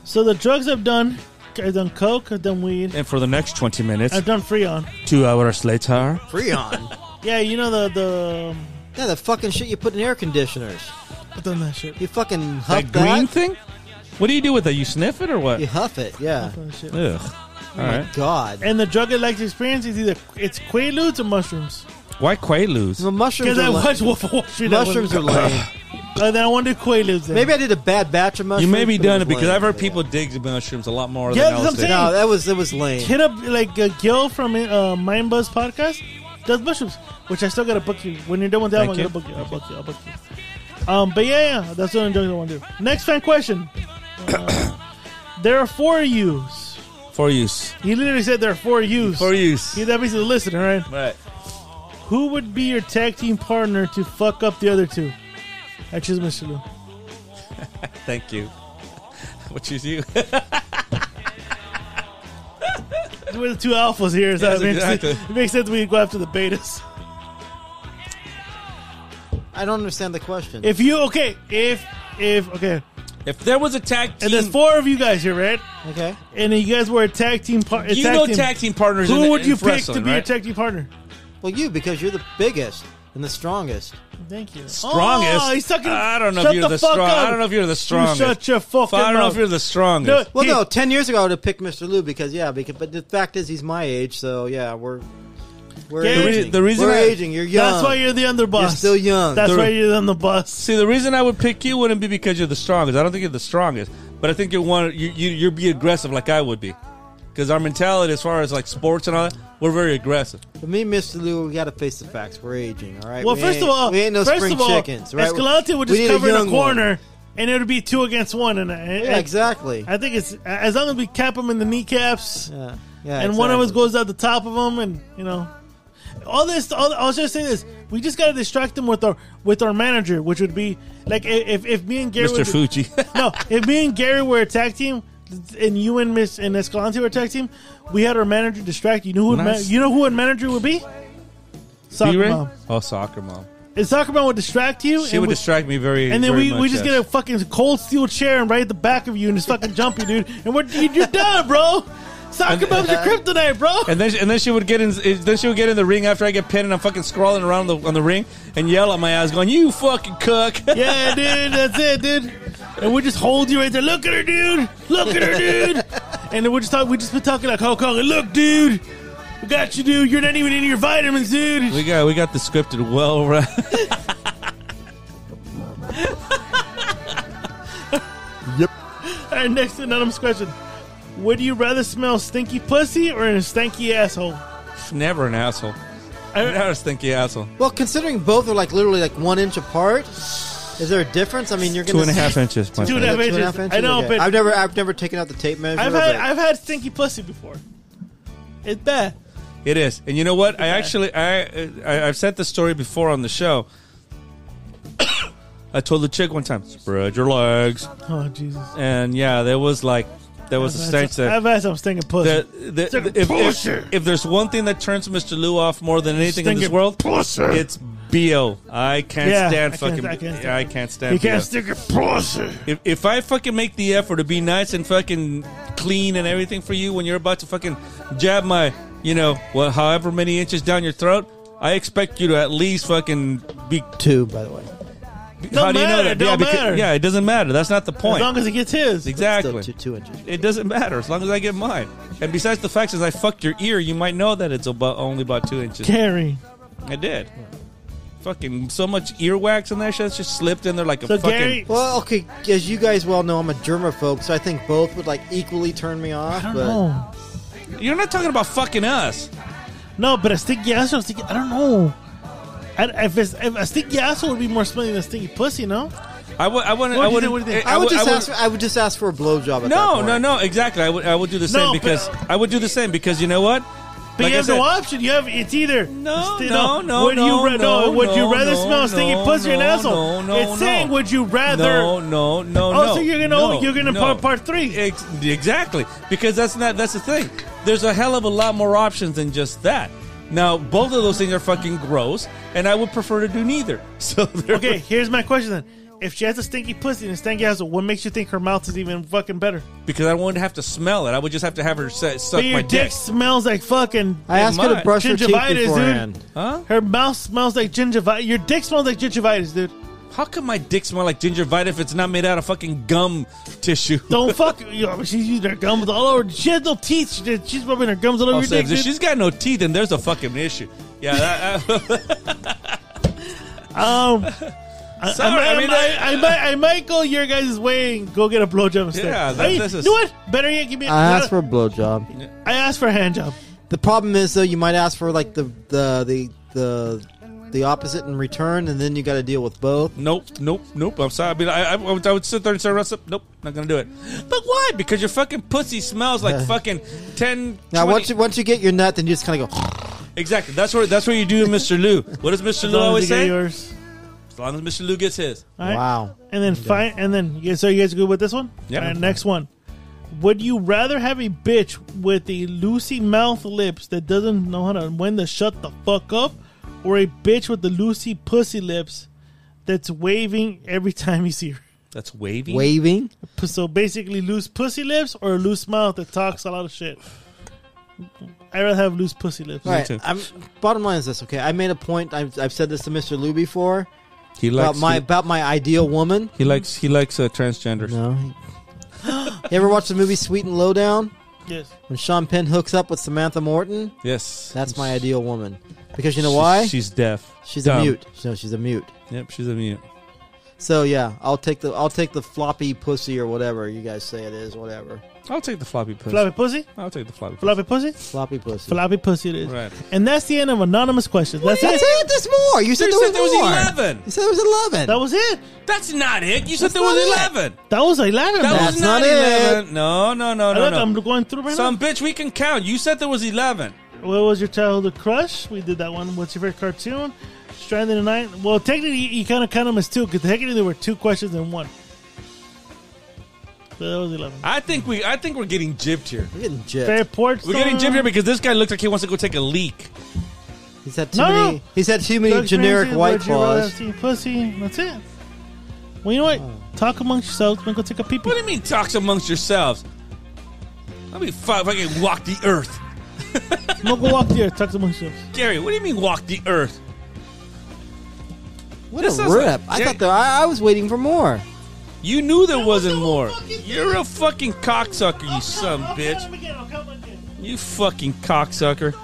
So the drugs I've done, I've done coke, I've done weed, And for the next twenty minutes, I've done freon. two hours later, Freon. Yeah, you know the the. um, yeah, the fucking shit you put in air conditioners. I've done that shit. You fucking huff that that. green thing. What do you do with that? You sniff it or what? You huff it. Yeah. I've done that shit. Ugh. All right. God. And the drug I like to experience is either it's quaaludes or mushrooms. Why Quaaludes? The Because mushrooms I are lame. watched Wolf of Wall Street. I Mushrooms are wanted- lame. Uh, then I wanted quaaludes. Then. Maybe I did a bad batch of You mushrooms. may be but it done was it because lame. I've heard Yeah. people dig mushrooms a lot more Yeah, than that's what I'm LSD. saying. No, that was it was lame. hit up like uh, Gil from uh, Mind Buzz podcast does mushrooms, which I still gotta book you when you're done with that. I'm Thank gonna you. book you. I'll book you. I'll book you. Um, but yeah, yeah, that's what I'm doing. I want to do. Next fan question. Uh, there are four U's. For use. He literally said there are four U's. For use. He, that means the listener, right? Right. Who would be your tag team partner to fuck up the other two? I choose Mr. Lou. Thank you. Which is you. We're the two alphas here, so Yes, it, makes exactly. sense, it makes sense we go after the betas. I don't understand the question. If you okay, if if okay, if there was a tag team, and there's four of you guys here, right? okay. and you guys were a tag team partner. you know tag team partners. in Who the- would in you pick to wrestling, be your right? tag team partner? Well, you because you're the biggest and the strongest. Thank you. Strongest. Oh, he's talking. I don't know shut if you're the, the, fuck strong. up. I don't know if you're the strongest. shut your fucking I don't know mouth. if you're the strongest. No, Well, He- no, ten years ago I would have picked Mr. Lou because yeah, because but the fact is he's my age, so yeah, we're we're Yeah. The re- aging. the reason we're I- aging. You're young. That's why you're the underboss. You're still young. That's The- why you're on the bus. See, the reason I would pick you wouldn't be because you're the strongest. I don't think you're the strongest, but I think you're one. You you you'd be aggressive like I would be, because our mentality as far as like sports and all that, we're very aggressive. But me, and Mr. Lou, we got to face the facts. We're aging. All right. Well, We first ain't- of all, we ain't no first spring of all, chickens, right? Escalante would We just need cover in young a one. corner, and it would be two against one. And I, Yeah, exactly. I think it's as long as we cap them in the kneecaps, yeah, yeah, and one of us exactly. goes out the top of them, and you know, all this. All, I was just saying this. We just gotta distract them with our with our manager, which would be like i- if if me and Gary, were to- Mr. Fuji. no, if me and Gary were a tag team, and you and Miss and Escalante were a tag team, we had our manager distract. You know who? would Ma- Nice. you know who a manager would be? Soccer B-Ray? mom. Oh, soccer mom. And soccer mom would distract you. She and would we- distract me very. and then very we, we much, just yes. get a fucking cold steel chair and right at the back of you and just fucking jump you, dude. And we're you- you're done, bro. Soccer mom's your kryptonite, bro. And then, she, and then she would get in. eh, Then she would get in the ring after I get pinned, and I'm fucking scrawling around the, on the ring and yell at my ass, going, "You fucking cook!" Yeah, dude, that's it, dude. And we just hold you right there. Look at her, dude. Look at her, dude. And then we're just talking. We just been talking like Hulk Hogan. Look, dude. We got you, dude. You're not even in your vitamins, dude. we got we got the scripted well right. All right, next anonymous question. Would you rather smell stinky pussy or a stanky asshole? Never an asshole. Never a stinky asshole. Well, considering both are like literally like one inch apart, is there a difference? I mean, you're gonna Two and a half inches. My Two and a friend. half Two and inches. a half inches? I know, Okay. but I've never, I've never taken out the tape measure. I've had but- I've had stinky pussy before. It's bad. It is, and you know what? I actually, I, I, I've said this story before on the show. I told the chick one time, "Spread your legs," Oh Jesus! and yeah, there was like, there was a I've, stench had, that. I've had some stinking pussy. that- that- Stinking if, if, pussy. if there's one thing that turns Mr. Lou off more than anything in this Stinking world, pussy. it's bo. I can't Yeah, stand I can't- fucking. I can't stand yeah, I it. can't stand. you can't BO. stick your pussy. If, if I fucking make the effort to be nice and fucking clean and everything for you when you're about to fucking jab my, you know, well, however many inches down your throat, I expect you to at least fucking be. two, by the way. Don't how do you know matter, that? don't yeah, because- matter. yeah, it doesn't matter. That's not the As point. long as he gets his. exactly. Still two, two inches. It doesn't matter as long as I get mine. And besides the fact, since I fucked your ear, you might know that it's about only about two inches. Gary. I did. Fucking so much earwax in that shit it's just slipped in there like a So fucking. Gary, Well, okay, as you guys well know, I'm a germaphobe, so I think both would like equally turn me off. I don't but know. You're not talking about fucking us. No, but a stinky asshole. Stinky, I don't know. I, if, it's, if a stinky asshole would be more smelly than a stinky pussy, no? I would. I wouldn't. What I do you think- wouldn't. what do you think? I, would wou- just wouldn't- ask. For, I would just ask for a blowjob. At that No, point. no, no, exactly. I would, I would do the same No, but- because I would do the same because you know what? But Like you I have said- no option. You have it's either No, sti- no, no, Would no, you ra- no, Would you no, rather no, smell stinky no, pussy or an no, asshole? no, no, it's saying no. would you rather? No, no, no, Oh, no. so you're gonna no, you're gonna no. part part three. Ex- exactly because that's not that's the thing. There's a hell of a lot more options than just that. Now both of those things are fucking gross, and I would prefer to do neither. So there- Okay, here's my question then. If she has a stinky pussy and a stinky asshole, what makes you think her mouth is even fucking better? because I wouldn't have to smell it, I would just have to have her se- suck But my your dick, smells like fucking. I asked her my- to brush her teeth Gingivitis, dude. beforehand. Huh? Her mouth smells like gingivitis. Your dick smells like gingivitis, dude. How come my dick smell like gingivitis if it's not made out of fucking gum tissue? Don't fuck. You know, she's using her gums all over. She has no teeth. She did, she's rubbing her gums all over Oh, your so dick. if Dude. she's got no teeth, then there's a fucking issue. Yeah, that, I, um, I, Sorry, I, I I, mean, I, I, might, I might go your guys' way and go get a blowjob instead. Yeah, that- I mean, this is- you know what? Better yet, give me. A, I asked for a blowjob. I asked for a hand job. The problem is though, you might ask for like the the the the, the opposite in return, and then you got to deal with both. nope, nope, nope. I'm sorry. I mean, I, I, I would, I would sit there and say, "Russ, nope, not gonna do it." But why? Because your fucking pussy smells like fucking ten. Now, 20 once you once you get your nut, then you just kind of go. exactly. That's where that's where you do, Mister Lou. What does Mister As Lou long as always you get say? yours. As long as Mister Lou gets his. All right? Wow. And then fine. And then yeah, so you guys good with this one? Yeah. All right, next one. Would you rather have a bitch with a loosey mouth lips that doesn't know how to when to shut the fuck up, or a bitch with the loosey pussy lips that's waving every time you see her? That's wavy. Waving. So basically, loose pussy lips or a loose mouth that talks a lot of shit. I rather have loose pussy lips. All right. too. I'm, bottom line is this. Okay, I made a point. I've, I've said this to Mister Lou before He about likes my He, about my ideal woman. he likes he likes uh, transgenders. No. you ever watch the movie Sweet and Lowdown? Yes. When Sean Penn hooks up with Samantha Morton, Yes, that's my ideal woman. Because you know She's- why? She's deaf. She's a dumb. mute. No, she's a mute. Yep, she's a mute. So yeah, I'll take the I'll take the floppy pussy or whatever you guys say it is, whatever. I'll take the floppy pussy. Floppy pussy. I'll take the floppy. Floppy pussy. Floppy pussy. Floppy pussy. It is. Right. And that's the end of anonymous questions. That's you it. said there's more. You said You there said was there was more. eleven. You said there was eleven. That was it. That's not it. You said That's there was not it. eleven. That was eleven. man. That was That's not, not it. 11. No, no, no, Look, no, I'm no. going through right Some bitch, we can count. You said there was 11. now. What was your childhood crush? We did that one. What's your favorite cartoon? Stranded in Night. Well, technically, you kind of count them as two because technically there were two questions in one. So that was eleven. I think we I think we're getting jibbed here. We're getting gypped. Favorite porn We're getting star? jibbed here because this guy looks like he wants to go take a leak. He's had too No, many. no. He's had too So many generic experiences, white would you rather claws. see Pussy. That's it. Well, you know what? Talk amongst yourselves. We're gonna go take a pee What do you mean talks amongst yourselves? Let me fi- fucking walk the earth. No, go walk there. Talk to myself. Gary, what do you mean walk the earth? What This a sounds like rip! I Jerry- thought that I, I was waiting for more. You knew there wasn't more. You're a fucking cocksucker, you son of a bitch. You fucking cocksucker.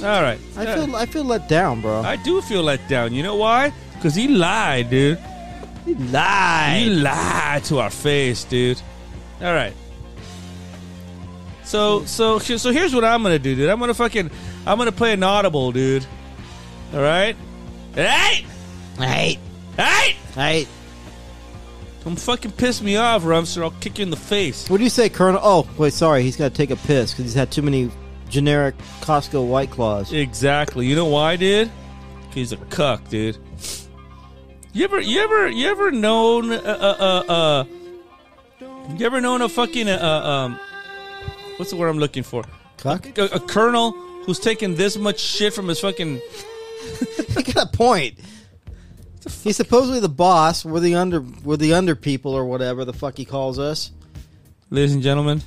All right. I feel I feel let down, bro. I do feel let down. You know why? Because he lied, dude. He lied. He lied to our face, dude. All right. So so so here's what I'm gonna do, dude. I'm gonna fucking I'm gonna play an audible, dude. All right. Hey. Hey. Hey. Hey. Don't fucking piss me off, Rumps, or I'll kick you in the face. What do you say, Colonel? Oh, wait, sorry. He's got to take a piss because he's had too many generic Costco White Claws. Exactly. You know why, dude? He's a cuck, dude. You ever, you ever, you ever known, uh, uh, uh, uh you ever known a fucking, uh, uh, um, what's the word I'm looking for? Cuck? A, a colonel who's taking this much shit from his fucking. he got a point. He's supposedly the boss. We're the under, we're the under people or whatever the fuck he calls us. Ladies and gentlemen,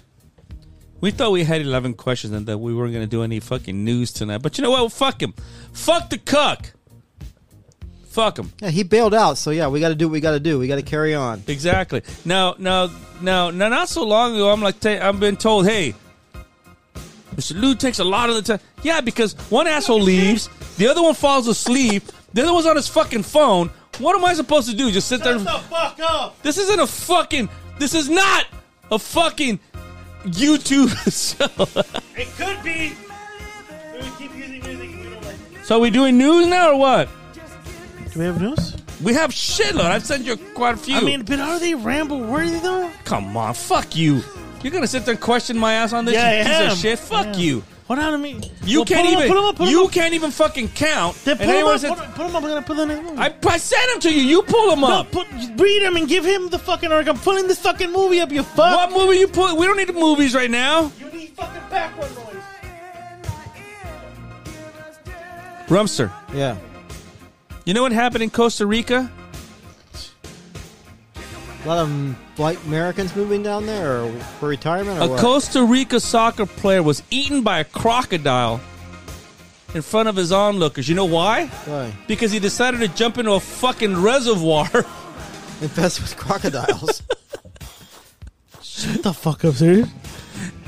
we thought we had 11 questions and that we weren't going to do any fucking news tonight. But you know what? Fuck him. Fuck the cuck. Fuck him. Yeah, he bailed out. So yeah, we got to do what we got to do. We got to carry on. Exactly. Now, now, now, now, not so long ago, I'm like, i I'm being told, hey, Mr. Lou takes a lot of the time. Yeah, because one asshole leaves, the other one falls asleep, the other one's on his fucking phone. What am I supposed to do? Just sit there? and- fuck up! This isn't a fucking. This is not a fucking YouTube show. It could be. We keep using music and we don't like it. so, are we doing news now or what? Do we have news? We have shitload. I've sent you quite a few. I mean, but are they ramble worthy though? come on, fuck you. You're gonna sit there and question my ass on this Yeah, you I piece am. of shit? Fuck Yeah. you. Hold on to me. You Well, can't put 'em even. Up, put them up. Put 'em you up. can't even fucking count. Then And put them anyone up. says- Put 'em- put 'em up. I'm gonna put the next movie. I, I sent them to you. You pull them no, up. put, read him and give him the fucking arc. I'm pulling this fucking movie up. You fuck. What movie you pull? We don't need the movies right now. You need fucking background noise. Rumster, Yeah. you know what happened in Costa Rica? A lot of white Americans moving down there or for retirement or A what? Costa Rica soccer player was eaten by a crocodile in front of his onlookers. You know why? Why? Because he decided to jump into a fucking reservoir. Infest with crocodiles. Shut the fuck up, dude.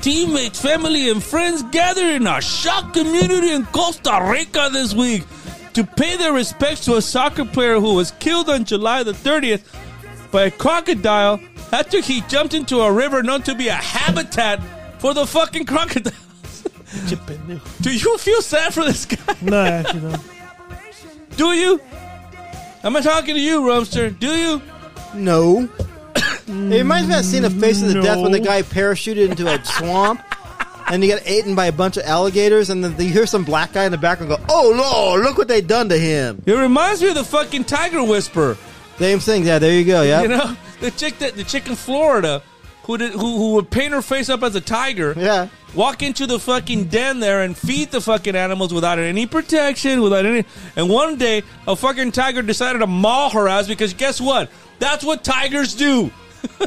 Teammates, family, and friends gather in a shock community in Costa Rica this week to pay their respects to a soccer player who was killed on July the 30th by a crocodile after he jumped into a river known to be a habitat for the fucking crocodile. Do you feel sad for this guy? no, actually, no. Do you? Am I talking to you, Rumster? Do you? no. it reminds me of that scene of Face of the Death when the guy parachuted into a swamp and he got eaten by a bunch of alligators and then you hear some black guy in the background go, Oh Lord, look what they done to him. It reminds me of the fucking Tiger Whisperer. Same thing, yeah, there you go, yeah. You know, the chick that the chick in Florida who did, who who would paint her face up as a tiger. Yeah. Walk into the fucking den there and feed the fucking animals without any protection, without any. And one day, a fucking tiger decided to maul her ass because guess what? That's what tigers do.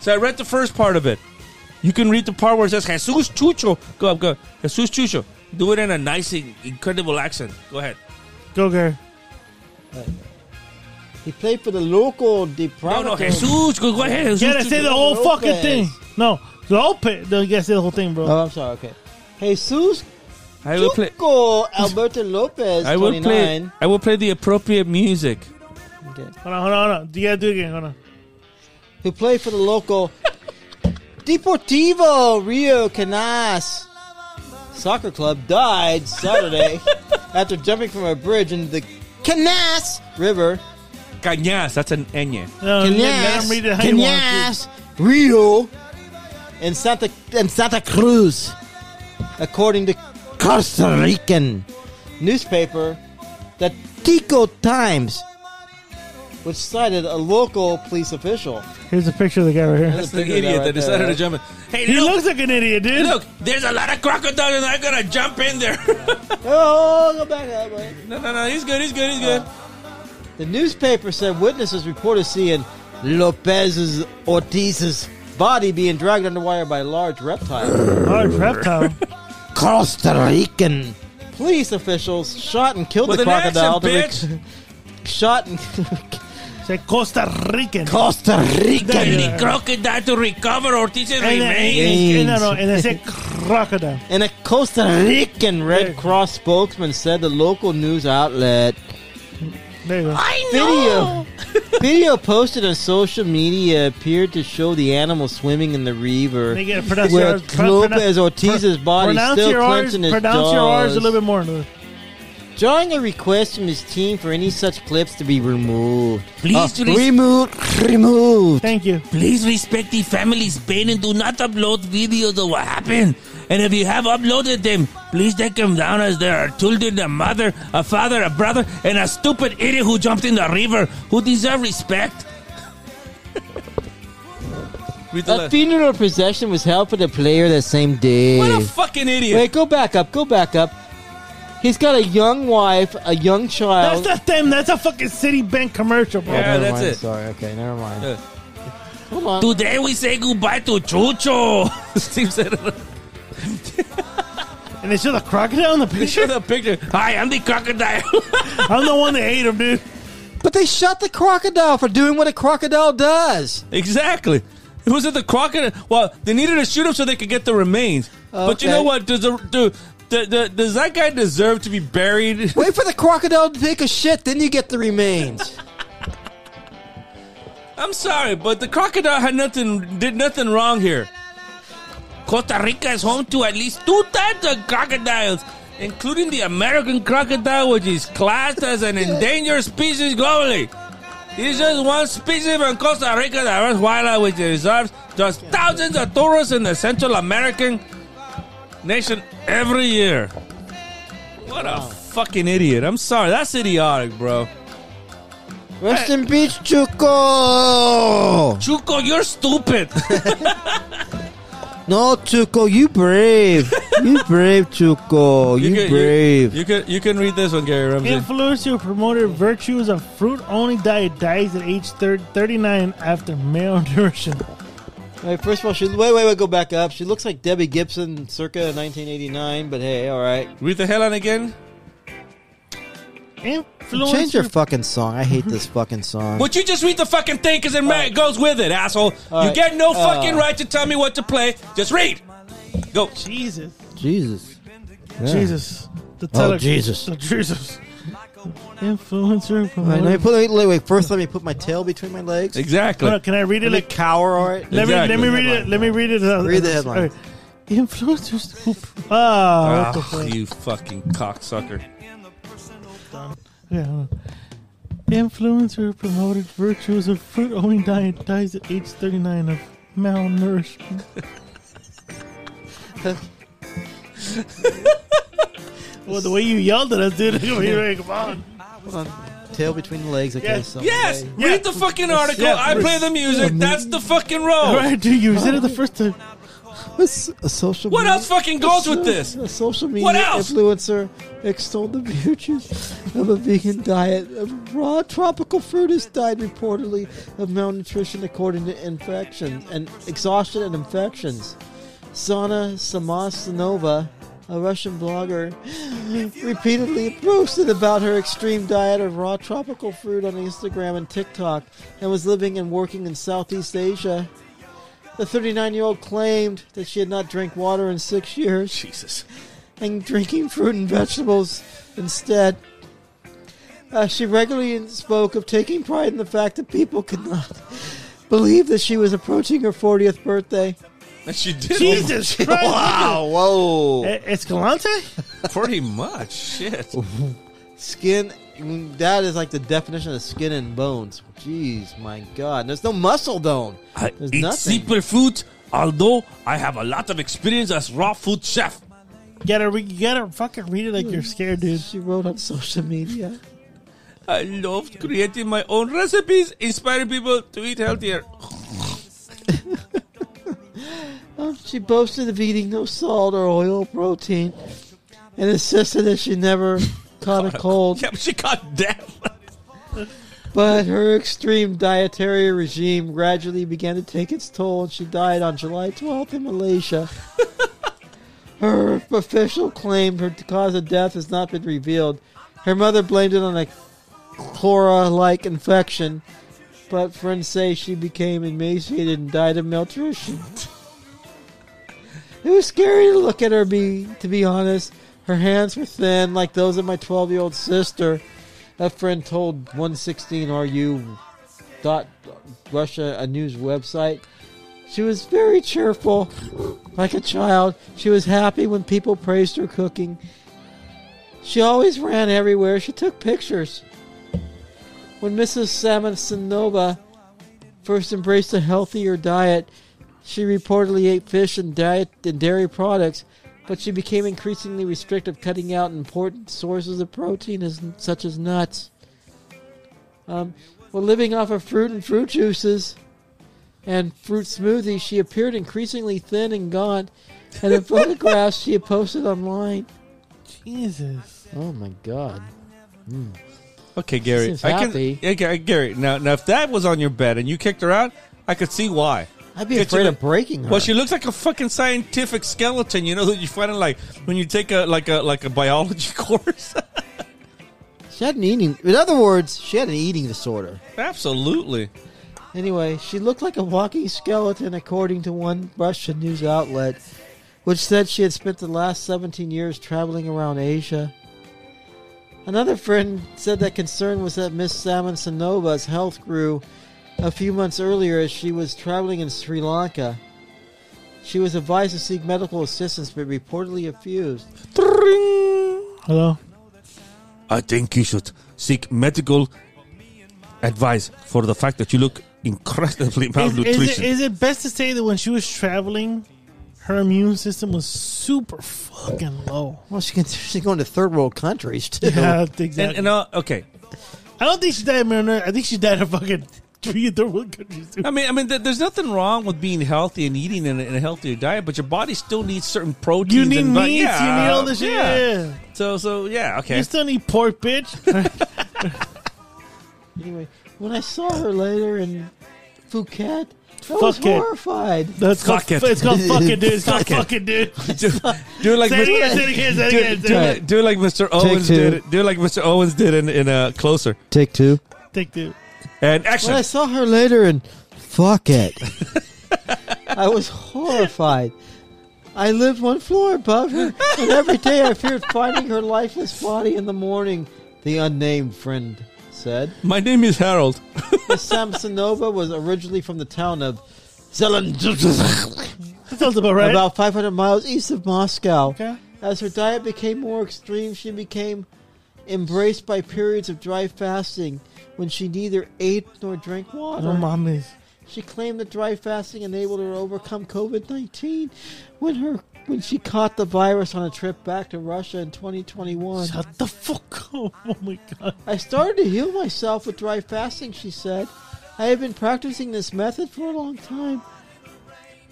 so I read the first part of it. You can read the part where it says Jesus Chucho. Go up, go. Jesus Chucho. Do it in a nice, incredible accent. Go ahead. Go, Gary. He played for the local No, no, Jesus. Go, go ahead. Jesus You gotta say Chucho. the whole Lopez. fucking thing. No, Lopez. No, you gotta say the whole thing, bro. Uh, Oh, I'm sorry, okay. Jesus I will play. Chuco Alberto Lopez, I will play. I will play the appropriate music. Hold on, hold on, hold on. You gotta do it again. Hold on. who played for the local Deportivo Rio Canas soccer club, died Saturday after jumping from a bridge into the Canas River. Cañas, that's an enye. No, let- let him Canas, read it how you want it, Canas Rio, in Santa in Santa Cruz, according to Costa Rican newspaper, the Tico Times, which cited a local police official. dude. Here's a picture of the guy right here. That's the idiot that decided to jump in. Hey, He look, looks like an idiot, dude. look, there's a lot of crocodiles, and I'm gonna jump in there. Oh, go back that way. no, no, no, he's good, he's good, he's good. Uh, The newspaper said witnesses reported seeing Lopez's Ortiz's body being dragged underwater by a large reptile. Large reptile. Costa Rican police officials shot and killed With the an accent, crocodile. to rec- bitch. shot and Say Costa Rican. Costa Rican. Yeah. crocodile to recover Ortiz's And then- and- no, no, and I said crocodile. And a Costa Rican Red Cross spokesman said the local news outlet There you go. video video posted on social media appeared to show the animal swimming in the They river. get to pronounce your Where R's. pro- Lopez Ortiz's body pronounce still your R's, clenching his Pronounce your R's a jaws. little bit more. Lou. Drawing a request from his team for any such clips to be removed. Please res- Uh, removed, removed. Thank you. Please respect the family's pain and do not upload videos of what happened. And if you have uploaded them, please take them down as there are children, a mother, a father, a brother, and a stupid idiot who jumped in the river who deserve respect. A funeral procession was held for the player that same day. fucking idiot. Wait, go back up. Go back up. He's got a young wife, a young That's child. not them. That's a fucking Citibank commercial, bro. Oh, Yeah, never that's mind. it. Sorry. Okay, never mind. Yeah. Hold on. Today we say goodbye to Chucho. Steve said it. And they show the crocodile in the picture. the picture. Hi, I'm the crocodile. I'm the one that ate him, dude. But they shot the crocodile for doing what a crocodile does. exactly. It was at the crocodile. Well, they needed to shoot him so they could get the remains. But you Okay. know what? Does the, do, the, the, does that guy deserve to be buried? Wait for the crocodile to take a shit, then you get the remains. I'm sorry, but the crocodile had nothing, did nothing wrong here. Costa Rica is home to at least two types of crocodiles, including the American crocodile, which is classed as an endangered species globally. There's just one species from Costa Rica that runs wildlife, which deserves just thousands of tourists in the Central American nation every year. What a fucking idiot! I'm sorry, that's idiotic, bro. Rest in peace, Chuko. Chuco, you're stupid. No, Chuko, you brave. You brave, Chuko. You, can- brave. You, can you can read this one, Gary Ramsey. Influencer who promoted virtues of fruit-only diet dies at age thir- 39 after malnutrition. All right, first of all, she wait, wait, wait, go back up. She looks like Debbie Gibson, circa 1989. But hey, all right. read the headline again. Influencer. Change your fucking song. I hate this fucking song. Would you just read the fucking thing? Because it ma- goes with it, asshole. you right. get no Uh. fucking right to tell me what to play. Just read. Go. Jesus. Jesus. Yeah. Jesus. The Oh, Jesus. The Jesus. Influencer. All right, let me promoted- put. Wait, wait, wait, first, let me put my tail between my legs. Exactly. Hold on, Can I read it? Let Like me cower. All right. Let Exactly. me let me read it. Let me read it. uh, Read the uh, headline. alright. Influencers. who- Ah, what Ah, the fuck? you fucking cocksucker. Yeah, hold on. Influencer who promoted virtues of fruit-only diet dies at age 39 of malnourishment. well, the way you yelled at us, dude. Come on. Tail between the legs. Okay. Yes. So Yes, read the fucking article. Yeah. I play the music. That's the fucking role. All right, dude. You said it the first time. What's a social? What media- else fucking goes with this? A social media What else? influencer extolled the virtues of a vegan diet of raw tropical fruit has died reportedly of malnutrition according to infections and exhaustion and infections. Sana Samasanova, a Russian blogger, repeatedly posted about her extreme diet of raw tropical fruit on Instagram and TikTok and was living and working in Southeast Asia. The 39 year old claimed that she had not drank water in six years Jesus. and drinking fruit and vegetables instead. Uh, she regularly spoke of taking pride in the fact that people could not believe that she was approaching her 40th birthday. And she did. Jesus Christ. Wow. whoa. E-, Escalante? Pretty much. Shit. Skin, mm, that is like the definition of skin and bones. Jeez, my God. There's no muscle, though. I There's eat nothing. simple food, although I have a lot of experience as raw food chef. You gotta, re- you gotta fucking read it like you're scared, dude. She wrote on social media. I loved creating my own recipes, inspiring people to eat healthier. Um, she boasted of eating no salt or oil or protein and insisted that she never caught a cold. Yeah, but she got death. But her extreme dietary regime gradually began to take its toll, and she died on July 12th in Malaysia. her official claim her cause of death has not been revealed. Her mother blamed it on a chlora like infection, but friends say she became emaciated and died of malnutrition. It was scary to look at her. Be to be honest, her hands were thin, like those of my twelve-year-old sister. A friend told 116RU dot Russia a news website. She was very cheerful, like a child. She was happy when people praised her cooking. She always ran everywhere. She took pictures. When Mrs. Samansanova first embraced a healthier diet, she reportedly ate fish and diet and dairy products, but she became increasingly restrictive, cutting out important sources of protein as, such as nuts. Um, while living off of fruit and fruit juices and fruit smoothies, she appeared increasingly thin and gaunt, and in photographs she had posted online. Jesus. Oh my God! Okay, Gary. Seems I can. happy. Yeah, Ga- Gary. Now, now, if that was on your bed and you kicked her out, I could see why. I'd be Get afraid you- of breaking her. Well, she looks like a fucking scientific skeleton. You know that you find it like when you take a like a like a biology course. She had an eating. In other words, she had an eating disorder. Absolutely. Anyway, she looked like a walking skeleton, according to one Russian news outlet, which said she had spent the last 17 years traveling around Asia. Another friend said that concern was that Miss Samansonova's health grew a few months earlier as she was traveling in Sri Lanka. She was advised to seek medical assistance, but reportedly refused. Hello. I think you should seek medical advice for the fact that you look incredibly Is, is, it, is it best to say that when she was traveling, her immune system was super fucking low? Well, she can, she's going to third world countries too. Yeah, exactly. and, and uh, okay, I don't think she died of malnutrition. I think she died of fucking three third world countries. dude. I mean, I mean, th- there's nothing wrong with being healthy and eating in a, in a healthier diet, but your body still needs certain proteins. You need and vi- meats. you need all this shit. yeah. Yeah. So, so yeah, okay. You still need pork, bitch. Anyway, when I saw her later in Phuket, I was Phuket. horrified. That's called, Fuck it. It's called fucking dude. It's called Fuck it. fucking dude. do, do it like Say it Mr. again, say it again, say it again, do- say it do again. it- do it like Mr. Owens two. did. Do it like Mr. Owens did in in uh, closer Take two. Take dude. and action. When I saw her later Later and fuck it. I was horrified. I lived one floor above her, and every day I feared finding her lifeless body in the morning, the unnamed friend said. My name is Harold. Miss Samsonova was originally from the town of That sounds about right. about 500 miles east of Moscow. Okay. As her diet became more extreme, she became embraced by periods of dry fasting when she neither ate nor drank water. no mommies. She claimed that dry fasting enabled her to overcome COVID nineteen when her when she caught the virus on a trip back to Russia in 2021. Shut the fuck up. Oh my god. I started to heal myself with dry fasting, she said. I have been practicing this method for a long time.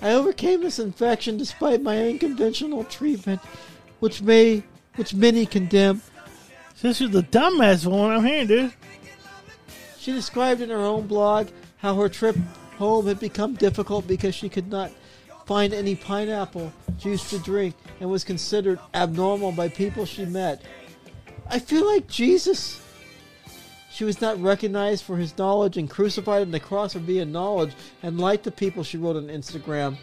I overcame this infection despite my unconventional treatment, which may which many condemn. This is the dumbass one I'm hearing, dude. She described in her own blog how her trip home had become difficult because she could not find any pineapple juice to drink and was considered abnormal by people she met. I feel like Jesus. She was not recognized for his knowledge and crucified on the cross for being knowledge and light to people, she wrote on Instagram.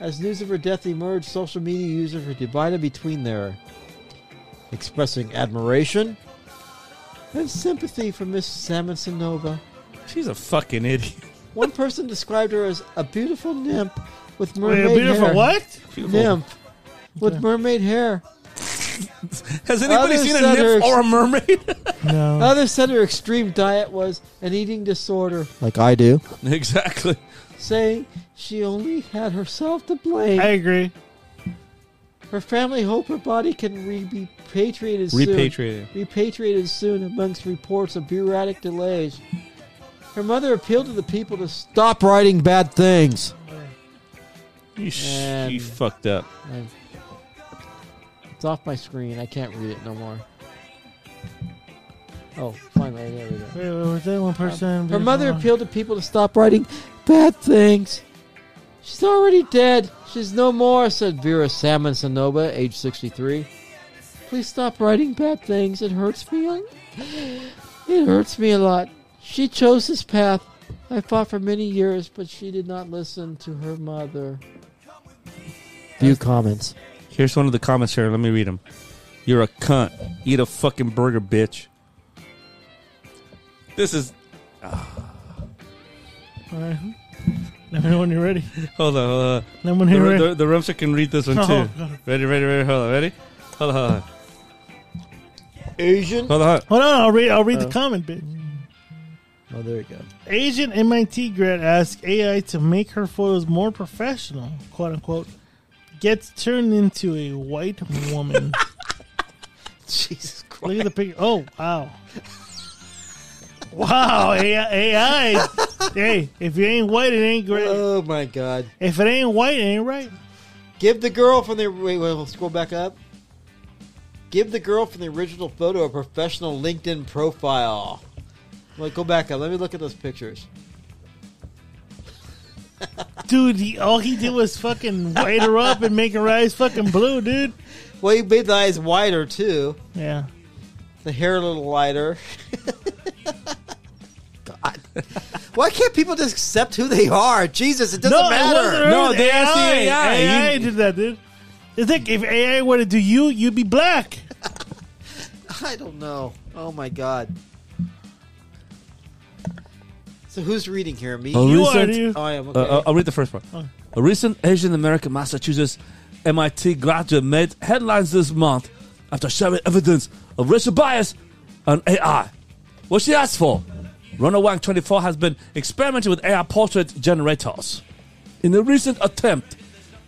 As news of her death emerged, social media users were divided between their expressing admiration and sympathy for Miss Samansanova. She's a fucking idiot. One person described her as a beautiful nymph with mermaid Wait, a beautiful hair. what? Nymph with mermaid hair. Has anybody Others seen a said her nymph ex- or a mermaid? No. Others said her extreme diet was an eating disorder, Like I do. exactly. saying she only had herself to blame. I agree. Her family hope her body can re- be repatriated soon. Repatriated. Repatriated soon amongst reports of bureaucratic delays. Her mother appealed to the people to stop writing bad things. You, sh- And- you fucked up. I- It's off my screen. I can't read it no more. Oh, finally, there we go. Wait, wait, was that one person? Um, Her mother appealed to people to stop writing bad things. She's already dead. She's no more, said Vera Salmon Sonoba, age 63. Please stop writing bad things. It hurts me. It hurts me a lot. She chose this path. I fought for many years, but she did not listen to her mother. Few comments. Here's one of the comments here. Let me read them. You're a cunt. Eat a fucking burger, bitch. This is. Alright. Let me know when you're ready. Hold on, hold on. Let me know when The, you're the, ready. the, Rumster can read this one Oh, too. God. Ready, ready, ready. Hold on, ready? Hold on, hold on. Asian? Hold on. Hold on, I'll read. I'll read the comment, bitch. Oh, there you go. Asian MIT grad asks AI to make her photos more professional, quote unquote, gets turned into a white woman. Jesus Christ. Look at the picture. Oh, wow. Wow, AI. AI. hey, if you ain't white, it ain't great. Oh, my God. If it ain't white, it ain't right. Give the girl from the wait, wait, we'll scroll back up. Give the girl from the original photo a professional LinkedIn profile. Like, go back up. Let me look at those pictures. Dude, he, all he did was fucking white her up and make her eyes fucking blue, dude. Well, he made the eyes wider too. Yeah. The hair a little lighter. God, why can't people just accept who they are? Jesus, it doesn't no, It matter. wasn't her. No, they asked the AI. AI. You- did that, dude. It's like if AI were to do you, you'd be black. I don't know. Oh my God. So who's reading here? Me. Oh, You are, recent- dude. Oh, I am. Okay. Uh, uh, I'll read the first part. A recent Asian American Massachusetts MIT graduate made headlines this month after sharing evidence of racial bias on AI. What she asked for? Runner Wang 24 has been experimenting with AI portrait generators. In a recent attempt,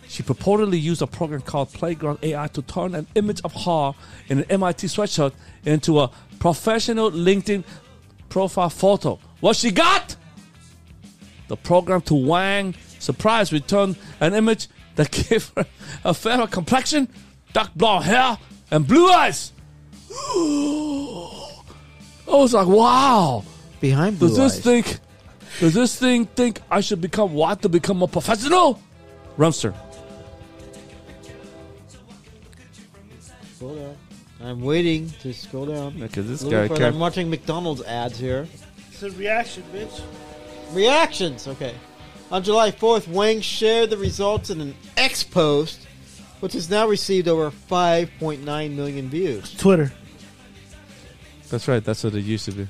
she purportedly used a program called Playground AI to turn an image of her in an MIT sweatshirt into a professional LinkedIn profile photo. What she got? the program to Wang surprise returned an image that gave her a fairer complexion, dark blonde hair, and blue eyes. I was like, wow. Behind blue Does this eyes. think does this thing think I should become what to become a professional? Rumster. Scroll down. I'm waiting to scroll down. Okay, this A little guy further. can't- I'm watching McDonald's ads here. It's a reaction, bitch. Reactions. Okay. On July 4th, Wang shared the results in an X post, which has now received over 5.9 million views. Twitter. That's right, that's what it used to be.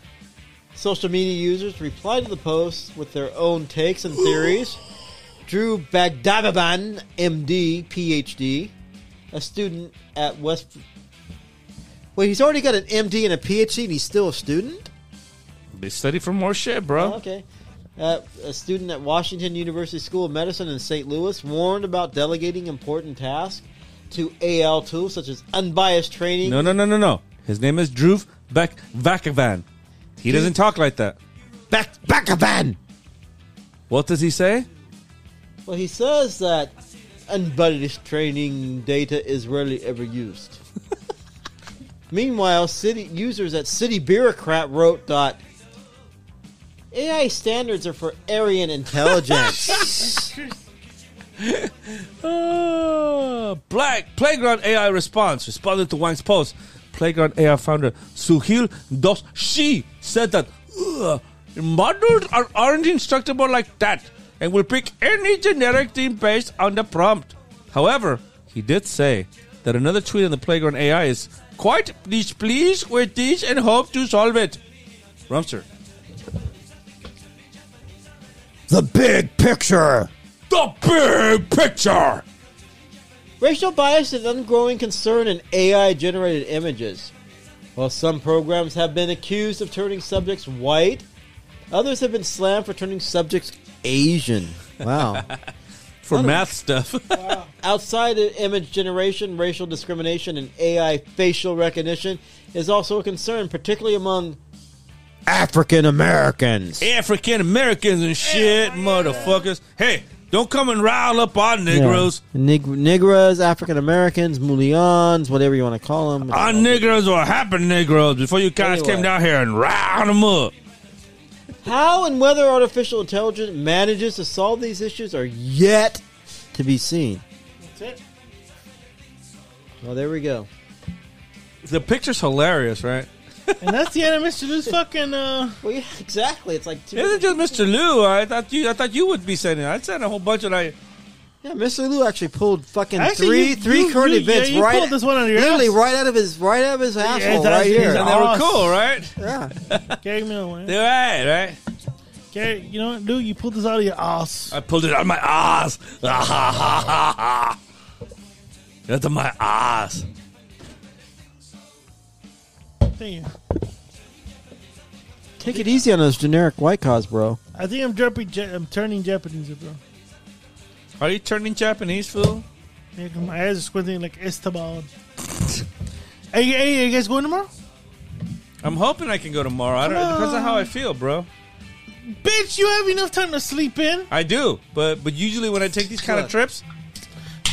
Social media users replied to the post with their own takes and theories. Drew Bagdababan, MD, PhD, a student at West. Wait, he's already got an MD and a PhD, and he's still a student? They study for more shit, bro. Oh, okay. Uh, a student at Washington University School of Medicine in St. Louis warned about delegating important tasks to AL tools such as unbiased training. No no no no no. His name is Drew Beck Vakavan. He doesn't talk like that. Back, back a van. What does he say? Well, he says that unbiased training data is rarely ever used. Meanwhile, city users at City Bureaucrat wrote dot. AI standards are for Aryan intelligence. Uh, Black Playground AI response responded to Wang's post. Playground AI founder Suhil Dos Shi said that "Ugh, models are, aren't instructable like that and will pick any generic theme based on the prompt. However, he did say that another tweet on the Playground AI is quite displeased with this and hope to solve it. Rumster. The big picture. The big picture! Racial bias is an ongoing concern in AI generated images. While some programs have been accused of turning subjects white, others have been slammed for turning subjects Asian. Wow. For math stuff. Outside of image generation, racial discrimination in AI facial recognition is also a concern, particularly among African Americans and shit, motherfuckers. Hey, Don't come and rile up our Negroes. Yeah. Nig- Negras, African Americans, Mulians, whatever you want to call them. Our Negroes were happy Negroes before you guys Anyway. came down here and riled them up. How and whether artificial intelligence manages to solve these issues are yet to be seen. That's it. Well, there we go. The picture's hilarious, right? And that's the end of Mr. Lou's fucking. Uh, Well, yeah, exactly. It's like two. Isn't just Mr. Lou? I thought you. I thought you would be sending. it. I sent a whole bunch of like. Yeah, Mr. Lou actually pulled fucking Actually, three you- three you- current you- yeah, events you right, pulled this one out of your literally ass. right out of his right out of his asshole that's- right here. he's And they were Awesome. cool, right? Yeah. Gary Mill, man. They're right, right. Gary, you know what, dude? You pulled this out of your ass. I pulled it out of my ass. Out of my ass. Thank you. Take it easy on those generic white cars, bro. I think I'm, Jap- Ja- I'm turning Japanese, bro. Are you turning Japanese, fool? Yeah, 'cause my eyes are squinting like Esteban. hey, hey, you guys going tomorrow? I'm hoping I can go tomorrow. I don't, it depends on how I feel, bro. Bitch, you have enough time to sleep in. I do, but but usually when I take these kind of Look. trips,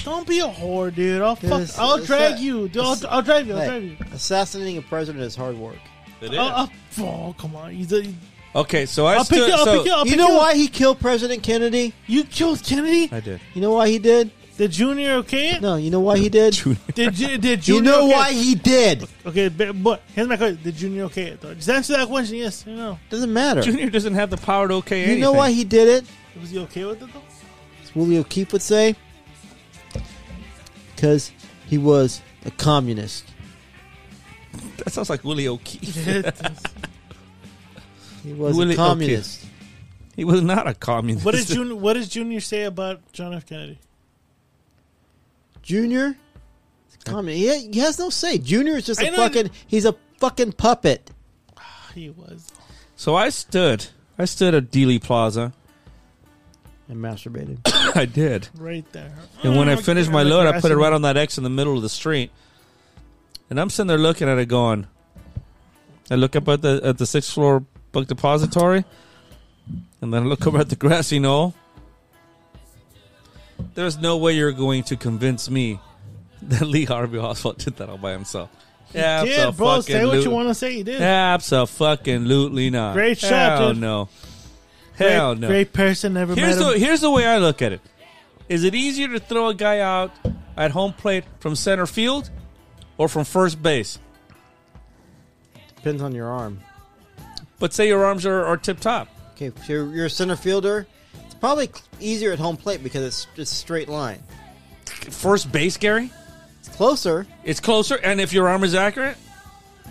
Don't be a whore, dude. I'll fuck. This- I'll this- drag that- you. Dude, I'll, this- I'll drive you. I'll Hey, drive you. assassinating a president is hard work. it is. I'll, I'll, oh, come on. You, you, okay, so I I'll pick stood. you. I'll so, pick you. I'll You Oh, pick know you up. why he killed President Kennedy? You killed Kennedy. I did. You know why he did? Did Junior okay? it? No, you know why he did? Did Ju- did You Junior? know okay? why he did? Okay, but, but here's my question: Did Junior okay it though? Just answer that question. Yes, you know. Doesn't matter. Junior doesn't have the power to okay anything. You know why he did it? Was he okay with it though? As Willie O'Keefe would say, because he was a communist. That sounds like Willie O'Keefe. He was Willie O'Keefe. a communist. He was not a communist. what did Junior? What does Junior say about John F. Kennedy? Junior, it's communist. He, he has no say. Junior is just I a know- fucking. He's a fucking puppet. He was. So I stood. I stood at Dealey Plaza. And masturbated. I did. Right there. And when I Mm, finished my okay, load, I aggressive. put it right on that X in the middle of the street. And I'm sitting there looking at it going. I look up at the at the sixth floor book depository. And then I look over at the grassy knoll. There's no way you're going to convince me that Lee Harvey Oswald did that all by himself. Yeah, Yeah, bro. Say what you want to say. He did. Absolutely not. Great shot, Hell dude. no. Great, Hell no. Great person. Never Here's met the him. here's the way I look at it. Is it easier to throw a guy out at home plate from center field or from first base? Depends on your arm. But say your arms are, are tip top. Okay, if you're, you're a center fielder, it's probably easier at home plate because it's just a straight line. First base, Gary? It's closer. It's closer, and if your arm is accurate,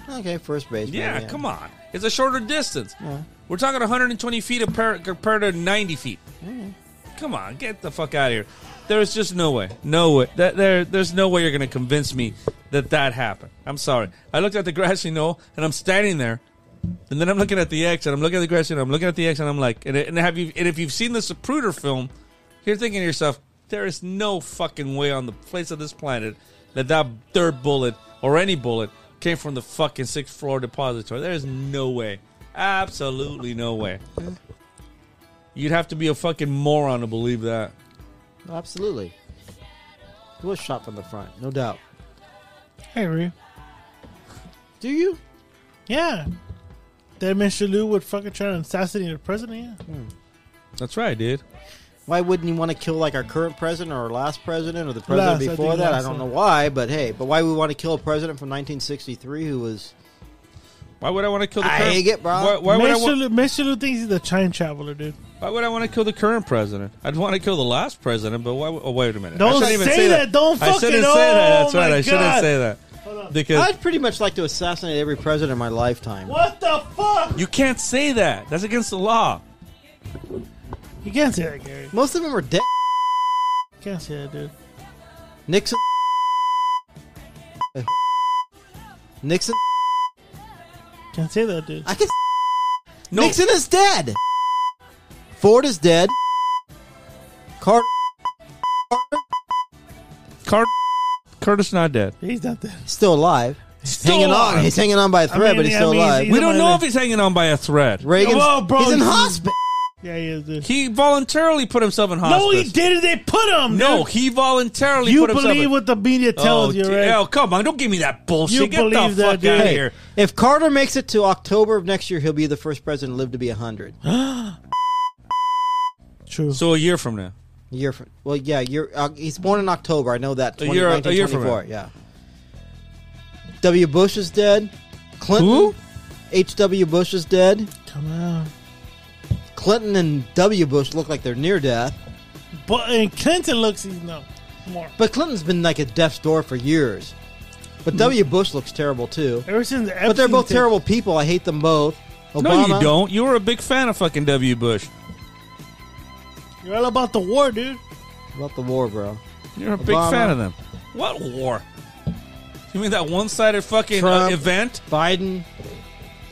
Okay, first base. yeah, maybe, come on. It's a shorter distance. Yeah. We're talking 120 feet apar- compared to 90 feet. Mm-hmm. Come on, get the fuck out of here. There's just no way, no way. That there, there's no way you're gonna convince me that that happened. I'm sorry. I looked at the grassy knoll and I'm standing there, and then I'm looking at the X and I'm looking at the grassy knoll. I'm looking at the X and I'm like, and, and have you? And if you've seen the Zapruder film, you're thinking to yourself, there is no fucking way on the face of this planet that that third bullet or any bullet came from the fucking sixth floor depository. There is no way, absolutely no way. You'd have to be a fucking moron to believe that. Absolutely. He was shot from the front, no doubt. Hey, Ryu. Do you? Yeah. That Mr. Lou would fucking try to assassinate the president. Yeah. That's right, dude. Why wouldn't he want to kill like our current president or our last president or the president Last, I before think that? I last don't one. know why, but hey, but why we want to kill a president from 1963 who was Why would I want to kill the I current? ain't get bro. Why, why would I Mr. wa- Lou, Mr. Lou thinks he's the time traveler, dude. why would I want to kill the current president? I'd want to kill the last president, but why? Oh, wait a minute. I Don't shouldn't even say that. Don't I shouldn't fucking- say that. oh That's right. my I shouldn't God. say that because I'd pretty much like to assassinate every president in my lifetime. What the fuck? you can't say that. That's against the law. You can't say that, Gary. You Most of them were dead. can't say that, dude. Nixon Nixon Can't say that, dude. I can No, Nixon is dead. Ford is dead. Carter Cur- Curtis not dead. He's not there. still alive. Still hanging alive. on. He's hanging on by a thread, mean, but he's I still mean, he's- alive. he's- We don't on my know if list. he's hanging on by a thread. Reagan's Whoa, bro, he's in he's- hospital. Yeah, he is. dude. He voluntarily put himself in hospice. No, he didn't. They put him. No, dude. he voluntarily you put himself believe in what the media tells you, dear- right? Oh, come on. Don't give me that bullshit. You Get the believe that, fuck dude. out of Hey. here. If Carter makes it to October of next year, he'll be the first president to live to be 100. A True. So a year from now. year from, well, yeah, year, uh, he's born in October. I know that. 20, year- a year from 1924, yeah. W. Bush is dead. Clinton. Who? H.W. Bush is dead. Come on. Clinton and W. Bush look like they're near death. But and Clinton looks he's no more. But Clinton's been like at death's door for years. Hmm. But W. Bush looks terrible too. Ever since Epstein But they're both thing- terrible people. I hate them both. Obama, No, you don't. You were a big fan of fucking W. Bush. You're all about the war, dude. About the war, bro. You're a big Obama. fan of them. What war? You mean that one-sided fucking uh, Trump. event? Biden.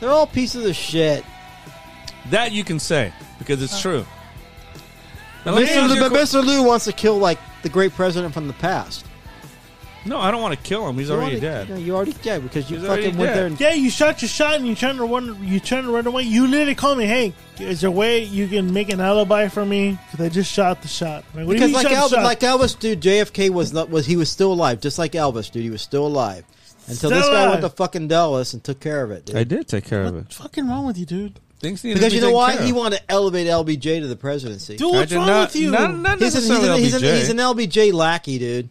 They're all pieces of shit. That you can say because it's true. Now, let me Mr. ask you a Lu- que- Mr. Lou wants to kill like the great president from the past. no, I don't want to kill him. He's You already already- dead. No, you already dead because you He's already fucking went dead. there and Yeah, you shot your shot and you trying to run. You trying to run away. You literally call me, hey, is there a way you can make an alibi for me? Because I just shot the shot. Like, what do you because mean like shot the Elvis, shot? like Elvis, dude, JFK was not, was he was still alive, just like Elvis, dude. He was still alive until this Still guy alive. went to fucking Dallas and took care of it, dude. I did take care of What's it. fucking wrong with you, dude? Things need to Because be you know taken why care he of. wanted to elevate LBJ to the presidency. Dude, I what's did wrong not- with you? Not, not he's, an, he's, necessarily an, he's, an, LBJ. he's an LBJ lackey, dude.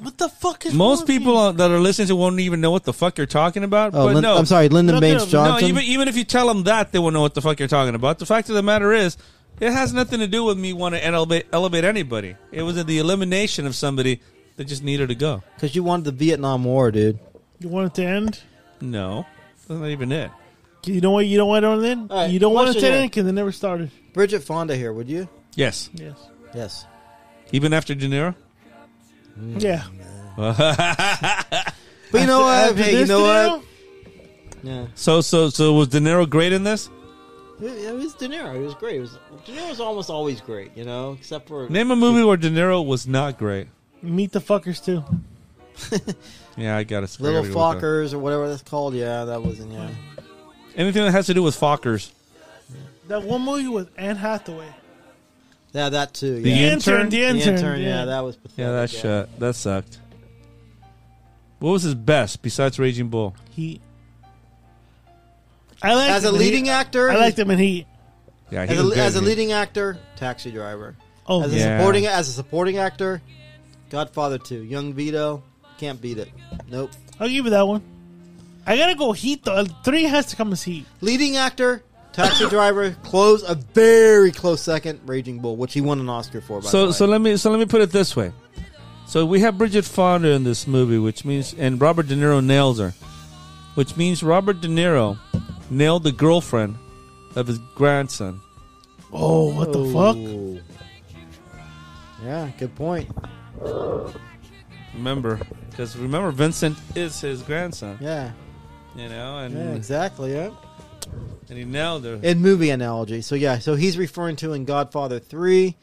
what the fuck is wrong Most with you? people uh, that are listening to won't even know what the fuck you're talking about. Oh, but Lin- no, I'm sorry, Lyndon No, Baines no, No, Johnson. even even if you tell them that, they will know what the fuck you're talking about. The fact of the matter is, it has nothing to do with me wanting to elevate, elevate anybody. It was the elimination of somebody that just needed to go. Because you wanted the Vietnam War, dude. You want it to end? No, that's not even it. You know what? You don't want it to end. All right, you don't want it to question end here. because it never started. Bridget Fonda here, would you? Yes, Yes. Yes. even after De Niro. Mm. Yeah. But you know what? After Hey, you this, know Danilo? what? Yeah. So so so was De Niro great in this? It, it was De Niro. It was great. It was, De Niro's almost always great, you know, except for. Name a movie where De Niro was not great. Meet the fuckers too. Yeah, I got it. Little Fockers or whatever that's called. Yeah, that wasn't, yeah. Anything that has to do with Fockers. That one movie with Anne Hathaway. Yeah, that too. The Yeah. Intern? The The intern. yeah. that was pathetic. Yeah, that shut. That sucked. What was his best besides Raging Bull? He. I like As a leading actor, I liked him in Heat. Yeah, he as a, was good as a in it. leading actor, Taxi Driver. Oh, As a yeah. Yeah. supporting as a supporting actor, Godfather 2, Young Vito, can't beat it. Nope. I'll give you that one. I gotta go Heat though. Three has to come as Heat. Leading actor, Taxi Driver, close a very close second, Raging Bull, which he won an Oscar for. By the So way. so let me so let me put it this way. So we have Bridget Fonda in this movie, which means and Robert De Niro nails her, which means Robert De Niro nailed the girlfriend of his grandson. Oh, what the fuck? Ooh. Yeah, good point. Remember, because remember Vincent is his grandson, Yeah, you know, and yeah, exactly. Yeah, Mm. and he nailed her. in movie analogy. So yeah, so he's referring to in Godfather Three.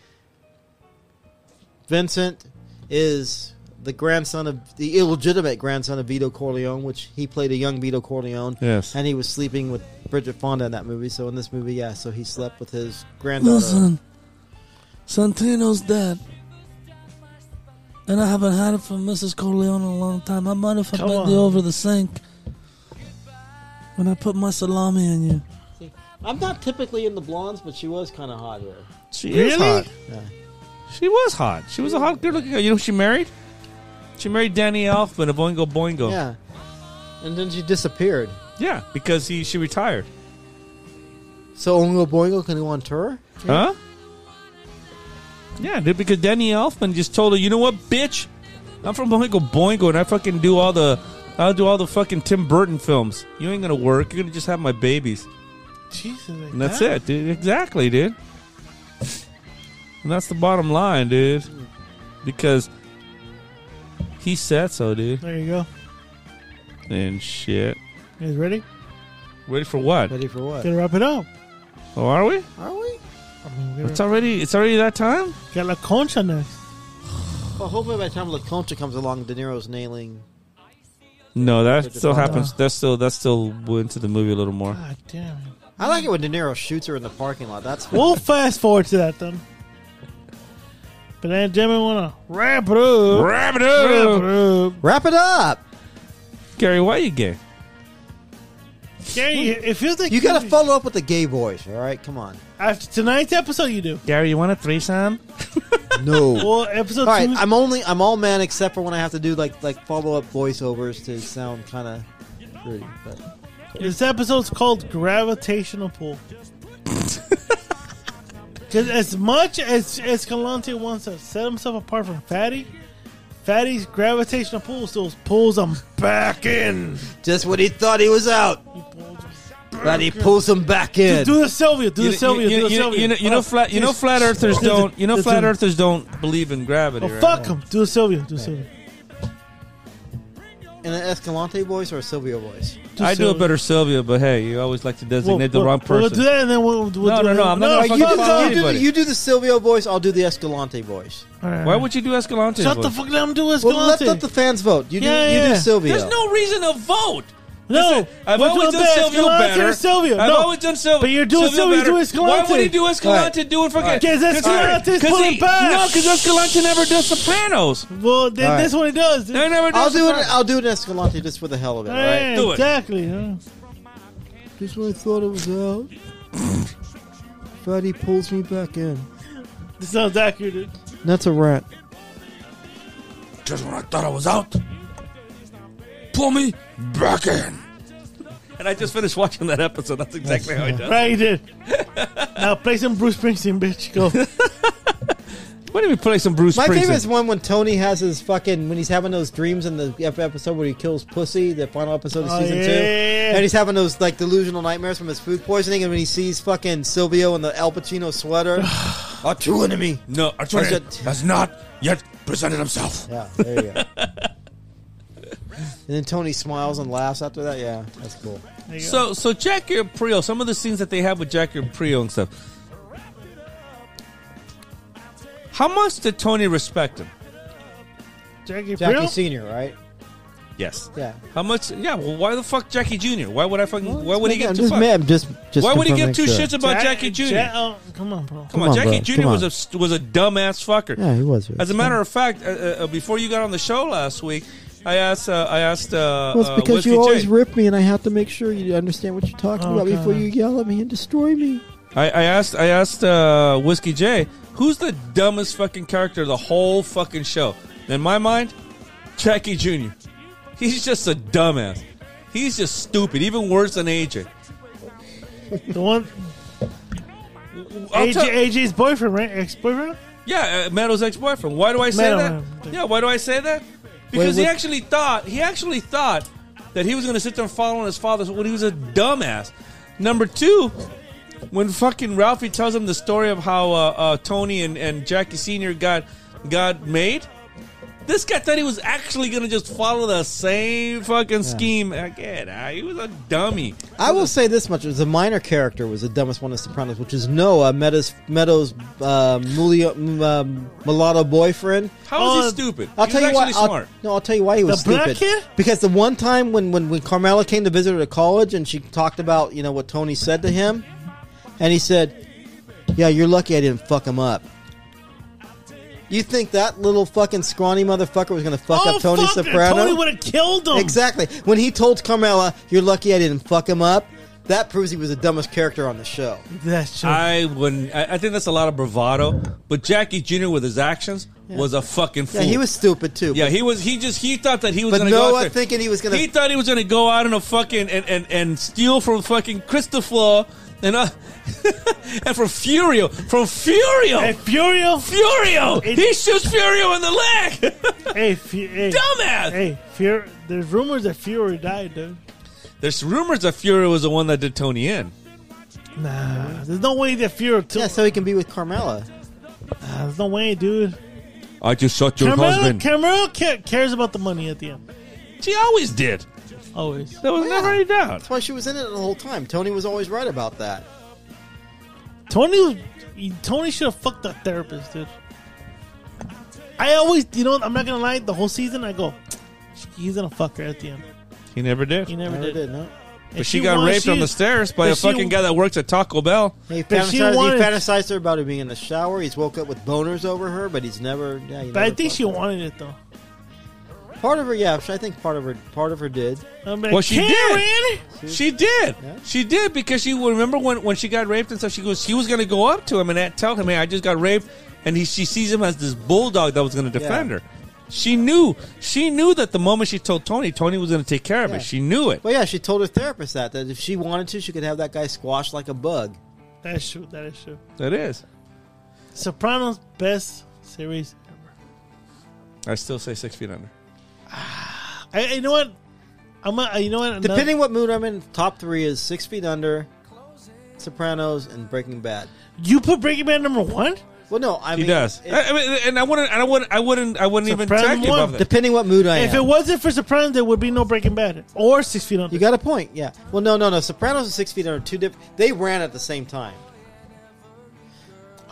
Vincent is the grandson of the illegitimate grandson of Vito Corleone, which he played a young Vito Corleone. Yes. and he was sleeping with Bridget Fonda in that movie. So in this movie, yeah, so he slept with his granddaughter. Santino's dead. And I haven't had it from Mrs. Corleone in a long time. I might have Come bent on. you over the sink when I put my salami in you. I'm not typically in the blondes, but she was kind of hot here. She Really? is hot. Yeah. She was hot. She was a hot, good-looking girl. You know, who she married. She married Danny Elfman of Boingo Boingo. Yeah, and then she disappeared. Yeah, because he she retired. So Oingo Boingo can go on tour. Huh? Yeah, dude, because Danny Elfman just told her, you know what, bitch? I'm from Boingo Boingo and I fucking do all the I'll do all the fucking Tim Burton films. You ain't gonna work, you're gonna just have my babies. Jesus. And that's it, dude. Exactly, dude. And that's the bottom line, dude. Because he said so, dude. There you go. And shit. You guys ready? Ready for what? Ready for what? Gonna wrap it up. Oh, are we? Are we? I mean, we're It's gonna already it's already that time? get La Concha next. Well, hopefully by the time La Concha comes along, De Niro's nailing. No, that Just still one happens. That's still that's still into the movie a little more. God Ah, damn it. I like it when De Niro shoots her in the parking lot. That's We'll fast forward to that then. But then, gentlemen, want to wrap it up. Wrap it up. Wrap it up. Wrap it up. Gary, why you gay? Gary, if you think You got to follow up with the gay boys. All right, come on. after tonight's episode, you do. Gary, you want a threesome? No. Well, episode All right, two. I'm only I'm all man except for when I have to do like like follow up voiceovers to sound kind of pretty. But This episode's called Gravitational Pull. Because as much as Escalante wants to set himself apart from Fatty, Fatty's gravitational pull still pulls him back in. just when he thought he was out, He pulls him- but he pulls him back in. Do the Sylvia. Do You, the Sylvia. Do you, the you, Sylvia. you know, you know, Oh, flat, you know, just- flat earthers just- don't. You know, just- flat earthers don't believe in gravity. Oh, right? fuck him. Do the Sylvia. Do the Sylvia. In an Escalante voice or a Silvio voice? Do I do a Sylvia. better Sylvia, but hey, you always like to We'll- designate the we'll- wrong person. We'll do that and then we'll, we'll No, do no, it. no, I'm not gonna fuck fucking off. follow you, do the, anybody. you do the Silvio voice. I'll do the Escalante voice. Why would you do Escalante? Shut voice? the fuck down. Do Well, let, Escalante. let the fans vote. You do Yeah, you yeah. do Silvio. There's no reason to vote. No, I've we'll always do a done bad Silvio Escalante better. or Silvio. I've No, always done Silvio. but you're doing Silvio, you do Why Escalante. would he do Escalante? Do it fucking Because Escalante's pulling he, back. No, because Escalante never does Sopranos. Well, then All right. that's what he does. dude. They never. I'll does do it. Sopranos. I'll do an Escalante just for the hell of it. all Yeah, Right? Do it. exactly. huh? Just when I thought it was out, Fatty pulls me back in. This sounds accurate. dude. That's a rat. Just when I thought I was out, pull me back in. And I just finished watching that episode. That's exactly how he does. Right, he did. now play some Bruce Springsteen, bitch. Go. Why don't we play some Bruce My favorite Springsteen? is one when Tony has his fucking when he's having those dreams in the ep- episode where he kills pussy, the final episode of Oh, season yeah, two, yeah, yeah. and he's having those like delusional nightmares from his food poisoning, and when he sees fucking Silvio in the Al Pacino sweater, are two enemy. No, Or Arturo is it- Has not yet presented himself. Yeah, there you go. and then Tony smiles and laughs after that. Yeah, that's cool. There you go. So, so Jack Prio, some of the scenes that they have with Jack Prio and stuff. How much did Tony respect him? Jackie, Jackie Real? Senior, right? Yes. Yeah. How much? Yeah. Well, why the fuck Jackie Jr.? Why would I fucking? why would he I'm give two? just fuck- mad- just, just Why would he give confirming two sure. shits about Jack- Jackie Jr.? Ja- oh, come on, bro. Come Come on, on, Jackie bro. Jr. Come on. was a was a dumbass fucker. Yeah, he was. As a matter of fact, uh, uh, uh, before you got on the show last week, I asked uh, I asked uh, Well, it's uh, because Whiskey you always J. rip me, and I have to make sure you understand what you're talking Oh, about before God. you yell at me and destroy me. I, I asked I asked uh, Whiskey J, who's the dumbest fucking character of the whole fucking show? In my mind, Jackie Jr. He's just a dumbass. He's just stupid, even worse than AJ. The one I'll AJ, tell- AJ's boyfriend, right? Ex-boyfriend. yeah, uh, Meadows' ex-boyfriend. Why do I say Meadow, that? Meadow. Yeah, why do I say that? Because he what- actually thought he actually thought that he was going to sit there and follow in his father's when he was a dumbass. Number two, when fucking Ralphie tells him the story of how uh, uh, Tony and, and Jackie Senior got got made, this guy thought he was actually going to just follow the same fucking scheme. Again, uh, he was a dummy. I will say this much: the minor character was the dumbest one of Sopranos, which is Noah Meadows Meadows uh, mulio, m- um, mulatto boyfriend. How Oh, is he stupid? Uh, I'll he tell was you why. actually I'll- smart. no, I'll tell you why he was The black stupid. kid? Because the one time when, when when Carmela came to visit her at college and she talked about you know what Tony said to him, and he said, "Yeah, you're lucky I didn't fuck him up." You think that little fucking scrawny motherfucker was going to fuck Oh, up Tony Oh, fuck, Soprano? Tony would have killed him. Exactly. When he told Carmela, "You're lucky I didn't fuck him up," that proves he was the dumbest character on the show. That's true. I wouldn't. I, I think that's a lot of bravado. But Jackie Jr. with his actions was a fucking fool. Yeah, he was stupid too. Yeah, he was. He just he thought that he was. But gonna go out Noah there. thinking he was gonna. He thought he was gonna go out in a fucking and and, and steal from fucking Christopher and uh, and from Furio from Hey, Furio Furio. Furio. It- he shoots Furio in the leg. Hey, Fu- hey, Dumbass. Hey, Fury. There's rumors that Fury died, dude. There's rumors that Furio was the one that did Tony in. Nah, there's no way that Fury. T- yeah, so he can be with Carmela. nah, there's no way, dude. I just shot Carmelo, Carmelo ca- cares about the money at the end. She always did. Always. There was never any doubt. That's why she was in it the whole time. Tony was always right about that. Tony, was- he- Tony should have fucked that therapist, dude. I always, you know, what, I'm not gonna lie. The whole season, I go, he's gonna fuck her at the end. He never did. He never, Never did. did, no. But she got raped on the stairs by a fucking guy that works at Taco Bell. He But fantasized, she he wanted- fantasized her about her being in the shower. He's woke up with boners over her, but he's never. Yeah, he But I never think fucked she her. wanted it though. Part of her, yeah, I think part of her, part of her did. I'm like, Well, she Karen! did. She did. She did because she remember when when she got raped and stuff. She goes, she was going to go up to him and that- tell him, "Hey, I just got raped," and he she sees him as this bulldog that was going to defend her. She knew. She knew that the moment she told Tony, Tony was going to take care of Yeah. it. She knew it. Well, yeah, she told her therapist that that if she wanted to, she could have that guy squashed like a bug. That is true. That is true. That is. Sopranos best series ever. I still say six feet under. I, you know what? I'm. A, you know what? Another- Depending what mood I'm in, top three is Six Feet Under, Sopranos, and Breaking Bad. you put Breaking Bad number one. Well, no, I He mean, does. it- I, I mean, and I wouldn't. And I wouldn't. I wouldn't. I wouldn't even Soprano tag you one. above that. depending what mood I am. If it wasn't for Sopranos, there would be no Breaking Bad or Six Feet Under. You got a point. Yeah. Well, no, no, no. Sopranos and Six Feet Under are two different. They ran at the same time.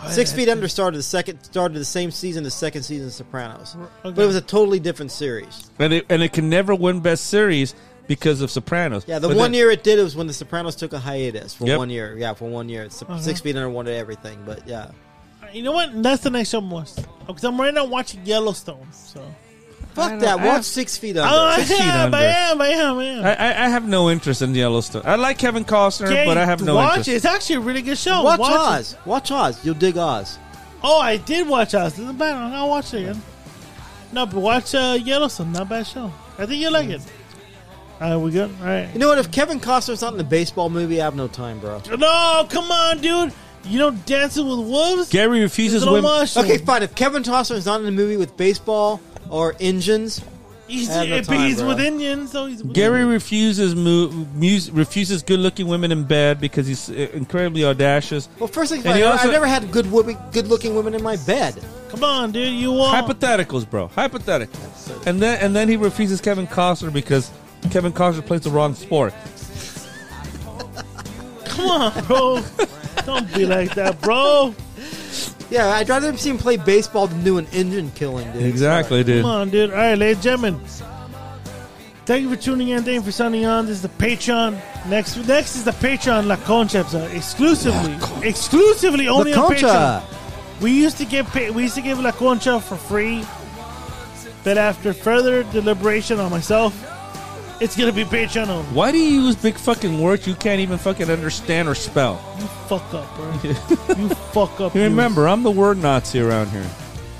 Six Feet Under started the second started the same season the second season of Sopranos, but okay. it was a totally different series. And it, and it can never win best series because of Sopranos. Yeah, the But one then- year it did it was when the Sopranos took a hiatus for Yep. one year. Yeah, for one year. It's Uh-huh. Six Feet Under wanted everything, but yeah, You know what? That's the next one was because I'm right now watching Yellowstone. So fuck that. I Watch have- Six Feet oh, Under. I Six Feet am, I Under. am, I am, I am. I, I, I have no interest in Yellowstone. I like Kevin Costner, Okay, but I have no watch interest. it. It's actually a really good show. Watch, it. Oz. Watch Oz. You'll dig Oz. Oh, I did watch Oz. Doesn't matter. I'll watch it again. No, but watch uh, Yellowstone. Not bad show. I think you will like it. All right, we good? All right. You know what? If Kevin Costner's not in the baseball movie, I have no time, bro. No, come on, dude. You know Dancing with Wolves? Gary refuses It's an women. homage to Okay, him. fine. If Kevin Costner's not in the movie with baseball or engines, He's, I have no but time, he's bro. with Indians, so he's with Gary refuses mu- mus- refuses good looking women in bed because he's uh, incredibly audacious. Well, first thing, And I, he also- I've never had good women, good-looking women in my bed. Come on, dude. You are. Hypotheticals, bro. Hypotheticals. And then and then he refuses Kevin Costner because Kevin Costner plays the wrong sport. come on, bro. Don't be like that, bro. Yeah, I'd rather see him play baseball than do an engine killing, dude. Exactly, dude. Come on, dude. All right, ladies and gentlemen. Thank you for tuning in. Thank you for signing on. This is the Patreon. Next, next is the Patreon La Concha episode, exclusively, exclusively La only on Patreon. Concha. We used to give pa- we used to give La Concha for free. Then after further deliberation on myself, it's gonna be Patreon only. Why do you use big fucking words you can't even fucking understand or spell? You fuck up, bro. you fuck up. You remember, I'm the word Nazi around here.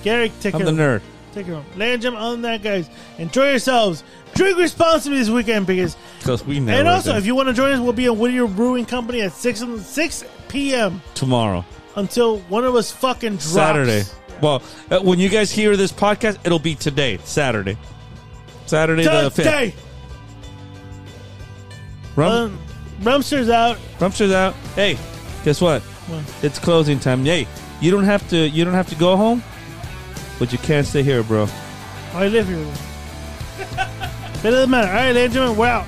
Garrick, take I'm care. the nerd. Take care. Ladies and gentlemen, other than that, guys, enjoy yourselves. Drink responsibly this weekend because Because we never. And also, do. if you want to join us, we'll be at Whittier Brewing Company at 6, on- 6 p.m. tomorrow. until one of us fucking drops. Saturday. Well, uh, when you guys hear this podcast, it'll be today, Saturday. Saturday the fifth. Today! Rum, Um, Rumster's out. Rumpster's out. Hey, guess what? What? It's closing time. Hey, you don't have to. You don't have to go home, but you can't stay here, bro. I live here. but it doesn't matter. All right, ladies and gentlemen, we're out.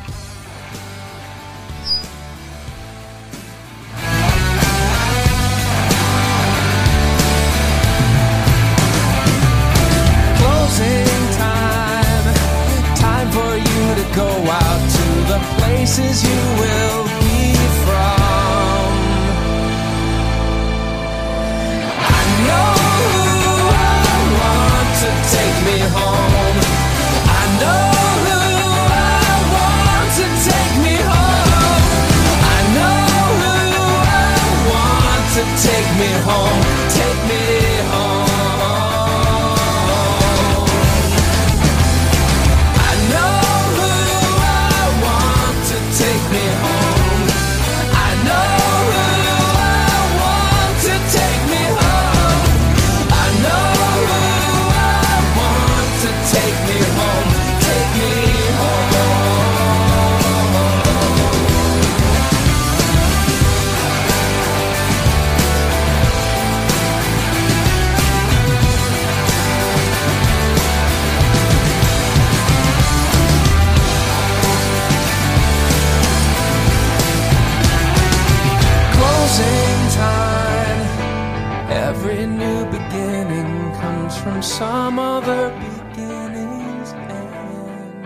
closing time. Time for you to go out to the places you will be from. I know who I want to take me home. I know who I want to take me home. I know who I want to take me home. Take me home. I know who I want to take me home. I know who I want to take me home. I know who I want to take me home. Take me home. closing time. Every new beginning comes from some other beginning's end.